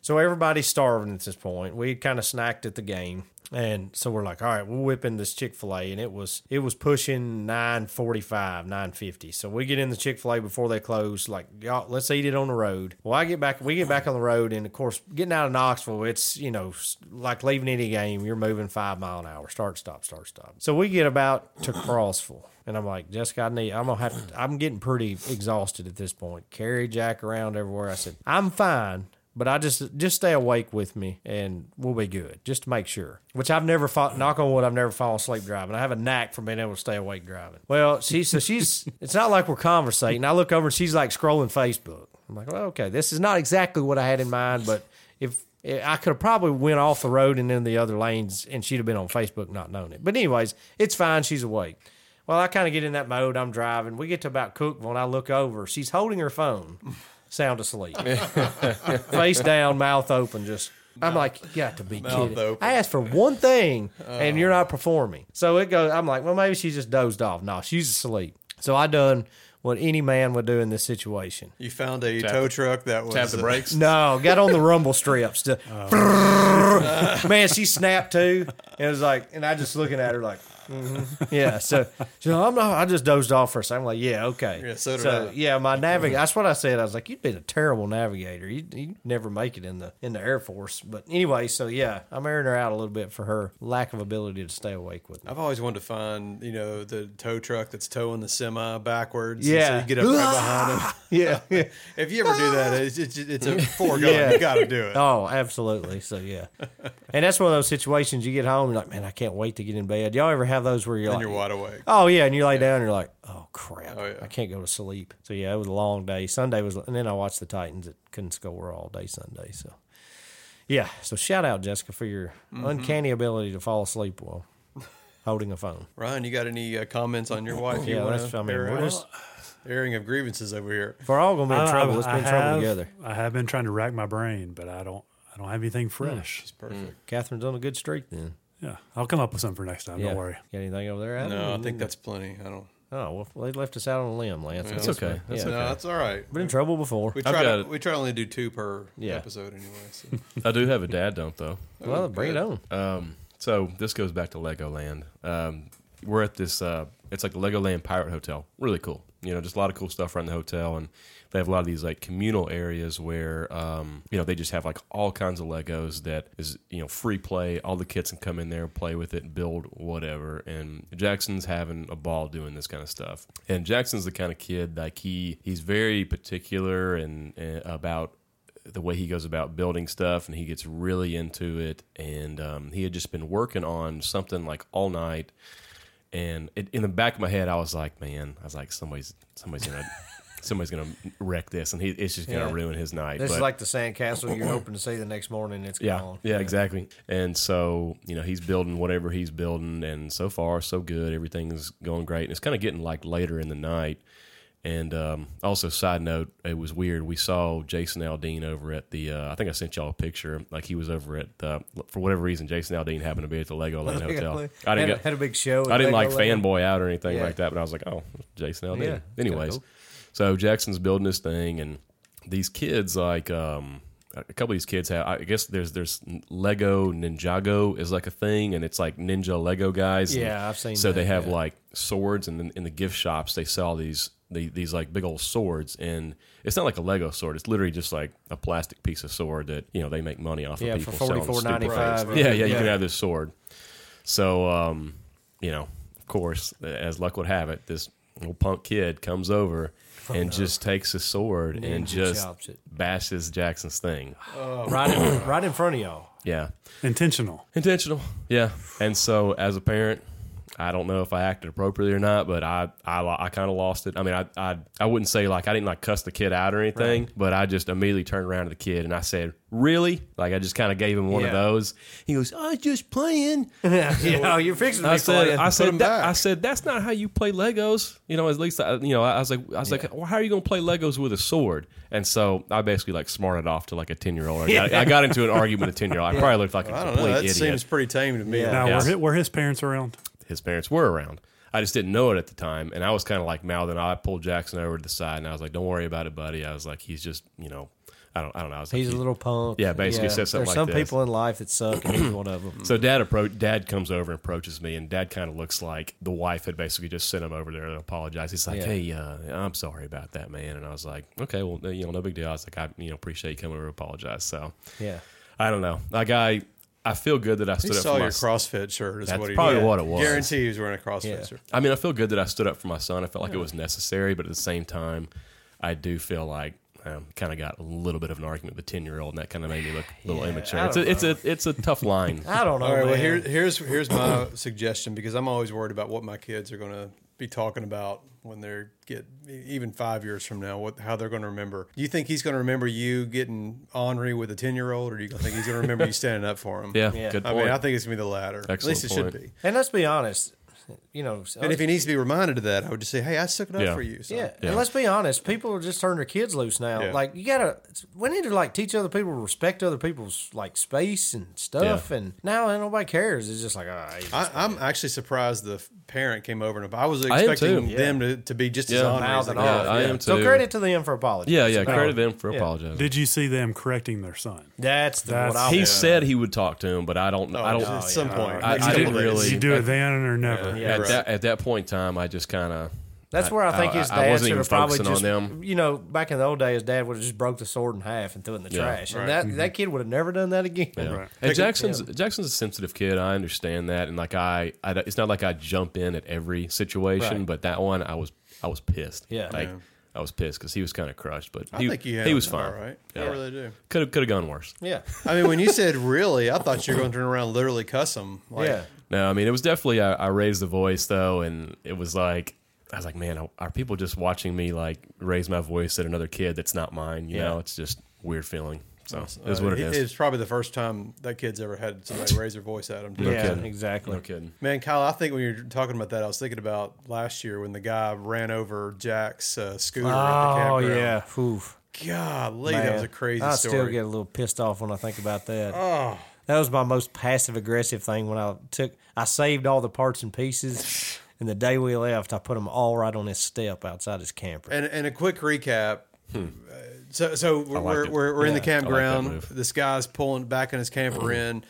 [SPEAKER 1] So everybody's starving at this point. We kind of snacked at the game. And so we're like, all right, we'll whip in this Chick Fil A, and it was it was pushing nine forty five, nine fifty. So we get in the Chick Fil A before they close. Like, y'all, let's eat it on the road. Well, I get back, we get back on the road, and of course, getting out of Knoxville, it's you know s- like leaving any game. You're moving five mile an hour, start stop, start stop. So we get about to Crossville, and I'm like, Jessica, I need. I'm gonna have. To, I'm getting pretty exhausted at this point. Carry Jack around everywhere. I said, I'm fine but I just just stay awake with me and we'll be good just to make sure. Which I've never fought, knock on wood, I've never fallen asleep driving. I have a knack for being able to stay awake driving. Well, she so she's it's not like we're conversating. I look over and she's like scrolling Facebook. I'm like, well, okay, this is not exactly what I had in mind, but if eh, I could have probably went off the road and in the other lanes and she'd have been on Facebook not known it. But anyways, it's fine. She's awake. Well, I kind of get in that mode. I'm driving. We get to about Cookville and I look over. She's holding her phone, sound asleep face down, mouth open, just. I'm like, you got to be kidding.
[SPEAKER 3] open.
[SPEAKER 1] I asked for one thing and you're not performing. So it goes, I'm like, well, maybe she just dozed off. No, she's asleep. So I done what any man would do in this situation.
[SPEAKER 3] You found a tow truck that was uh,
[SPEAKER 2] Tap the brakes.
[SPEAKER 1] No, got on the rumble strips. To, Man, she snapped too. And it was like, and I just looking at her like, mhm. yeah. So, she's like, I'm not, I just dozed off for a second. I'm like, yeah, okay.
[SPEAKER 3] Yeah, so did I.
[SPEAKER 1] yeah, my navigator, that's what I said. I was like, you'd been a terrible navigator. You'd, you'd never make it in the, in the Air Force. But anyway, so yeah, I'm airing her out a little bit for her lack of ability to stay awake with me.
[SPEAKER 3] I've always wanted to find, you know, the tow truck that's towing the semi backwards.
[SPEAKER 1] Yeah.
[SPEAKER 3] And so you get up right behind them.
[SPEAKER 1] Yeah. yeah.
[SPEAKER 3] If you ever do that, it's, it's, it's a foregone.
[SPEAKER 1] Yeah.
[SPEAKER 3] You got to do it.
[SPEAKER 1] Oh, absolutely. So yeah, and that's one of those situations you get home and you're like, man, I can't wait to get in bed. Y'all ever have those where you're
[SPEAKER 3] And
[SPEAKER 1] like,
[SPEAKER 3] you're wide awake.
[SPEAKER 1] oh yeah, and you lay down and you're like, oh crap,
[SPEAKER 3] Oh, yeah.
[SPEAKER 1] I can't go to sleep. So yeah, it was a long day. Sunday was, and then I watched the Titans. It couldn't score all day Sunday. So yeah, so shout out Jessica for your uncanny ability to fall asleep while holding a phone.
[SPEAKER 3] Ryan, you got any uh, comments on your wife? You
[SPEAKER 1] Yeah,
[SPEAKER 3] wanna
[SPEAKER 1] that's I mean,
[SPEAKER 3] air
[SPEAKER 1] we're
[SPEAKER 3] out?
[SPEAKER 1] just
[SPEAKER 3] airing of grievances over here.
[SPEAKER 1] if we're all gonna be in
[SPEAKER 4] I-
[SPEAKER 1] trouble.
[SPEAKER 4] I-
[SPEAKER 1] Let's be
[SPEAKER 4] I
[SPEAKER 1] in trouble
[SPEAKER 4] have-
[SPEAKER 1] together.
[SPEAKER 4] I have been trying to rack my brain, but I don't. I don't have anything fresh.
[SPEAKER 3] It's perfect.
[SPEAKER 1] Catherine's on a good streak then.
[SPEAKER 4] Yeah, I'll come up with something for next time.
[SPEAKER 1] Yeah.
[SPEAKER 4] Don't worry.
[SPEAKER 1] Got anything over
[SPEAKER 2] Mm.
[SPEAKER 1] there? Adam?
[SPEAKER 3] No, I think that's plenty. I don't.
[SPEAKER 1] Oh well, they left us out on a limb, Lance.
[SPEAKER 2] That's okay. That's
[SPEAKER 1] Yeah.
[SPEAKER 3] No, that's all right.
[SPEAKER 1] Been in trouble before.
[SPEAKER 3] We
[SPEAKER 2] I've
[SPEAKER 3] try
[SPEAKER 2] got
[SPEAKER 3] to
[SPEAKER 2] it.
[SPEAKER 3] we try to only do two per
[SPEAKER 1] Yeah.
[SPEAKER 3] episode anyway. So.
[SPEAKER 2] I do have a dad dump though.
[SPEAKER 1] Well, bring it
[SPEAKER 3] good.
[SPEAKER 1] on.
[SPEAKER 2] Um, so this goes back to Legoland. Um, we're at this. Uh, it's like the Legoland Pirate Hotel. Really cool. You know, just a lot of cool stuff around the hotel, and they have a lot of these like communal areas where um, you know they just have like all kinds of Legos that is you know free play. All the kids can come in there, play with it, build whatever. And Jackson's having a ball doing this kind of stuff. And Jackson's the kind of kid like he he's very particular and, and about the way he goes about building stuff and he gets really into it and um, he had just been working on something like all night and it, in the back of my head i was like man i was like somebody's somebody's gonna somebody's gonna wreck this and he, it's just gonna
[SPEAKER 1] Yeah.
[SPEAKER 2] ruin his night
[SPEAKER 1] This
[SPEAKER 2] But-
[SPEAKER 1] is like the sandcastle you're hoping to see the next morning. It's
[SPEAKER 2] yeah,
[SPEAKER 1] gone.
[SPEAKER 2] yeah, exactly. And so, you know, he's building whatever he's building, and so far, so good. Everything's going great. And it's kind of getting like later in the night. And um, also, side note, it was weird. We saw Jason Aldean over at the. Uh, I think I sent y'all a picture. Like he was over at the. For whatever reason, Jason Aldean happened to be at the Legoland Hotel. I
[SPEAKER 1] had,
[SPEAKER 2] didn't.
[SPEAKER 1] a-
[SPEAKER 2] Go,
[SPEAKER 1] had a big show.
[SPEAKER 2] I didn't like
[SPEAKER 1] fanboy.
[SPEAKER 2] fanboy out or anything
[SPEAKER 1] Yeah.
[SPEAKER 2] like that, but I was like, oh, Jason Aldean.
[SPEAKER 1] Yeah, it's kinda
[SPEAKER 2] Anyways,
[SPEAKER 1] cool.
[SPEAKER 2] so Jackson's building his thing, and these kids, like um, a couple of these kids have, I guess there's there's Lego Ninjago is like a thing, and it's like ninja Lego guys. and
[SPEAKER 1] Yeah, I've seen
[SPEAKER 2] So
[SPEAKER 1] that,
[SPEAKER 2] they have like swords, and then in the gift shops they sell these. the- These like big old swords, and it's not like a Lego sword. It's literally just like a plastic piece of sword that you know they make money off
[SPEAKER 1] Yeah,
[SPEAKER 2] of
[SPEAKER 1] for
[SPEAKER 2] people. selling
[SPEAKER 1] forty four
[SPEAKER 2] stupid
[SPEAKER 1] ninety
[SPEAKER 3] price,
[SPEAKER 1] five.
[SPEAKER 3] right?
[SPEAKER 2] yeah, yeah, you can have this sword. So, um, you know, of course, as luck would have it, this little punk kid comes over and just takes his sword and
[SPEAKER 1] Ninja
[SPEAKER 2] just
[SPEAKER 1] chops it.
[SPEAKER 2] bashes Jackson's thing.
[SPEAKER 1] right, in, right in front of y'all.
[SPEAKER 2] Yeah,
[SPEAKER 4] Intentional.
[SPEAKER 2] intentional. Yeah, and so as a parent. I don't know if I acted appropriately or not, but I I, lo- I kind of lost it. I mean, I, I I wouldn't say like I didn't like cuss the kid out or anything, but I just immediately turned around to the kid and I said, "Really?" Like I just kind of gave him one of
[SPEAKER 1] Yeah.
[SPEAKER 2] those. He goes, "I was just playing."
[SPEAKER 1] yeah, you're fixing to
[SPEAKER 2] I
[SPEAKER 1] be
[SPEAKER 2] said,
[SPEAKER 1] playing.
[SPEAKER 2] I
[SPEAKER 3] them
[SPEAKER 2] said, that,
[SPEAKER 3] back.
[SPEAKER 2] I said, that's not how you play Legos. You know, at least, I, you know, I was like, I was like, well, how are you going to play Legos with a sword? And so I basically like smarted off to like a 10 year old. I got into an argument with a 10 year old. I probably looked like a
[SPEAKER 3] I don't
[SPEAKER 2] complete
[SPEAKER 3] know. That
[SPEAKER 2] idiot.
[SPEAKER 3] seems pretty tame to me.
[SPEAKER 1] Yeah.
[SPEAKER 4] Now,
[SPEAKER 2] Yeah.
[SPEAKER 4] were, hi- were his parents around?
[SPEAKER 2] His parents were around. I just didn't know it at the time, and I was kind of like mouthing. I pulled Jackson over to the side, and I was like, "Don't worry about it, buddy." I was like, "He's just, you know, I don't, I don't know." I was like,
[SPEAKER 1] He's a little punk.
[SPEAKER 2] Yeah, basically said
[SPEAKER 1] There's
[SPEAKER 2] something like
[SPEAKER 1] some
[SPEAKER 2] this.
[SPEAKER 1] people in life that suck, and he's one of them.
[SPEAKER 2] So dad appro- dad comes over and approaches me, and dad kind of looks like the wife had basically just sent him over there to apologize. He's like,
[SPEAKER 1] Yeah.
[SPEAKER 2] "Hey, uh, I'm sorry about that, man." And I was like, "Okay, well, you know, no big deal." I was like, "I, you know, appreciate you coming over to apologize." So
[SPEAKER 1] Yeah.
[SPEAKER 2] I don't know, like I, I feel good that I
[SPEAKER 3] He
[SPEAKER 2] stood up
[SPEAKER 3] saw
[SPEAKER 2] for
[SPEAKER 3] your
[SPEAKER 2] my
[SPEAKER 3] CrossFit shirt. Is
[SPEAKER 2] That's
[SPEAKER 3] what he
[SPEAKER 2] probably
[SPEAKER 3] did.
[SPEAKER 2] what it was.
[SPEAKER 3] Guarantee he was wearing a CrossFit
[SPEAKER 1] Yeah.
[SPEAKER 3] shirt.
[SPEAKER 2] I mean, I feel good that I stood up for my son. I felt like it was necessary, but at the same time, I do feel like um, kind of got a little bit of an argument with the ten year old, and that kind of made me look a little immature.
[SPEAKER 1] I
[SPEAKER 2] It's a,
[SPEAKER 1] don't
[SPEAKER 2] it's a it's a tough line.
[SPEAKER 1] I don't know.
[SPEAKER 3] All right. Well,
[SPEAKER 1] Oh, man.
[SPEAKER 3] here, here's here's my suggestion because I'm always worried about what my kids are going to be talking about when they are get e, even five years from now. What how they're going to remember? Do you think he's going to remember you getting ornery with a ten year old, or do you think he's going to remember you standing up for him?
[SPEAKER 2] yeah,
[SPEAKER 1] Yeah.
[SPEAKER 2] good
[SPEAKER 3] I
[SPEAKER 2] point.
[SPEAKER 3] mean, I think it's going to be the latter. At
[SPEAKER 2] Excellent
[SPEAKER 3] least it
[SPEAKER 2] point.
[SPEAKER 3] should be.
[SPEAKER 1] and let's be honest. You know,
[SPEAKER 3] And if he needs to be reminded of that, I would just say, "Hey, I stuck it up
[SPEAKER 2] Yeah.
[SPEAKER 3] for you." son."
[SPEAKER 1] Yeah.
[SPEAKER 2] Yeah.
[SPEAKER 1] and let's be honest, people are just turning their kids loose now.
[SPEAKER 3] Yeah.
[SPEAKER 1] Like you gotta, it's- we need to like teach other people to respect other people's like space and stuff. And now and nobody cares. It's just like, all right,
[SPEAKER 3] I, I'm actually surprised the f- parent came over, and I was
[SPEAKER 2] am
[SPEAKER 3] expecting
[SPEAKER 2] too.
[SPEAKER 3] them to, to be just
[SPEAKER 2] Yeah.
[SPEAKER 3] as honest.
[SPEAKER 1] mouthing
[SPEAKER 3] as they
[SPEAKER 1] off.
[SPEAKER 3] were.
[SPEAKER 2] I am
[SPEAKER 1] So
[SPEAKER 2] too.
[SPEAKER 1] credit to them for apologizing.
[SPEAKER 2] yeah, yeah.
[SPEAKER 1] No,
[SPEAKER 2] Credit them for
[SPEAKER 1] yeah.
[SPEAKER 2] apologizing.
[SPEAKER 4] Did you see them correcting their son?
[SPEAKER 1] That's the
[SPEAKER 4] That's-
[SPEAKER 1] what I.
[SPEAKER 2] he
[SPEAKER 1] want.
[SPEAKER 2] said he would talk to him, but I don't. know. I don't.
[SPEAKER 3] At some point,
[SPEAKER 2] I-
[SPEAKER 3] Oh, Next
[SPEAKER 2] I didn't
[SPEAKER 3] couple days.
[SPEAKER 2] really-
[SPEAKER 4] You do it then or never.
[SPEAKER 2] at
[SPEAKER 3] right.
[SPEAKER 2] that at that point in time, I just kind of.
[SPEAKER 1] That's where I think his
[SPEAKER 2] I- I
[SPEAKER 1] dad
[SPEAKER 2] wasn't
[SPEAKER 1] should
[SPEAKER 2] even
[SPEAKER 1] have probably
[SPEAKER 2] focusing on
[SPEAKER 1] just,
[SPEAKER 2] them.
[SPEAKER 1] you know, back in the old days, dad would have just broke the sword in half and threw it in the
[SPEAKER 2] Yeah. Mm-hmm.
[SPEAKER 1] trash, and
[SPEAKER 3] Right.
[SPEAKER 1] that that kid would have never done that again.
[SPEAKER 2] Yeah.
[SPEAKER 4] Right.
[SPEAKER 2] And Jackson's Jackson's a sensitive kid. I understand that, and like I, I, it's not like I jump in at every situation,
[SPEAKER 1] Right.
[SPEAKER 2] but that one I was, I was pissed.
[SPEAKER 1] Yeah.
[SPEAKER 2] like
[SPEAKER 1] Yeah.
[SPEAKER 2] I was pissed because he was kind of crushed, but
[SPEAKER 3] I
[SPEAKER 2] he,
[SPEAKER 3] think you
[SPEAKER 2] he was fine.
[SPEAKER 3] All right, I
[SPEAKER 2] Yeah.
[SPEAKER 3] really do.
[SPEAKER 2] Could have could have gone worse.
[SPEAKER 1] Yeah,
[SPEAKER 3] I mean, when you said really, I thought you were going to turn around and literally cuss him. Like,
[SPEAKER 1] yeah.
[SPEAKER 2] No, I mean it was definitely I, I raised the voice though, and it was like I was like, man, are people just watching me like raise my voice at another kid that's not mine? You
[SPEAKER 1] Yeah.
[SPEAKER 2] know, it's just weird feeling. So it's what it
[SPEAKER 3] uh, it-
[SPEAKER 2] is.
[SPEAKER 3] It's probably the first time that kid's ever had somebody raise their voice at him. too.
[SPEAKER 1] yeah,
[SPEAKER 2] kidding.
[SPEAKER 1] exactly.
[SPEAKER 2] No kidding.
[SPEAKER 3] Man, Kyle, I think when you're talking about that, I was thinking about last year when the guy ran over Jack's uh, scooter at the
[SPEAKER 1] Oh
[SPEAKER 3] campground.
[SPEAKER 1] yeah, Oof.
[SPEAKER 3] Golly, that was a
[SPEAKER 1] Man,
[SPEAKER 3] crazy
[SPEAKER 1] I
[SPEAKER 3] story.
[SPEAKER 1] still get a little pissed off when I think about that.
[SPEAKER 2] Oh.
[SPEAKER 1] That was my most passive aggressive thing when I took I saved all the parts and pieces and the day we left I put them all right on his step outside his camper.
[SPEAKER 3] And and a quick recap. Uh, So so we're
[SPEAKER 2] liked
[SPEAKER 3] we're,
[SPEAKER 2] Hmm. it.
[SPEAKER 3] we're, we're
[SPEAKER 2] Yeah, I
[SPEAKER 3] in the
[SPEAKER 2] like that
[SPEAKER 3] campground.
[SPEAKER 2] move.
[SPEAKER 3] this guy's pulling back in his camper in.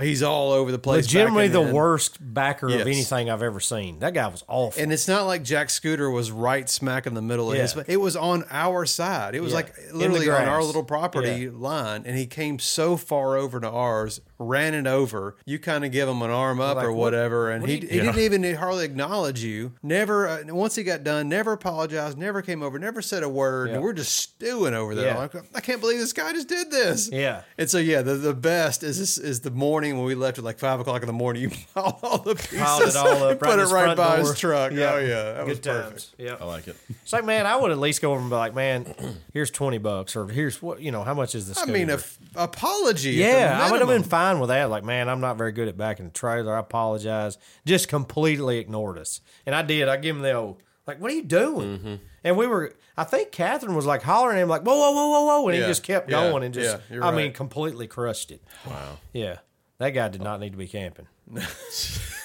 [SPEAKER 3] He's all over the place.
[SPEAKER 1] Legitimately
[SPEAKER 3] backing
[SPEAKER 1] the
[SPEAKER 3] in.
[SPEAKER 1] worst backer
[SPEAKER 3] Yes.
[SPEAKER 1] of anything I've ever seen. That guy was awful.
[SPEAKER 3] And it's not like Jack Scooter was right smack in the middle
[SPEAKER 1] Yeah.
[SPEAKER 3] of his. It was on our side. It was
[SPEAKER 1] Yeah.
[SPEAKER 3] like
[SPEAKER 1] In the
[SPEAKER 3] literally on our
[SPEAKER 1] grass.
[SPEAKER 3] little
[SPEAKER 1] Yeah.
[SPEAKER 3] property line, and he came so far over to ours, ran it over. You kind of give him an arm up
[SPEAKER 1] Like,
[SPEAKER 3] or
[SPEAKER 1] what-
[SPEAKER 3] whatever, and
[SPEAKER 1] what
[SPEAKER 3] he,
[SPEAKER 1] are you
[SPEAKER 3] he didn't even hardly acknowledge you. Never uh, once he got done, never apologized, never came over, never said a word,
[SPEAKER 1] Yeah.
[SPEAKER 3] and we're just stewing over there.
[SPEAKER 1] Yeah.
[SPEAKER 3] Like, I can't believe this guy just did this.
[SPEAKER 1] Yeah.
[SPEAKER 3] And so yeah, the, the best is this is the morning when we left at like five o'clock in the morning. You piled all the pieces,
[SPEAKER 1] Piled it all up
[SPEAKER 3] and
[SPEAKER 1] right
[SPEAKER 3] put
[SPEAKER 1] in
[SPEAKER 3] it
[SPEAKER 1] his
[SPEAKER 3] right
[SPEAKER 1] front
[SPEAKER 3] by
[SPEAKER 1] door.
[SPEAKER 3] his truck.
[SPEAKER 1] Yeah.
[SPEAKER 3] Oh yeah, that was
[SPEAKER 1] Good
[SPEAKER 3] perfect.
[SPEAKER 1] times. Yeah.
[SPEAKER 2] I like it.
[SPEAKER 1] It's like, man, I would at least go over and be like, man, here's 20 bucks or here's what, you know, how much is this?
[SPEAKER 3] I mean, a f- apology. at the
[SPEAKER 1] Yeah, I would have been
[SPEAKER 3] minimum.
[SPEAKER 1] fine with that. Like, man, I'm not very good at backing the trailer. I apologize. Just completely ignored us. And I did. I give him the old, like, what are you doing?
[SPEAKER 3] Mm-hmm.
[SPEAKER 1] And we were, I think Catherine was like hollering at him, like, whoa, whoa, whoa, whoa, whoa. And
[SPEAKER 3] Yeah,
[SPEAKER 1] he just kept
[SPEAKER 3] yeah,
[SPEAKER 1] going and just,
[SPEAKER 3] yeah, you're
[SPEAKER 1] I
[SPEAKER 3] right.
[SPEAKER 1] mean, completely crushed it. Wow. Yeah. That guy did not need to be camping.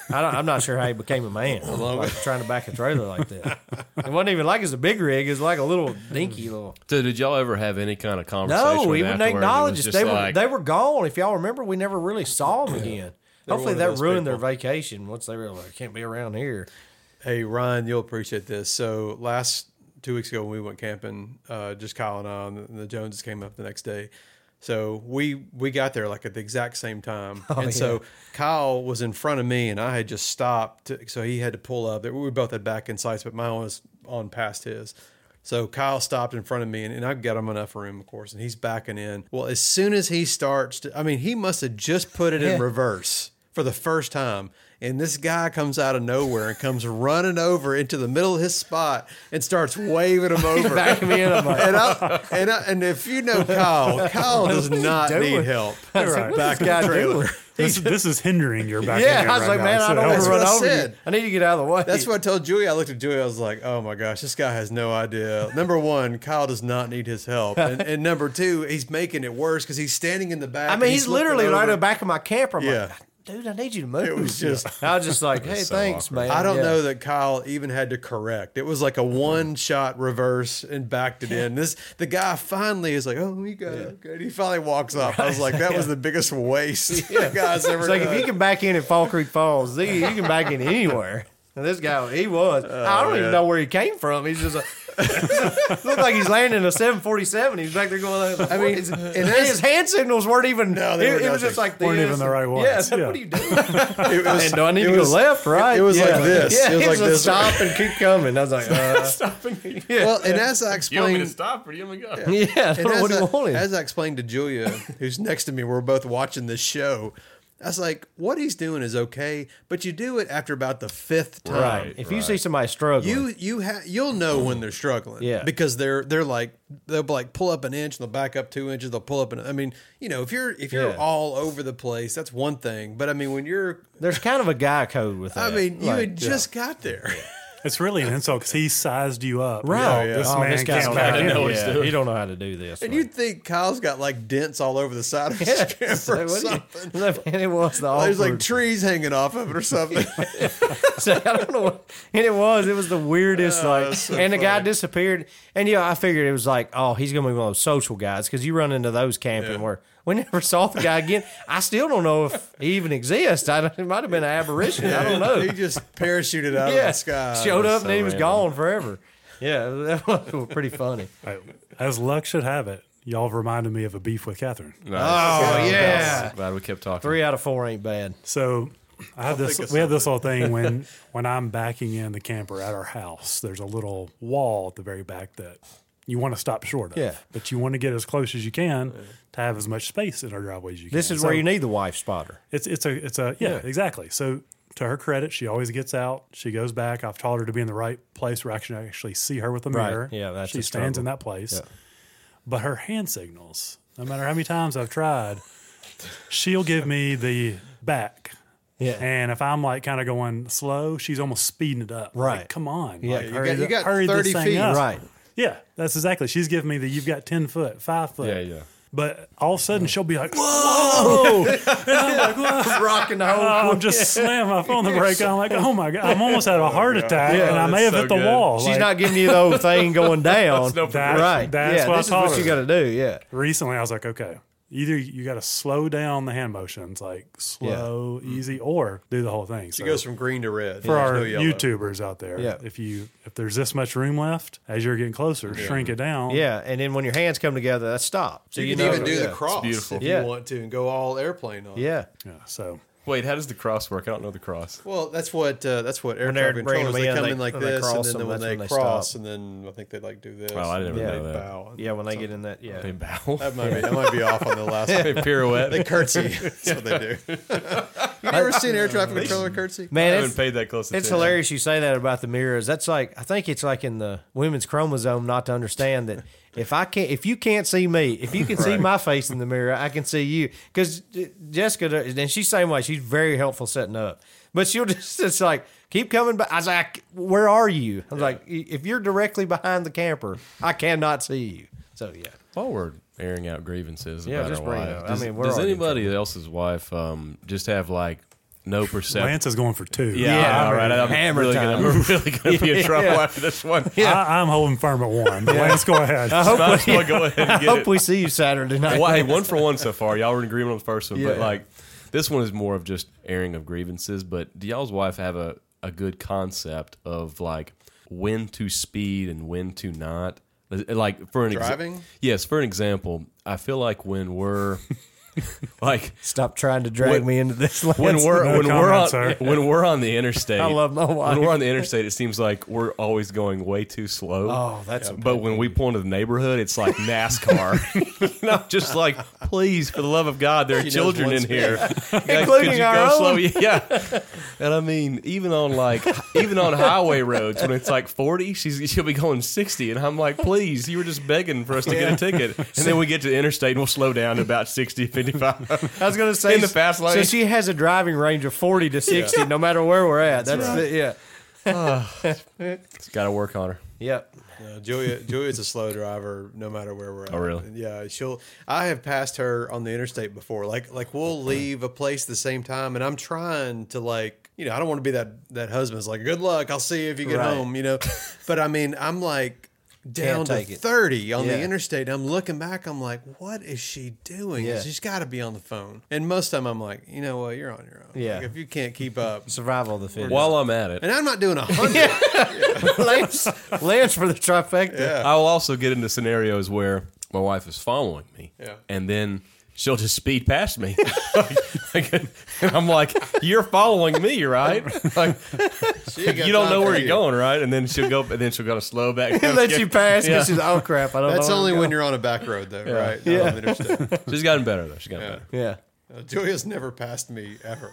[SPEAKER 1] I don't, I'm not sure how he became a man like, trying to back a trailer like that. It wasn't even like it's a big rig. It's like a little dinky little.
[SPEAKER 2] So did y'all ever have any kind of conversation?
[SPEAKER 1] No,
[SPEAKER 2] with
[SPEAKER 1] we
[SPEAKER 2] him
[SPEAKER 1] wouldn't
[SPEAKER 2] afterwards? It
[SPEAKER 1] acknowledge
[SPEAKER 2] was
[SPEAKER 1] us.
[SPEAKER 2] just
[SPEAKER 1] They were
[SPEAKER 2] like-
[SPEAKER 1] they were gone. If y'all remember, we never really saw them again. Hopefully,
[SPEAKER 3] one of
[SPEAKER 1] that
[SPEAKER 3] those
[SPEAKER 1] ruined their vacation once they realized like, can't be around here.
[SPEAKER 3] Hey Ryan, you'll appreciate this. So last two weeks ago when we went camping, uh, just Kyle and I, and the- the Joneses came up the next day. So we we got there like at the exact same time,
[SPEAKER 1] Oh,
[SPEAKER 3] and so Kyle was in front of me, and I had just stopped. to- so he had to pull up. We both had back in sights, but mine was on past his. So Kyle stopped in front of me, and, and I've got him enough room, of course, and he's backing in. Well, as soon as he starts, to, I mean, he must have just put it in reverse for the first time. And this guy comes out of nowhere and comes running over into the middle of his spot and starts waving him over.
[SPEAKER 1] Backing me in, I'm like,
[SPEAKER 3] And, I, and, I, and if you know Kyle, Kyle does
[SPEAKER 1] he
[SPEAKER 3] not
[SPEAKER 1] doing?
[SPEAKER 3] need help.
[SPEAKER 1] right. What's this
[SPEAKER 3] Back in the
[SPEAKER 1] guy
[SPEAKER 3] trailer.
[SPEAKER 1] doing?
[SPEAKER 4] This, this is hindering your back.
[SPEAKER 1] yeah,
[SPEAKER 4] end
[SPEAKER 1] I was like,
[SPEAKER 4] right now.
[SPEAKER 1] man, I
[SPEAKER 4] So
[SPEAKER 1] don't
[SPEAKER 4] that
[SPEAKER 1] want
[SPEAKER 3] that's
[SPEAKER 1] to
[SPEAKER 4] was-
[SPEAKER 1] run
[SPEAKER 3] what I
[SPEAKER 1] over you.
[SPEAKER 3] said.
[SPEAKER 1] I need to get out of the way.
[SPEAKER 3] That's what I told Julie. I looked at Julie. I was like, "Oh my gosh, this guy has no idea." Number one, Kyle does not need his help, and, and number two, he's making it worse because he's standing in the back.
[SPEAKER 1] I
[SPEAKER 3] and
[SPEAKER 1] mean. He's
[SPEAKER 3] looking
[SPEAKER 1] literally right
[SPEAKER 3] over.
[SPEAKER 1] in the back of my camper. I'm
[SPEAKER 3] Yeah.
[SPEAKER 1] like, dude, I need you to move. It
[SPEAKER 3] was just-
[SPEAKER 1] I was just like, hey,
[SPEAKER 2] so
[SPEAKER 1] thanks,
[SPEAKER 2] awkward.
[SPEAKER 1] man.
[SPEAKER 3] I don't
[SPEAKER 1] Yeah. Mm-hmm.
[SPEAKER 3] know that Kyle even had to correct. It was like a one shot reverse and backed it in. This the guy finally is like, oh, we got it. good." He finally walks off. I was like, that was the biggest waste the guy's ever.
[SPEAKER 1] It's like if
[SPEAKER 3] done.
[SPEAKER 1] you can back in at Fall Creek Falls, you you can back in anywhere. And this guy, he was. I don't even know where he came from. He's just a, looked like he's landing a 747. He's back there going. Like, I mean, and his hand signals weren't even.
[SPEAKER 3] No,
[SPEAKER 1] No, it,
[SPEAKER 3] they were
[SPEAKER 1] it was just
[SPEAKER 3] nothing.
[SPEAKER 1] like
[SPEAKER 4] Weren't
[SPEAKER 1] this.
[SPEAKER 4] even the right ones.
[SPEAKER 1] Yeah, so
[SPEAKER 4] Yeah.
[SPEAKER 1] What are you doing?
[SPEAKER 3] It was-
[SPEAKER 1] And do I need
[SPEAKER 3] it
[SPEAKER 1] to go
[SPEAKER 3] was-
[SPEAKER 1] left, right?
[SPEAKER 3] It was
[SPEAKER 1] Yeah.
[SPEAKER 3] like this.
[SPEAKER 1] Yeah,
[SPEAKER 3] it was like
[SPEAKER 1] just
[SPEAKER 3] this.
[SPEAKER 1] Stop and keep coming. I was like, uh,
[SPEAKER 3] Well, and as I explained,
[SPEAKER 2] stop or you want me to go?
[SPEAKER 1] yeah. I don't
[SPEAKER 3] and
[SPEAKER 1] know
[SPEAKER 3] as,
[SPEAKER 1] what do
[SPEAKER 3] I,
[SPEAKER 1] you want?
[SPEAKER 3] as I explained to Julia, who's next to me, we're both watching this show. I was like, what he's doing is okay, but you do it after about the fifth time.
[SPEAKER 1] Right. If you see somebody struggling,
[SPEAKER 3] You you ha- you'll know when they're struggling.
[SPEAKER 1] Yeah.
[SPEAKER 3] Because they're they're like they'll like pull up an inch, they'll back up two inches, they'll pull up an I mean, you know, if you're if you're
[SPEAKER 1] Yeah.
[SPEAKER 3] all over the place, that's one thing. But I mean when you're
[SPEAKER 1] there's kind of a guy code with
[SPEAKER 3] I
[SPEAKER 1] that.
[SPEAKER 3] mean, you
[SPEAKER 1] Like,
[SPEAKER 3] had
[SPEAKER 1] yeah.
[SPEAKER 3] just got there.
[SPEAKER 4] It's really an insult because he sized you up.
[SPEAKER 1] Right.
[SPEAKER 4] Oh, This
[SPEAKER 1] Oh,
[SPEAKER 4] man
[SPEAKER 1] this guy
[SPEAKER 4] can't
[SPEAKER 1] don't
[SPEAKER 4] back
[SPEAKER 1] know
[SPEAKER 4] in.
[SPEAKER 1] how
[SPEAKER 2] know
[SPEAKER 1] to-
[SPEAKER 2] what he's
[SPEAKER 1] yeah,
[SPEAKER 2] doing.
[SPEAKER 1] He don't know how to do this.
[SPEAKER 3] And
[SPEAKER 1] one.
[SPEAKER 3] you'd think Kyle's got like dents all over the side of his camper
[SPEAKER 1] So
[SPEAKER 3] or
[SPEAKER 1] what do you-
[SPEAKER 3] something.
[SPEAKER 1] and it was the
[SPEAKER 3] There's like
[SPEAKER 1] awkward.
[SPEAKER 3] trees hanging off of it or something.
[SPEAKER 1] so, I don't know what, and it was it was the weirdest like
[SPEAKER 3] Oh, so
[SPEAKER 1] and the guy disappeared and you know I figured it was like oh he's gonna be one of those social guys because you run into those camping where we never saw the guy again I still don't know if he even exists I don't- he might have been an apparition I don't know
[SPEAKER 3] he just parachuted out of the sky.
[SPEAKER 1] showed up and
[SPEAKER 2] so
[SPEAKER 1] he was
[SPEAKER 2] random.
[SPEAKER 1] gone forever yeah that was pretty funny
[SPEAKER 4] As luck should have it, y'all have reminded me of a beef with Catherine.
[SPEAKER 1] oh yeah
[SPEAKER 2] Glad we kept talking.
[SPEAKER 1] three out of four ain't bad
[SPEAKER 4] So I have this.
[SPEAKER 3] think of
[SPEAKER 4] We have this little thing when when I'm backing in the camper at our house. There's a little wall at the very back that you want to stop short of.
[SPEAKER 1] Yeah.
[SPEAKER 4] But you want to get as close as you can to have as much space in our driveway as you can.
[SPEAKER 1] this is where you need the wife spotter
[SPEAKER 4] It's it's a it's a yeah, exactly. So to her credit, she always gets out. She goes back. I've taught her to be in the right place where I can actually see her with a
[SPEAKER 1] Right.
[SPEAKER 4] mirror.
[SPEAKER 1] Yeah, that's
[SPEAKER 4] she
[SPEAKER 1] a
[SPEAKER 4] stands
[SPEAKER 1] struggle.
[SPEAKER 4] in that place. But her hand signals, no matter how many times I've tried, she'll give me the back.
[SPEAKER 1] Yeah.
[SPEAKER 4] And if I'm like kind of going slow, she's almost speeding it up. Like,
[SPEAKER 1] Right.
[SPEAKER 4] come on.
[SPEAKER 1] Yeah,
[SPEAKER 4] Like,
[SPEAKER 1] you
[SPEAKER 4] hurry
[SPEAKER 3] got- you
[SPEAKER 4] th-
[SPEAKER 3] got
[SPEAKER 4] hurry this
[SPEAKER 3] 30
[SPEAKER 4] thing
[SPEAKER 3] feet.
[SPEAKER 4] up.
[SPEAKER 1] right
[SPEAKER 4] Yeah, that's exactly. She's giving me the you've got ten foot, five foot.
[SPEAKER 2] Yeah, yeah.
[SPEAKER 4] But all of a sudden she'll be like, Whoa!
[SPEAKER 1] rocking the whole
[SPEAKER 4] I'll just slam my phone the brake. on. I'm like, oh my god, I'm almost had a heart attack, and I may have
[SPEAKER 2] that's
[SPEAKER 4] hit
[SPEAKER 2] so
[SPEAKER 4] the
[SPEAKER 2] good.
[SPEAKER 4] wall.
[SPEAKER 1] She's
[SPEAKER 4] Like,
[SPEAKER 1] not giving you the whole thing going down.
[SPEAKER 4] That-
[SPEAKER 1] right.
[SPEAKER 4] that's
[SPEAKER 1] yeah,
[SPEAKER 4] what I
[SPEAKER 1] this
[SPEAKER 4] told
[SPEAKER 1] is what you
[SPEAKER 4] her.
[SPEAKER 1] got to do. Yeah.
[SPEAKER 4] Recently, I was like, okay, either you got to slow down the hand motions, like slow, easy, or do the whole thing.
[SPEAKER 3] She
[SPEAKER 4] So
[SPEAKER 3] goes from green to red.
[SPEAKER 4] for
[SPEAKER 3] There's
[SPEAKER 4] our
[SPEAKER 3] no yellow.
[SPEAKER 4] YouTubers out there,
[SPEAKER 1] Yeah.
[SPEAKER 4] if you if there's this much room left as you're getting closer, shrink it down.
[SPEAKER 1] Yeah. And then when your hands come together, that's stop. So
[SPEAKER 3] You,
[SPEAKER 1] you,
[SPEAKER 3] can
[SPEAKER 1] know.
[SPEAKER 3] even do
[SPEAKER 1] yeah.
[SPEAKER 3] the cross if
[SPEAKER 2] beautiful.
[SPEAKER 1] Yeah.
[SPEAKER 3] you want to and go all airplane on. it.
[SPEAKER 1] Yeah.
[SPEAKER 4] Yeah, so
[SPEAKER 2] Wait, how does the cross work? I don't know the cross.
[SPEAKER 3] Well, that's what uh, that's what air
[SPEAKER 1] they're
[SPEAKER 3] traffic
[SPEAKER 1] bringing
[SPEAKER 3] controllers they
[SPEAKER 1] them in,
[SPEAKER 3] come
[SPEAKER 1] they-
[SPEAKER 3] in like
[SPEAKER 1] when they
[SPEAKER 3] this, and
[SPEAKER 1] cross
[SPEAKER 3] then
[SPEAKER 1] them,
[SPEAKER 3] when
[SPEAKER 1] that's
[SPEAKER 3] they
[SPEAKER 1] when they
[SPEAKER 3] cross,
[SPEAKER 1] stop.
[SPEAKER 3] and then I think they like do this.
[SPEAKER 2] Oh, I didn't
[SPEAKER 3] and
[SPEAKER 2] know
[SPEAKER 3] they
[SPEAKER 2] that.
[SPEAKER 3] bow.
[SPEAKER 1] Yeah. When they get in that. Yeah.
[SPEAKER 2] They bow.
[SPEAKER 3] That might be that might be off on the last. one.
[SPEAKER 2] They pirouette.
[SPEAKER 3] They curtsy. That's what they do. you ever seen air traffic controller curtsy?
[SPEAKER 2] I
[SPEAKER 1] Man,
[SPEAKER 2] haven't
[SPEAKER 1] it's,
[SPEAKER 2] paid that close attention.
[SPEAKER 1] it's hilarious you say that about the mirrors. That's like I think it's like in the women's chromosome not to understand that if I can't if you can't see me if you can see my face in the mirror I can see you because Jessica and she's same way she's very helpful setting up but she'll just it's like keep coming back I was like where are you I was like if you're directly behind the camper I cannot see you so yeah
[SPEAKER 2] While we're airing out grievances
[SPEAKER 1] Yeah,
[SPEAKER 2] about
[SPEAKER 1] just
[SPEAKER 2] our
[SPEAKER 1] bring it
[SPEAKER 2] wives,
[SPEAKER 1] up. I
[SPEAKER 2] does,
[SPEAKER 1] mean, we're
[SPEAKER 2] does
[SPEAKER 1] already in
[SPEAKER 2] anybody else's wife um, just have like no perception?
[SPEAKER 4] Lance is going for two.
[SPEAKER 2] Yeah,
[SPEAKER 1] Yeah,
[SPEAKER 2] all right. I'm
[SPEAKER 1] hammer
[SPEAKER 2] really
[SPEAKER 1] time.
[SPEAKER 2] gonna, we're really going to be in trouble
[SPEAKER 1] Yeah.
[SPEAKER 2] after this one.
[SPEAKER 4] I, I'm holding firm at one. But Lance, go ahead.
[SPEAKER 1] I hope
[SPEAKER 2] Might as well go ahead and
[SPEAKER 1] I
[SPEAKER 2] get
[SPEAKER 1] hope
[SPEAKER 2] it.
[SPEAKER 1] we see you Saturday night
[SPEAKER 2] Well, hey, one for one so far. Y'all were in agreement on the first one, but
[SPEAKER 1] Yeah.
[SPEAKER 2] like this one is more of just airing of grievances. But do y'all's wife have a, a good concept of like when to speed and when to not? Like for an exa-
[SPEAKER 3] Driving?
[SPEAKER 2] yes, for an example, I feel like when we're like
[SPEAKER 1] stop trying to drag
[SPEAKER 2] When-
[SPEAKER 1] me into this
[SPEAKER 2] when
[SPEAKER 1] Lance.
[SPEAKER 2] we're
[SPEAKER 4] no
[SPEAKER 2] when we're on
[SPEAKER 4] comment, sir.
[SPEAKER 2] when we're on the interstate.
[SPEAKER 1] I love my wife.
[SPEAKER 2] When we're on the interstate, it seems like we're always going way too slow.
[SPEAKER 1] Oh, that's a
[SPEAKER 2] but when we pull into the neighborhood, it's like NASCAR. you know, just like please, for the love of God, there are
[SPEAKER 3] knows
[SPEAKER 2] children
[SPEAKER 3] one
[SPEAKER 2] in here, Like,
[SPEAKER 1] Including
[SPEAKER 2] could you
[SPEAKER 1] our
[SPEAKER 2] go
[SPEAKER 1] own.
[SPEAKER 2] slow? Yeah, and I mean, even on like even on highway roads when it's like forty, she's she'll be going sixty, and I'm like, please, you were just begging for us to get a ticket, and then we get to the interstate and we'll slow down to about 60, 55.
[SPEAKER 1] I was gonna say
[SPEAKER 2] In the fast lane.
[SPEAKER 1] So she has a driving range of forty to sixty, no matter where we're at. That's, the, yeah,
[SPEAKER 2] Got to work on her.
[SPEAKER 1] Yep.
[SPEAKER 3] Yeah, Julia Julia's a slow driver no matter where we're at.
[SPEAKER 2] Oh, really?
[SPEAKER 3] Yeah, she'll I have passed her on the interstate before. Like like we'll leave a place the same time and I'm trying to like, you know, I don't want to be that that husband's like, "Good luck. I'll see you if you get
[SPEAKER 1] Right.
[SPEAKER 3] home," you know. But I mean, I'm like down
[SPEAKER 1] Can't
[SPEAKER 3] to
[SPEAKER 1] take it.
[SPEAKER 3] 30 on
[SPEAKER 1] Yeah.
[SPEAKER 3] the interstate. I'm looking back, I'm like, "What is she doing?"
[SPEAKER 1] Yeah.
[SPEAKER 3] She's got to be on the phone. And most time I'm like, "You know what? You're on your own."
[SPEAKER 1] Yeah.
[SPEAKER 3] Like, if you can't keep up.
[SPEAKER 1] Survival of the fittest.
[SPEAKER 2] While I'm at it,
[SPEAKER 3] And I'm not doing a 100.
[SPEAKER 1] Lance, Lance for the trifecta.
[SPEAKER 2] I will also get into scenarios where my wife is following me,
[SPEAKER 3] Yeah.
[SPEAKER 2] and then she'll just speed past me. Like, and I'm like, "You're following me, right? Like,
[SPEAKER 3] She ain't got
[SPEAKER 2] you don't
[SPEAKER 3] time
[SPEAKER 2] know
[SPEAKER 3] for
[SPEAKER 2] where
[SPEAKER 3] you.
[SPEAKER 2] you're going, right?" And then she'll go, and then she'll go to slow back. down.
[SPEAKER 1] Let you pass.
[SPEAKER 2] Yeah.
[SPEAKER 1] because she's, oh crap! I don't.
[SPEAKER 3] That's
[SPEAKER 1] know where
[SPEAKER 3] only
[SPEAKER 1] to go."
[SPEAKER 3] when you're on a back road, though, right? Not
[SPEAKER 1] Yeah.
[SPEAKER 3] on the interstate.
[SPEAKER 2] She's gotten better though. She's gotten better.
[SPEAKER 1] Yeah.
[SPEAKER 3] Uh, Julia's never passed me ever.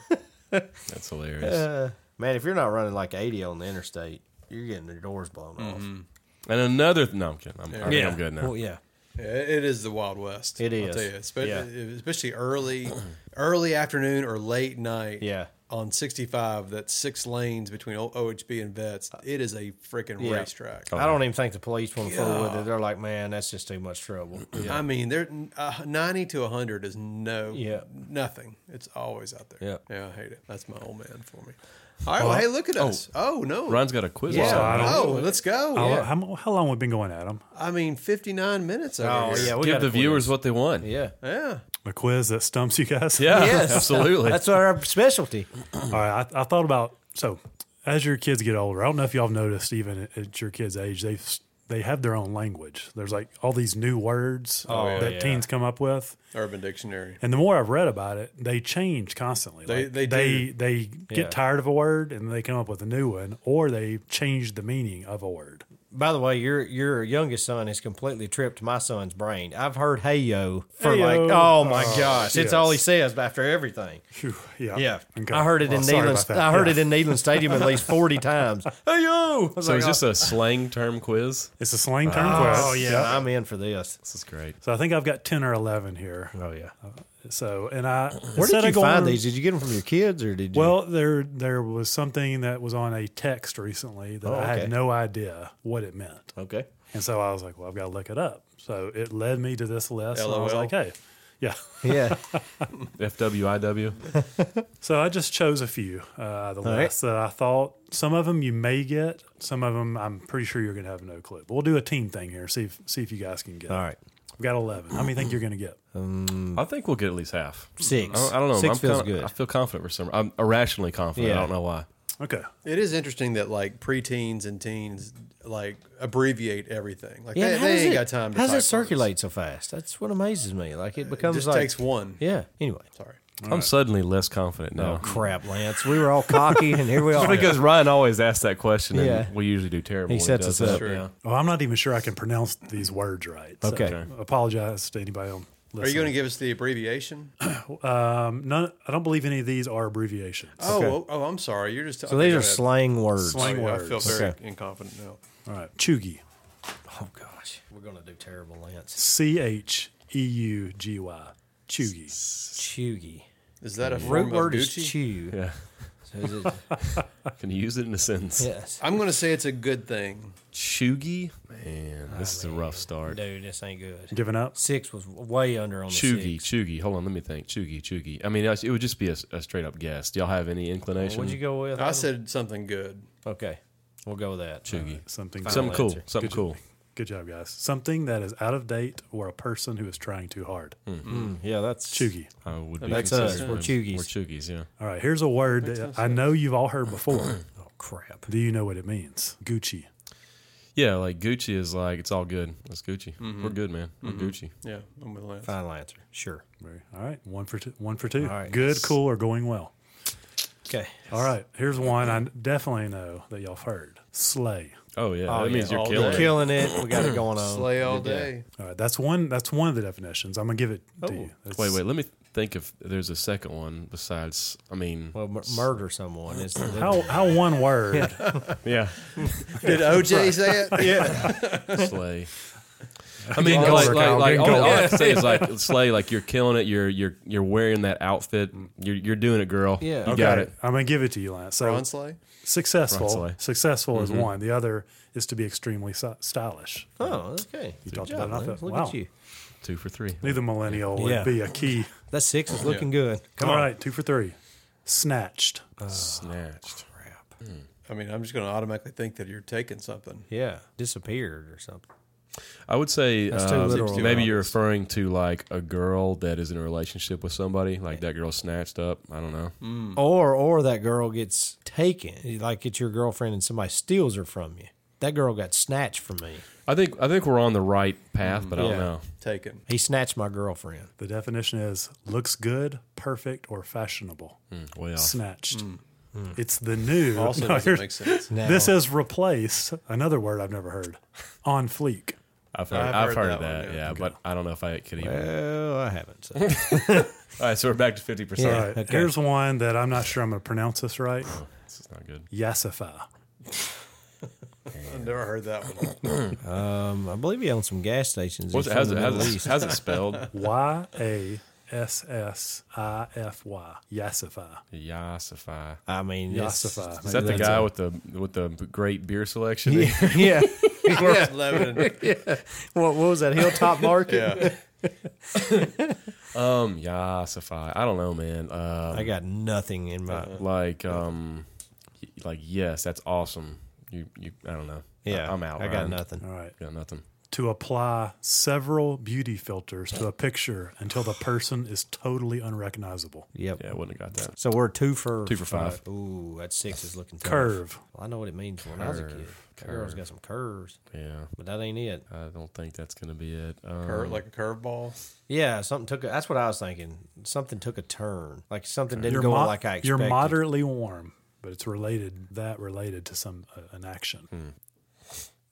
[SPEAKER 2] That's hilarious.
[SPEAKER 1] Uh, Man, if you're not running like 80 on the interstate, you're getting your doors blown
[SPEAKER 2] Mm-hmm.
[SPEAKER 1] off.
[SPEAKER 2] And another, th- no, I'm kidding. I'm, I think
[SPEAKER 1] Yeah.
[SPEAKER 2] I'm good now.
[SPEAKER 1] Well, yeah.
[SPEAKER 3] Yeah, It is the Wild West.
[SPEAKER 1] It
[SPEAKER 3] I'll
[SPEAKER 1] is.
[SPEAKER 3] tell you, espe-
[SPEAKER 1] Yeah.
[SPEAKER 3] especially early, early afternoon or late night.
[SPEAKER 1] Yeah.
[SPEAKER 3] On 65, that's six lanes between O- OHB and Vets. It is a freaking
[SPEAKER 1] Uh, Yeah. Oh,
[SPEAKER 3] racetrack.
[SPEAKER 2] Oh,
[SPEAKER 1] I don't even think the police want to fool with it. They're like, man, that's just too much trouble.
[SPEAKER 3] I mean, there uh, 90 to 100 is no,
[SPEAKER 1] Yeah.
[SPEAKER 3] nothing. It's always out there.
[SPEAKER 2] Yeah.
[SPEAKER 3] Yeah, I hate it. That's my old man for me. All right, well, hey, look at us. Oh, no.
[SPEAKER 2] Ron's got a quiz.
[SPEAKER 3] Yeah.
[SPEAKER 4] I don't
[SPEAKER 3] oh, let's go.
[SPEAKER 4] How,
[SPEAKER 3] Yeah.
[SPEAKER 4] how, how long we been going, Adam?
[SPEAKER 3] I mean, 59 minutes. Over
[SPEAKER 1] Oh,
[SPEAKER 3] here.
[SPEAKER 1] yeah. We
[SPEAKER 2] Give
[SPEAKER 1] gotta
[SPEAKER 2] the
[SPEAKER 1] quit.
[SPEAKER 2] viewers what they want.
[SPEAKER 1] Yeah.
[SPEAKER 3] Yeah.
[SPEAKER 4] A quiz that stumps you guys?
[SPEAKER 2] Yeah,
[SPEAKER 1] Yes.
[SPEAKER 2] absolutely.
[SPEAKER 1] That's our specialty.
[SPEAKER 4] All right, I, I thought about so as your kids get older, I don't know if y'all have noticed even at, at your kids' age, they they have their own language. There's like all these new words
[SPEAKER 1] Oh,
[SPEAKER 4] that
[SPEAKER 1] yeah.
[SPEAKER 4] teens come up with,
[SPEAKER 3] Urban Dictionary.
[SPEAKER 4] and the more I've read about it, they change constantly.
[SPEAKER 3] They-
[SPEAKER 4] Like,
[SPEAKER 3] they
[SPEAKER 4] they
[SPEAKER 3] do.
[SPEAKER 4] they get
[SPEAKER 1] Yeah.
[SPEAKER 4] tired of a word and they come up with a new one, or they change the meaning of a word.
[SPEAKER 1] By the way, your your youngest son has completely tripped my son's brain. I've heard "Hey yo" for
[SPEAKER 4] Hey,
[SPEAKER 1] like,
[SPEAKER 4] yo.
[SPEAKER 1] oh my gosh,
[SPEAKER 4] shit.
[SPEAKER 1] it's all he says after everything.
[SPEAKER 4] Phew, yeah,
[SPEAKER 1] Yeah,
[SPEAKER 4] Okay.
[SPEAKER 1] I heard it
[SPEAKER 4] Well,
[SPEAKER 1] in
[SPEAKER 4] sorry
[SPEAKER 1] Neyland.
[SPEAKER 4] about that.
[SPEAKER 1] I heard
[SPEAKER 4] Yeah.
[SPEAKER 1] it in Neyland Stadium at least forty times. Hey yo! I was
[SPEAKER 2] So
[SPEAKER 1] like, uh,
[SPEAKER 2] is this a slang term quiz?
[SPEAKER 4] It's a slang term
[SPEAKER 1] oh,
[SPEAKER 4] for
[SPEAKER 1] oh yeah, I'm in for this.
[SPEAKER 2] This is great.
[SPEAKER 4] So I think I've got ten or eleven here.
[SPEAKER 1] Oh yeah.
[SPEAKER 4] So and I
[SPEAKER 1] Where did
[SPEAKER 4] instead
[SPEAKER 1] you
[SPEAKER 4] of going-
[SPEAKER 1] find these? Did you get them from your kids or did you?
[SPEAKER 4] Well, there there was something that was on a text recently that
[SPEAKER 1] Oh,
[SPEAKER 4] I
[SPEAKER 1] okay.
[SPEAKER 4] had no idea what it meant,
[SPEAKER 1] okay.
[SPEAKER 4] and so I was like, "Well, I've got to look it up." So it led me to this list, and I was
[SPEAKER 3] LOL.
[SPEAKER 4] like, "Hey, yeah."
[SPEAKER 1] Yeah.
[SPEAKER 2] FWIW.
[SPEAKER 1] Hmm.
[SPEAKER 4] So I just chose a few uh, out of the
[SPEAKER 1] All right.
[SPEAKER 4] list that I thought some of them you may get, some of them I'm pretty sure you're going to have no clue. But we'll do a team thing here, see if see if you guys can get.
[SPEAKER 1] all
[SPEAKER 4] it.
[SPEAKER 1] right. Uh,
[SPEAKER 4] I've got eleven. How many think you're going to get?
[SPEAKER 2] I think we'll get at least half.
[SPEAKER 1] Six.
[SPEAKER 2] I don't, I don't know.
[SPEAKER 1] 6
[SPEAKER 2] I'm
[SPEAKER 1] feels
[SPEAKER 2] kinda-
[SPEAKER 1] good.
[SPEAKER 2] I feel confident for some. I'm irrationally confident.
[SPEAKER 1] Yeah.
[SPEAKER 2] I don't know why.
[SPEAKER 4] Okay.
[SPEAKER 3] It is interesting that like preteens and teens like abbreviate everything. Like
[SPEAKER 1] Yeah.
[SPEAKER 3] they,
[SPEAKER 1] how
[SPEAKER 3] they
[SPEAKER 1] does
[SPEAKER 3] ain't
[SPEAKER 1] it,
[SPEAKER 3] got time. to
[SPEAKER 1] How does
[SPEAKER 3] type
[SPEAKER 1] it
[SPEAKER 3] words.
[SPEAKER 1] circulate so fast? That's what amazes me. Like it
[SPEAKER 3] It
[SPEAKER 1] becomes
[SPEAKER 3] just
[SPEAKER 1] like
[SPEAKER 3] takes one.
[SPEAKER 1] yeah. Anyway.
[SPEAKER 3] Sorry.
[SPEAKER 2] I'm suddenly less confident now.
[SPEAKER 1] Oh crap, Lance! We were all cocky, and here we are.
[SPEAKER 2] Because Ryan always asks that question, and
[SPEAKER 1] Yeah.
[SPEAKER 2] we usually do terrible.
[SPEAKER 1] He
[SPEAKER 2] when
[SPEAKER 1] sets
[SPEAKER 2] does
[SPEAKER 1] us
[SPEAKER 2] that.
[SPEAKER 1] up.
[SPEAKER 3] True.
[SPEAKER 1] Yeah.
[SPEAKER 4] Well, I'm not even sure I can pronounce these words right. So
[SPEAKER 1] Okay.
[SPEAKER 4] Apologize to anybody on.
[SPEAKER 3] Are you going to give us the abbreviation?
[SPEAKER 4] Um, none, I don't believe any of these are abbreviations.
[SPEAKER 3] Oh, oh, oh, I'm sorry. You're just.
[SPEAKER 1] So these are slang words.
[SPEAKER 4] Slang
[SPEAKER 3] I
[SPEAKER 4] words.
[SPEAKER 3] feel very
[SPEAKER 1] Okay.
[SPEAKER 3] inconfident now.
[SPEAKER 4] All right. Chugi.
[SPEAKER 1] Oh gosh, we're gonna do terrible, Lance.
[SPEAKER 4] C H E U G Y. Chugi.
[SPEAKER 1] Chewy.
[SPEAKER 3] Is that a
[SPEAKER 1] Root
[SPEAKER 3] form of
[SPEAKER 1] word is
[SPEAKER 3] Gucci?
[SPEAKER 1] chew.
[SPEAKER 2] Yeah.
[SPEAKER 1] So is it,
[SPEAKER 2] Can you use it in a sentence?
[SPEAKER 1] yes.
[SPEAKER 3] I'm going to say it's a good thing.
[SPEAKER 2] Chugi. Man, this is a rough start.
[SPEAKER 1] Dude, this ain't good.
[SPEAKER 4] Giving up?
[SPEAKER 1] Six was way under on the
[SPEAKER 2] Chugi,
[SPEAKER 1] six.
[SPEAKER 2] Chugi. Hold on, let me think. Chugi, Chugi. I mean, it would just be a, a straight up guess. Do y'all have any inclination?
[SPEAKER 1] What'd you go with?
[SPEAKER 3] I said something good.
[SPEAKER 1] okay. We'll go with that.
[SPEAKER 2] Chugi.
[SPEAKER 4] Something.
[SPEAKER 2] Something cool.
[SPEAKER 1] answer.
[SPEAKER 2] Something cool.
[SPEAKER 4] Good job, guys. Something that is out of date or a person who is trying too hard.
[SPEAKER 1] Mm, yeah, that's
[SPEAKER 4] Chugi.
[SPEAKER 2] I would be
[SPEAKER 1] That's us.
[SPEAKER 2] considered
[SPEAKER 1] We're
[SPEAKER 2] one.
[SPEAKER 1] Chugis.
[SPEAKER 2] We're Chugis, yeah.
[SPEAKER 4] All right. Here's a word that I know you've all heard before.
[SPEAKER 1] Oh crap.
[SPEAKER 4] Do you know what it means? Gucci.
[SPEAKER 2] Yeah, like Gucci is like, it's all good. That's Gucci. We're good, man. We're Gucci.
[SPEAKER 3] Yeah, I'm with Lance.
[SPEAKER 1] Final answer. Sure.
[SPEAKER 4] Very- All right. One for two. One for two.
[SPEAKER 1] All right.
[SPEAKER 4] Good, cool, or going well.
[SPEAKER 1] Okay.
[SPEAKER 4] All right. Here's one I definitely know that y'all have heard. Slay.
[SPEAKER 2] Oh, yeah.
[SPEAKER 1] Oh,
[SPEAKER 2] that
[SPEAKER 1] yeah.
[SPEAKER 2] means you're
[SPEAKER 3] All
[SPEAKER 2] killing
[SPEAKER 3] day.
[SPEAKER 2] it.
[SPEAKER 1] Killing it. We got it going on.
[SPEAKER 3] Slay all day.
[SPEAKER 4] All right. That's one. That's one of the definitions. I'm gonna give it to you. That's-
[SPEAKER 2] Oh. Wait, wait. Let me think if there's a second one besides, I mean,
[SPEAKER 1] Well, mur- murder someone is the
[SPEAKER 4] How how one word
[SPEAKER 2] yeah.
[SPEAKER 3] Did OJ say it?
[SPEAKER 2] Slay. I mean,
[SPEAKER 4] Getting
[SPEAKER 2] like,
[SPEAKER 4] Goldberg
[SPEAKER 2] like,
[SPEAKER 4] out,
[SPEAKER 2] like,
[SPEAKER 4] getting
[SPEAKER 2] all, all I
[SPEAKER 4] Goldberg.
[SPEAKER 2] have to say is like, Slay, like you're killing it. You're you're you're wearing that outfit. You're you're doing it, girl.
[SPEAKER 1] Mm. Yeah.
[SPEAKER 2] you got it.
[SPEAKER 4] I'm gonna give it to you, Lance. So
[SPEAKER 3] Ron Slay?
[SPEAKER 4] successful,
[SPEAKER 2] Ronsley.
[SPEAKER 4] successful
[SPEAKER 2] Mm-hmm.
[SPEAKER 4] is one. The other is to be extremely si- stylish.
[SPEAKER 1] Oh, okay. You
[SPEAKER 4] talked about it, I thought,
[SPEAKER 1] Look
[SPEAKER 4] wow.
[SPEAKER 1] at you.
[SPEAKER 2] Two for three.
[SPEAKER 4] Neither millennial would
[SPEAKER 1] Yeah.
[SPEAKER 4] be a key.
[SPEAKER 1] That six is looking good. Come
[SPEAKER 4] All
[SPEAKER 1] on.
[SPEAKER 4] right, two for three. Snatched.
[SPEAKER 1] Ah.
[SPEAKER 2] Snatched.
[SPEAKER 3] I mean, I'm just going to automatically think that you're taking something.
[SPEAKER 1] Yeah. Disappeared or something.
[SPEAKER 2] I would say
[SPEAKER 1] That's too
[SPEAKER 2] uh,
[SPEAKER 1] literal.
[SPEAKER 2] maybe you're referring to like a girl that is in a relationship with somebody, like that girl snatched up. I don't know.
[SPEAKER 1] Mm. Or or that girl gets taken. Like it's your girlfriend and somebody steals her from you. That girl got snatched from me.
[SPEAKER 2] I think I think we're on the right path, but I
[SPEAKER 1] Yeah.
[SPEAKER 2] don't know.
[SPEAKER 3] Taken.
[SPEAKER 1] He snatched my girlfriend.
[SPEAKER 4] The definition is looks good, perfect, or fashionable.
[SPEAKER 2] Well,
[SPEAKER 4] Snatched. It's the new.
[SPEAKER 3] Also
[SPEAKER 4] No,
[SPEAKER 3] doesn't
[SPEAKER 4] here's-
[SPEAKER 3] make sense.
[SPEAKER 1] Now,
[SPEAKER 4] This has replaced another word I've never heard. On fleek.
[SPEAKER 2] I've heard, I've
[SPEAKER 3] I've
[SPEAKER 2] heard,
[SPEAKER 3] heard
[SPEAKER 2] of
[SPEAKER 3] that
[SPEAKER 2] that.
[SPEAKER 3] one, yeah.
[SPEAKER 2] yeah, but I don't know if I could even.
[SPEAKER 1] Oh, I haven't. So.
[SPEAKER 2] All right, so we're back to fifty
[SPEAKER 4] All
[SPEAKER 2] percent.
[SPEAKER 4] right.
[SPEAKER 1] okay.
[SPEAKER 4] Here's one that I'm not sure I'm going to pronounce this right.
[SPEAKER 2] This is not good.
[SPEAKER 4] Yassify.
[SPEAKER 3] I've never heard that one.
[SPEAKER 1] Um, I believe he owns some gas stations.
[SPEAKER 2] What's it,
[SPEAKER 1] He's
[SPEAKER 2] how's,
[SPEAKER 1] from
[SPEAKER 2] it,
[SPEAKER 1] the Middle
[SPEAKER 2] how's, it,
[SPEAKER 1] East.
[SPEAKER 2] how's it spelled?
[SPEAKER 4] Y A S S I F Y. Yassify.
[SPEAKER 2] Yassify.
[SPEAKER 1] I mean, it's-
[SPEAKER 4] Yassify.
[SPEAKER 2] Is that the
[SPEAKER 1] That's
[SPEAKER 2] guy
[SPEAKER 1] a-
[SPEAKER 2] with the with the great beer selection?
[SPEAKER 1] yeah.
[SPEAKER 3] yeah. Lebanon.
[SPEAKER 1] What, what was that hilltop market?
[SPEAKER 3] Yeah.
[SPEAKER 2] Um, Yassify. I don't know, man. Uh,
[SPEAKER 1] I got nothing in my.
[SPEAKER 2] like um, y- like yes, that's awesome. You you. I don't know.
[SPEAKER 1] Yeah,
[SPEAKER 2] I, am out.
[SPEAKER 1] I got
[SPEAKER 2] Ryan.
[SPEAKER 1] nothing.
[SPEAKER 4] All right.
[SPEAKER 2] Got nothing.
[SPEAKER 4] To apply several beauty filters to a picture until the person is totally unrecognizable.
[SPEAKER 1] Yep.
[SPEAKER 2] Yeah, I wouldn't have got that.
[SPEAKER 1] So we're two for
[SPEAKER 2] Two for five.
[SPEAKER 1] Ooh, that six is looking tough.
[SPEAKER 4] Curve.
[SPEAKER 1] Well, I know what it means when I was a kid. That girl's got some curves,
[SPEAKER 2] Yeah,
[SPEAKER 1] but that ain't it.
[SPEAKER 2] I don't think that's gonna be it. Um,
[SPEAKER 3] Cur- like a curveball.
[SPEAKER 1] Yeah, something took. A, that's what I was thinking. Something took a turn. Like something didn't
[SPEAKER 4] You're,
[SPEAKER 1] go
[SPEAKER 4] mo-
[SPEAKER 1] like I expected.
[SPEAKER 4] you're moderately warm, but it's related that related to some uh, an action.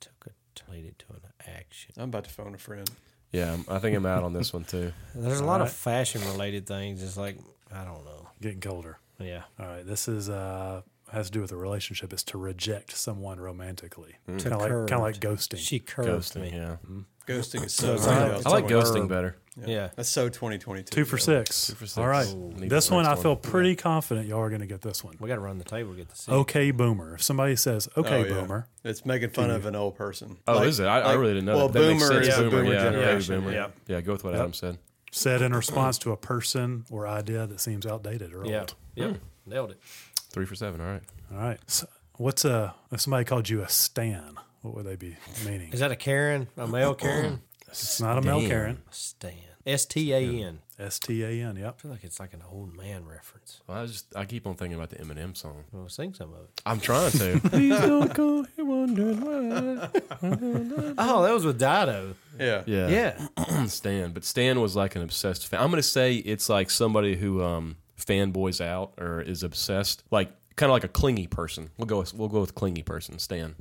[SPEAKER 1] Took a turn it to an action.
[SPEAKER 3] I'm about to phone a friend.
[SPEAKER 2] yeah, I'm- I think I'm out on this one too.
[SPEAKER 1] There's a lot of fashion related things. It's like I don't know.
[SPEAKER 4] Getting colder.
[SPEAKER 1] Yeah.
[SPEAKER 4] All right, this is uh has to do with a relationship. Is to reject someone romantically, kind of like
[SPEAKER 1] curved.
[SPEAKER 4] kind of like ghosting.
[SPEAKER 1] She curved me.
[SPEAKER 2] Ghosting. Yeah,
[SPEAKER 3] Ghosting is so.
[SPEAKER 1] Right.
[SPEAKER 2] I like
[SPEAKER 1] Somewhere.
[SPEAKER 2] ghosting better.
[SPEAKER 1] Yeah.
[SPEAKER 3] That's so 2022.
[SPEAKER 4] Two for
[SPEAKER 3] though.
[SPEAKER 4] six.
[SPEAKER 2] for six.
[SPEAKER 4] All right,
[SPEAKER 2] Ooh. Need
[SPEAKER 4] this
[SPEAKER 2] the
[SPEAKER 4] one I
[SPEAKER 2] next
[SPEAKER 4] feel
[SPEAKER 2] one.
[SPEAKER 4] pretty confident y'all are going to get this one.
[SPEAKER 1] We got to run the table to get the six.
[SPEAKER 4] Okay, boomer. If somebody says okay,
[SPEAKER 3] Oh, yeah.
[SPEAKER 4] boomer,
[SPEAKER 3] It's making fun of an old person.
[SPEAKER 2] Oh, is it? I, I really didn't know.
[SPEAKER 3] Well,
[SPEAKER 2] that. that
[SPEAKER 3] boomer
[SPEAKER 2] makes sense.
[SPEAKER 3] is the
[SPEAKER 2] boomer,
[SPEAKER 3] boomer
[SPEAKER 2] yeah, baby
[SPEAKER 3] generation.
[SPEAKER 2] boomer.
[SPEAKER 3] Yeah.
[SPEAKER 2] yeah, go with what Adam said.
[SPEAKER 4] said in response to a person or idea that seems outdated or
[SPEAKER 1] Yeah.
[SPEAKER 4] old.
[SPEAKER 1] Yep. Nailed it.
[SPEAKER 2] Three for seven. All right.
[SPEAKER 4] All right, so what's a if somebody called you a stan? What would they be meaning?
[SPEAKER 1] Is that a Karen? A male Karen?
[SPEAKER 4] It's not a Mel
[SPEAKER 2] Stan.
[SPEAKER 4] Karen.
[SPEAKER 1] Stan. S T A N.
[SPEAKER 4] S T A N. Yep.
[SPEAKER 1] I feel like it's like an old man reference.
[SPEAKER 2] Well, I was just I keep on thinking about the Eminem song.
[SPEAKER 1] I will sing some of it.
[SPEAKER 2] I'm trying to.
[SPEAKER 4] Please don't go here wondering why.
[SPEAKER 1] Oh, that was with Dido.
[SPEAKER 3] Yeah.
[SPEAKER 1] Yeah.
[SPEAKER 2] Stan, but Stan was like an obsessed fan. I'm gonna say it's like somebody who um fanboys out or is obsessed, like kind of like a clingy person. We'll go with, we'll go with clingy person. Stan.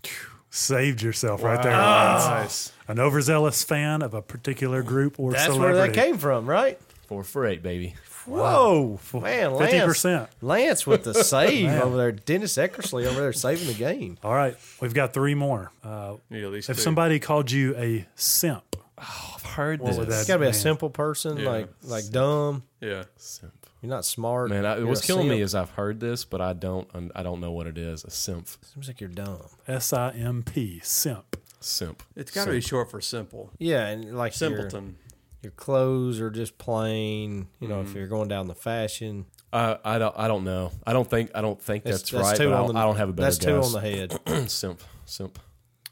[SPEAKER 4] Saved yourself right there. Lance. An overzealous fan of a particular group or
[SPEAKER 1] That's where
[SPEAKER 4] celebrity.
[SPEAKER 1] that came from, right?
[SPEAKER 2] Four for eight, baby.
[SPEAKER 1] Whoa. Man, Lance.
[SPEAKER 4] 50%.
[SPEAKER 1] Lance with the save over there. Dennis Eckersley over there saving the game.
[SPEAKER 4] All right, we've got three more. Uh,
[SPEAKER 3] You need at least
[SPEAKER 4] if
[SPEAKER 3] two.
[SPEAKER 4] somebody called you a simp,
[SPEAKER 1] Oh,
[SPEAKER 2] I've heard
[SPEAKER 4] What would
[SPEAKER 2] this.
[SPEAKER 1] It's got to be a
[SPEAKER 4] Man.
[SPEAKER 1] simple person,
[SPEAKER 3] Yeah.
[SPEAKER 1] like like dumb.
[SPEAKER 3] Yeah.
[SPEAKER 2] Simp.
[SPEAKER 1] You're not smart.
[SPEAKER 2] Man, I,
[SPEAKER 1] You're
[SPEAKER 2] what's
[SPEAKER 1] a
[SPEAKER 2] killing me
[SPEAKER 1] simp.
[SPEAKER 2] is I've heard this, but I don't un- I don't know what it is. A simp.
[SPEAKER 1] Seems like you're dumb.
[SPEAKER 4] S I M P, simp.
[SPEAKER 2] Simp.
[SPEAKER 3] It's got to be short for simple.
[SPEAKER 1] Yeah, and like Your,
[SPEAKER 3] Simpleton.
[SPEAKER 1] your clothes are just plain. You know, if
[SPEAKER 2] Mm-hmm.
[SPEAKER 1] you're going down the fashion,
[SPEAKER 2] I, I don't I don't know. I don't think I don't think that's,
[SPEAKER 1] that's
[SPEAKER 2] right.
[SPEAKER 1] two
[SPEAKER 2] But
[SPEAKER 1] on
[SPEAKER 2] I'll-
[SPEAKER 1] the-
[SPEAKER 2] I don't have a better
[SPEAKER 1] That's
[SPEAKER 2] guess.
[SPEAKER 1] two on the head.
[SPEAKER 2] simp. Simp.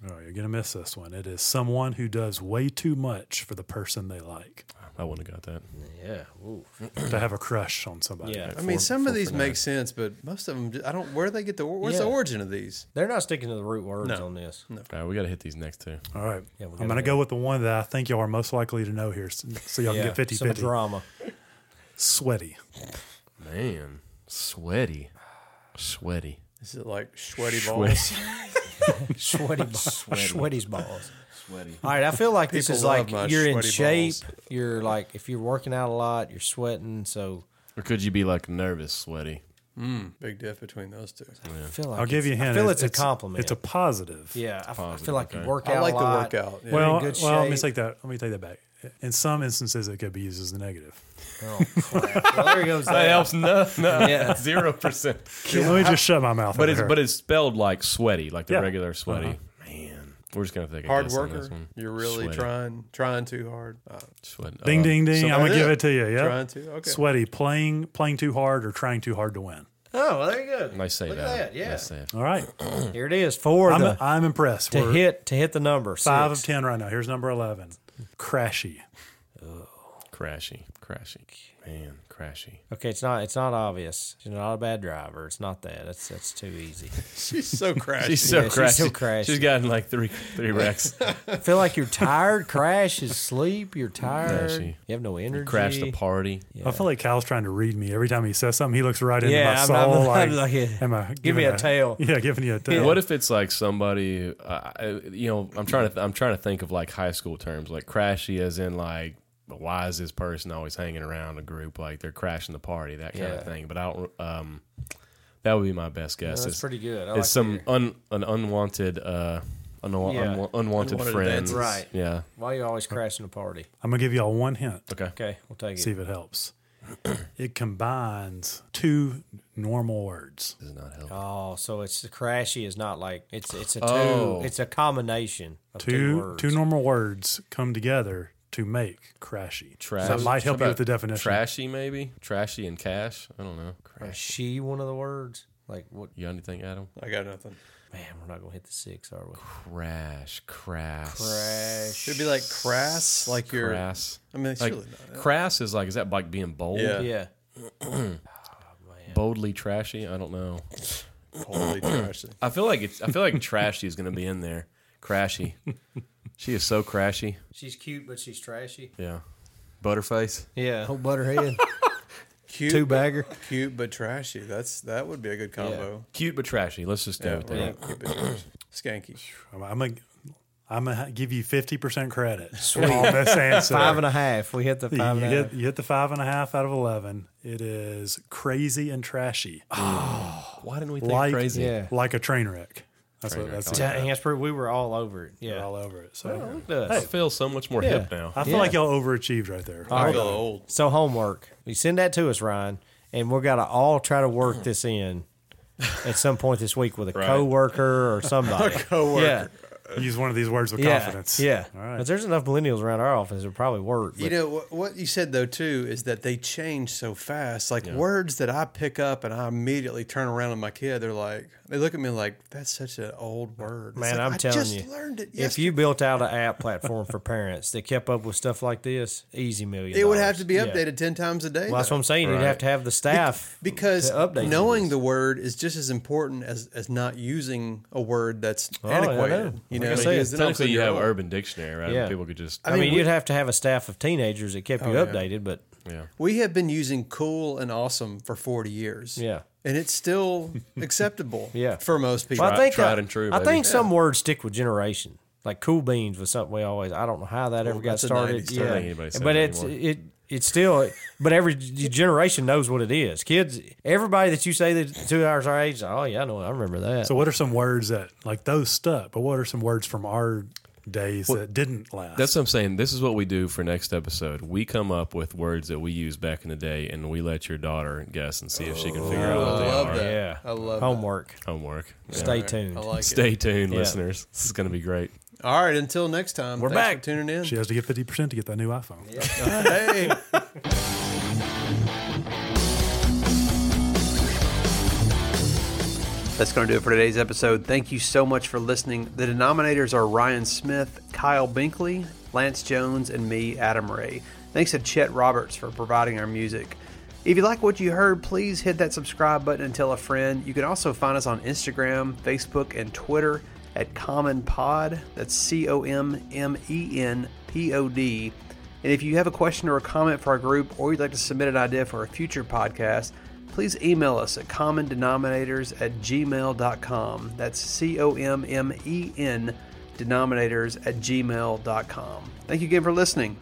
[SPEAKER 4] All right, you're gonna miss this one. It is someone who does way too much for the person they like
[SPEAKER 2] I wouldn't have got that.
[SPEAKER 1] Yeah. Ooh.
[SPEAKER 4] to have a crush on somebody.
[SPEAKER 1] Yeah.
[SPEAKER 3] I mean,
[SPEAKER 2] Four-
[SPEAKER 3] some
[SPEAKER 2] four
[SPEAKER 3] of these
[SPEAKER 2] for
[SPEAKER 3] make
[SPEAKER 2] nine.
[SPEAKER 3] sense, but most of them, I don't. Where they get the where's the
[SPEAKER 1] Yeah.
[SPEAKER 3] origin of these?
[SPEAKER 1] They're not sticking to the root words
[SPEAKER 3] No.
[SPEAKER 1] on this.
[SPEAKER 2] All right, we got to hit these next two.
[SPEAKER 4] All right,
[SPEAKER 1] Yeah, we
[SPEAKER 4] I'm
[SPEAKER 1] gotta
[SPEAKER 4] gonna
[SPEAKER 1] go.
[SPEAKER 4] go with the one that I think y'all are most likely to know here, so so y'all can get 50
[SPEAKER 1] some
[SPEAKER 4] 50.
[SPEAKER 1] drama.
[SPEAKER 4] Sweaty.
[SPEAKER 2] Man, sweaty, sweaty.
[SPEAKER 3] Is it like sweaty balls?
[SPEAKER 1] Sweaty balls. Sweaty's balls. Sweaty. All right, I feel like this
[SPEAKER 3] People
[SPEAKER 1] is
[SPEAKER 3] love
[SPEAKER 1] like
[SPEAKER 3] my
[SPEAKER 1] you're in
[SPEAKER 3] sweaty
[SPEAKER 1] shape.
[SPEAKER 3] balls.
[SPEAKER 1] You're like if you're working out a lot, you're sweating. So
[SPEAKER 2] Or could you be like nervous, sweaty?
[SPEAKER 3] Big diff between those two.
[SPEAKER 1] I feel like
[SPEAKER 4] I'll give you a
[SPEAKER 1] it's-
[SPEAKER 4] hint.
[SPEAKER 1] I feel it's, a compliment.
[SPEAKER 4] It's a positive.
[SPEAKER 1] yeah. I f- I
[SPEAKER 2] Positive,
[SPEAKER 1] feel like
[SPEAKER 2] okay.
[SPEAKER 1] you work out.
[SPEAKER 3] I like
[SPEAKER 1] a
[SPEAKER 3] the
[SPEAKER 1] lot.
[SPEAKER 3] workout. yeah.
[SPEAKER 4] Well,
[SPEAKER 1] good
[SPEAKER 4] well, let me
[SPEAKER 1] shape.
[SPEAKER 4] take that. Let me take that back. In some instances, it could be used as a negative.
[SPEAKER 1] Oh, crap. Well, there goes
[SPEAKER 2] That
[SPEAKER 1] that.
[SPEAKER 2] helps no, no,
[SPEAKER 1] Yeah.
[SPEAKER 2] zero percent.
[SPEAKER 4] Let me just shut my mouth.
[SPEAKER 2] But it's but it's spelled like sweaty, like the
[SPEAKER 4] Yeah.
[SPEAKER 2] regular sweaty. Man, we're just gonna think
[SPEAKER 3] Hard
[SPEAKER 2] work. This
[SPEAKER 3] worker.
[SPEAKER 2] one.
[SPEAKER 3] You're really
[SPEAKER 2] Sweaty.
[SPEAKER 3] trying trying too hard. Uh,
[SPEAKER 2] Sweating.
[SPEAKER 4] ding
[SPEAKER 2] Uh,
[SPEAKER 4] ding ding.
[SPEAKER 3] so
[SPEAKER 4] I'm gonna
[SPEAKER 3] that's
[SPEAKER 4] give
[SPEAKER 3] it.
[SPEAKER 4] it to you. Yeah.
[SPEAKER 3] Trying to. Okay.
[SPEAKER 4] Sweaty, playing playing too hard or trying too hard to win.
[SPEAKER 1] Oh, well, there you go.
[SPEAKER 2] Nice save,
[SPEAKER 1] Look
[SPEAKER 2] Adam.
[SPEAKER 1] at that. Yeah.
[SPEAKER 2] Nice save.
[SPEAKER 4] All right.
[SPEAKER 1] Here it is. For
[SPEAKER 4] I'm,
[SPEAKER 1] the
[SPEAKER 4] I'm impressed.
[SPEAKER 1] to
[SPEAKER 4] We're
[SPEAKER 1] hit to hit the number
[SPEAKER 4] five of
[SPEAKER 1] six.
[SPEAKER 4] ten right now. Here's number eleven. Crashy.
[SPEAKER 2] Crashy, crashy, man, crashy.
[SPEAKER 1] Okay, it's not it's not obvious. She's not a bad driver. It's not that. That's that's too easy.
[SPEAKER 3] She's so crashed.
[SPEAKER 2] She's so
[SPEAKER 1] Yeah, she's
[SPEAKER 2] crashy.
[SPEAKER 1] so crashy.
[SPEAKER 2] She's gotten like three three wrecks.
[SPEAKER 1] I feel like you're tired. Crash is sleep. You're tired.
[SPEAKER 2] she-
[SPEAKER 1] you have no energy. Oh,
[SPEAKER 2] Crashed a party.
[SPEAKER 4] I feel like Kyle's trying to read me every time he says something. He looks right into
[SPEAKER 1] Yeah,
[SPEAKER 4] my
[SPEAKER 1] I'm-
[SPEAKER 4] soul.
[SPEAKER 1] I'm- I'm
[SPEAKER 4] like,
[SPEAKER 1] like, yeah.
[SPEAKER 4] am I
[SPEAKER 1] Give me
[SPEAKER 4] giving
[SPEAKER 1] a tail.
[SPEAKER 4] Yeah, giving you a tail.
[SPEAKER 2] What if it's like somebody, uh, I- you know? I'm trying to th- I'm trying to think of like high school terms, like crashy, as in like why is this person always hanging around a group like they're crashing the party, that kind
[SPEAKER 1] Yeah.
[SPEAKER 2] of thing. But I don't. Um, that would be my best guess.
[SPEAKER 1] that's
[SPEAKER 2] It's-
[SPEAKER 1] pretty good. I
[SPEAKER 2] it's
[SPEAKER 1] like
[SPEAKER 2] some un, an unwanted uh, an, un,
[SPEAKER 1] Yeah.
[SPEAKER 2] unwa- unwanted,
[SPEAKER 3] Unwanted
[SPEAKER 2] friend.
[SPEAKER 3] dances.
[SPEAKER 1] Right.
[SPEAKER 2] Yeah.
[SPEAKER 1] Why you
[SPEAKER 3] uh,
[SPEAKER 1] always crashing a party?
[SPEAKER 4] I'm gonna give y'all one hint.
[SPEAKER 2] Okay.
[SPEAKER 1] Okay, we'll take
[SPEAKER 4] See
[SPEAKER 1] it.
[SPEAKER 4] if it helps. it combines two normal words.
[SPEAKER 2] Does not help.
[SPEAKER 1] Oh, so it's the crashy is not like it's it's a two.
[SPEAKER 2] Oh.
[SPEAKER 1] It's a combination of two,
[SPEAKER 4] Two
[SPEAKER 1] words.
[SPEAKER 4] two normal words come together to make crashy.
[SPEAKER 2] Trash.
[SPEAKER 4] That might help you with the
[SPEAKER 2] Something about
[SPEAKER 4] definition.
[SPEAKER 2] Trashy, maybe trashy and cash. I don't know.
[SPEAKER 1] Is
[SPEAKER 2] Crash.
[SPEAKER 1] she one of the words? Like what?
[SPEAKER 2] You got anything, Adam?
[SPEAKER 3] I got nothing.
[SPEAKER 1] Man, we're not gonna hit the six, are we?
[SPEAKER 2] Crash. Crash.
[SPEAKER 1] Crash.
[SPEAKER 3] It'd be like crass, like your.
[SPEAKER 2] Crass.
[SPEAKER 3] I mean, it's
[SPEAKER 2] Like,
[SPEAKER 3] really not.
[SPEAKER 2] crass is like is that like being bold?
[SPEAKER 3] Yeah.
[SPEAKER 1] Yeah.
[SPEAKER 2] Boldly trashy. I don't know.
[SPEAKER 3] Holy trash.
[SPEAKER 2] I feel like it's. I feel like trashy is gonna be in there. Crashy. she is so crashy.
[SPEAKER 1] She's cute, but she's trashy.
[SPEAKER 2] Yeah. Butterface.
[SPEAKER 1] Yeah. Whole butterhead.
[SPEAKER 3] Cute,
[SPEAKER 1] two bagger.
[SPEAKER 3] cute but trashy. That's that would be a good combo.
[SPEAKER 2] Cute but trashy. Let's just go
[SPEAKER 3] Yeah,
[SPEAKER 2] with
[SPEAKER 3] we're
[SPEAKER 2] that.
[SPEAKER 3] not cute but trashy. Skanky.
[SPEAKER 4] I'm, I'm gonna I'm gonna give you fifty percent credit. Sweet. All this answer.
[SPEAKER 1] Five and a half. We hit the
[SPEAKER 4] You-
[SPEAKER 1] five and a
[SPEAKER 4] you,
[SPEAKER 1] half.
[SPEAKER 4] hit, you hit the five and a half out of eleven. It is crazy and trashy,
[SPEAKER 2] Why didn't we think
[SPEAKER 4] like
[SPEAKER 2] crazy?
[SPEAKER 1] Yeah.
[SPEAKER 4] like a train wreck. That's
[SPEAKER 2] Train
[SPEAKER 4] what
[SPEAKER 2] wreck,
[SPEAKER 4] that's
[SPEAKER 2] I like
[SPEAKER 1] Dang, that's pretty, we were all over it. Yeah.
[SPEAKER 4] all over it. So
[SPEAKER 1] Look at
[SPEAKER 2] I
[SPEAKER 1] us.
[SPEAKER 2] feel so much more
[SPEAKER 1] Yeah.
[SPEAKER 2] hip now.
[SPEAKER 4] I feel
[SPEAKER 1] Yeah.
[SPEAKER 4] like y'all overachieved right there.
[SPEAKER 3] I feel old.
[SPEAKER 1] So homework. You send that to us, Ryan, and we're gotta all try to work this in at some point this week with a
[SPEAKER 2] Right.
[SPEAKER 1] coworker or somebody.
[SPEAKER 3] coworker.
[SPEAKER 1] Yeah.
[SPEAKER 4] Use one of these words with
[SPEAKER 1] Yeah.
[SPEAKER 4] confidence.
[SPEAKER 1] Yeah.
[SPEAKER 4] All right.
[SPEAKER 1] But there's enough millennials around our office that probably work.
[SPEAKER 3] You
[SPEAKER 1] But
[SPEAKER 3] know what, what you said though too is that they change so fast. Like words that I pick up and I immediately turn around on my kid. They're like, they look at me like that's such an old word. It's
[SPEAKER 1] man,
[SPEAKER 3] like,
[SPEAKER 1] I'm
[SPEAKER 3] I
[SPEAKER 1] telling
[SPEAKER 3] just
[SPEAKER 1] you.
[SPEAKER 3] learned it.
[SPEAKER 1] if
[SPEAKER 3] Yesterday.
[SPEAKER 1] you built out an app platform for parents that kept up with stuff like this, easy million.
[SPEAKER 3] it would
[SPEAKER 1] dollars.
[SPEAKER 3] have to be
[SPEAKER 1] Yeah.
[SPEAKER 3] updated ten times a day.
[SPEAKER 1] Well, that's what I'm saying. You'd
[SPEAKER 2] Right.
[SPEAKER 1] have to have the staff
[SPEAKER 3] because
[SPEAKER 1] to update
[SPEAKER 3] knowing
[SPEAKER 1] you.
[SPEAKER 3] the word is just as important as, as not using a word that's
[SPEAKER 1] Oh, yeah, I know.
[SPEAKER 3] antiquated. You
[SPEAKER 1] Like
[SPEAKER 3] know,
[SPEAKER 1] I said,
[SPEAKER 3] because then all of
[SPEAKER 2] Technically,
[SPEAKER 3] a sudden
[SPEAKER 2] you
[SPEAKER 3] you're
[SPEAKER 2] have
[SPEAKER 3] old.
[SPEAKER 2] Urban Dictionary, right?
[SPEAKER 1] Yeah.
[SPEAKER 2] People could just.
[SPEAKER 1] I mean, you'd have to have a staff of teenagers that kept you
[SPEAKER 3] Oh, yeah.
[SPEAKER 1] updated, but
[SPEAKER 2] yeah.
[SPEAKER 3] We have been using cool and awesome for 40 years.
[SPEAKER 1] Yeah.
[SPEAKER 3] And it's still acceptable
[SPEAKER 1] Yeah.
[SPEAKER 3] for most people.
[SPEAKER 1] Well, I think
[SPEAKER 2] tried
[SPEAKER 1] I,
[SPEAKER 2] and true,
[SPEAKER 1] I
[SPEAKER 2] baby.
[SPEAKER 1] think some words stick with generation. Like cool beans was something we always. I don't know how that ever got
[SPEAKER 3] that's a
[SPEAKER 1] started.
[SPEAKER 3] 90s
[SPEAKER 1] Yeah,
[SPEAKER 2] thing. Anybody say
[SPEAKER 1] but
[SPEAKER 2] that
[SPEAKER 1] it's
[SPEAKER 2] anymore.
[SPEAKER 1] it it's still. But every g- generation knows what it is. Kids, everybody that you say that two hours our age, oh yeah, I know, I remember that.
[SPEAKER 4] So what are some words that like those stuck? But what are some words from our days that didn't last?
[SPEAKER 2] That's what I'm saying. This is what we do for next episode. We come up with words that we used back in the day, and we let your daughter guess and see if she can figure out what
[SPEAKER 3] I
[SPEAKER 2] they
[SPEAKER 3] love
[SPEAKER 2] are.
[SPEAKER 3] that.
[SPEAKER 1] yeah,
[SPEAKER 3] I love that.
[SPEAKER 1] homework.
[SPEAKER 2] Homework. Yeah.
[SPEAKER 1] Stay tuned.
[SPEAKER 3] I like it.
[SPEAKER 2] Stay tuned, listeners. This is going to be great.
[SPEAKER 3] All right. Until next time.
[SPEAKER 1] We're
[SPEAKER 3] thanks
[SPEAKER 1] back.
[SPEAKER 3] For tuning in.
[SPEAKER 4] she has to get fifty percent to get that new iPhone.
[SPEAKER 3] Hey. That's going to do it for today's episode. Thank you so much for listening. The denominators are Ryan Smith, Kyle Binkley, Lance Jones, and me, Adam Ray. Thanks to Chet Roberts for providing our music. If you like what you heard, please hit that subscribe button and tell a friend. You can also find us on Instagram, Facebook, and Twitter at Common Pod. That's C O M M E N P O D. And if you have a question or a comment for our group, or you'd like to submit an idea for a future podcast, please email us at commondenominators at gmail.com. That's C O M M E N denominators at gmail.com. Thank you again for listening.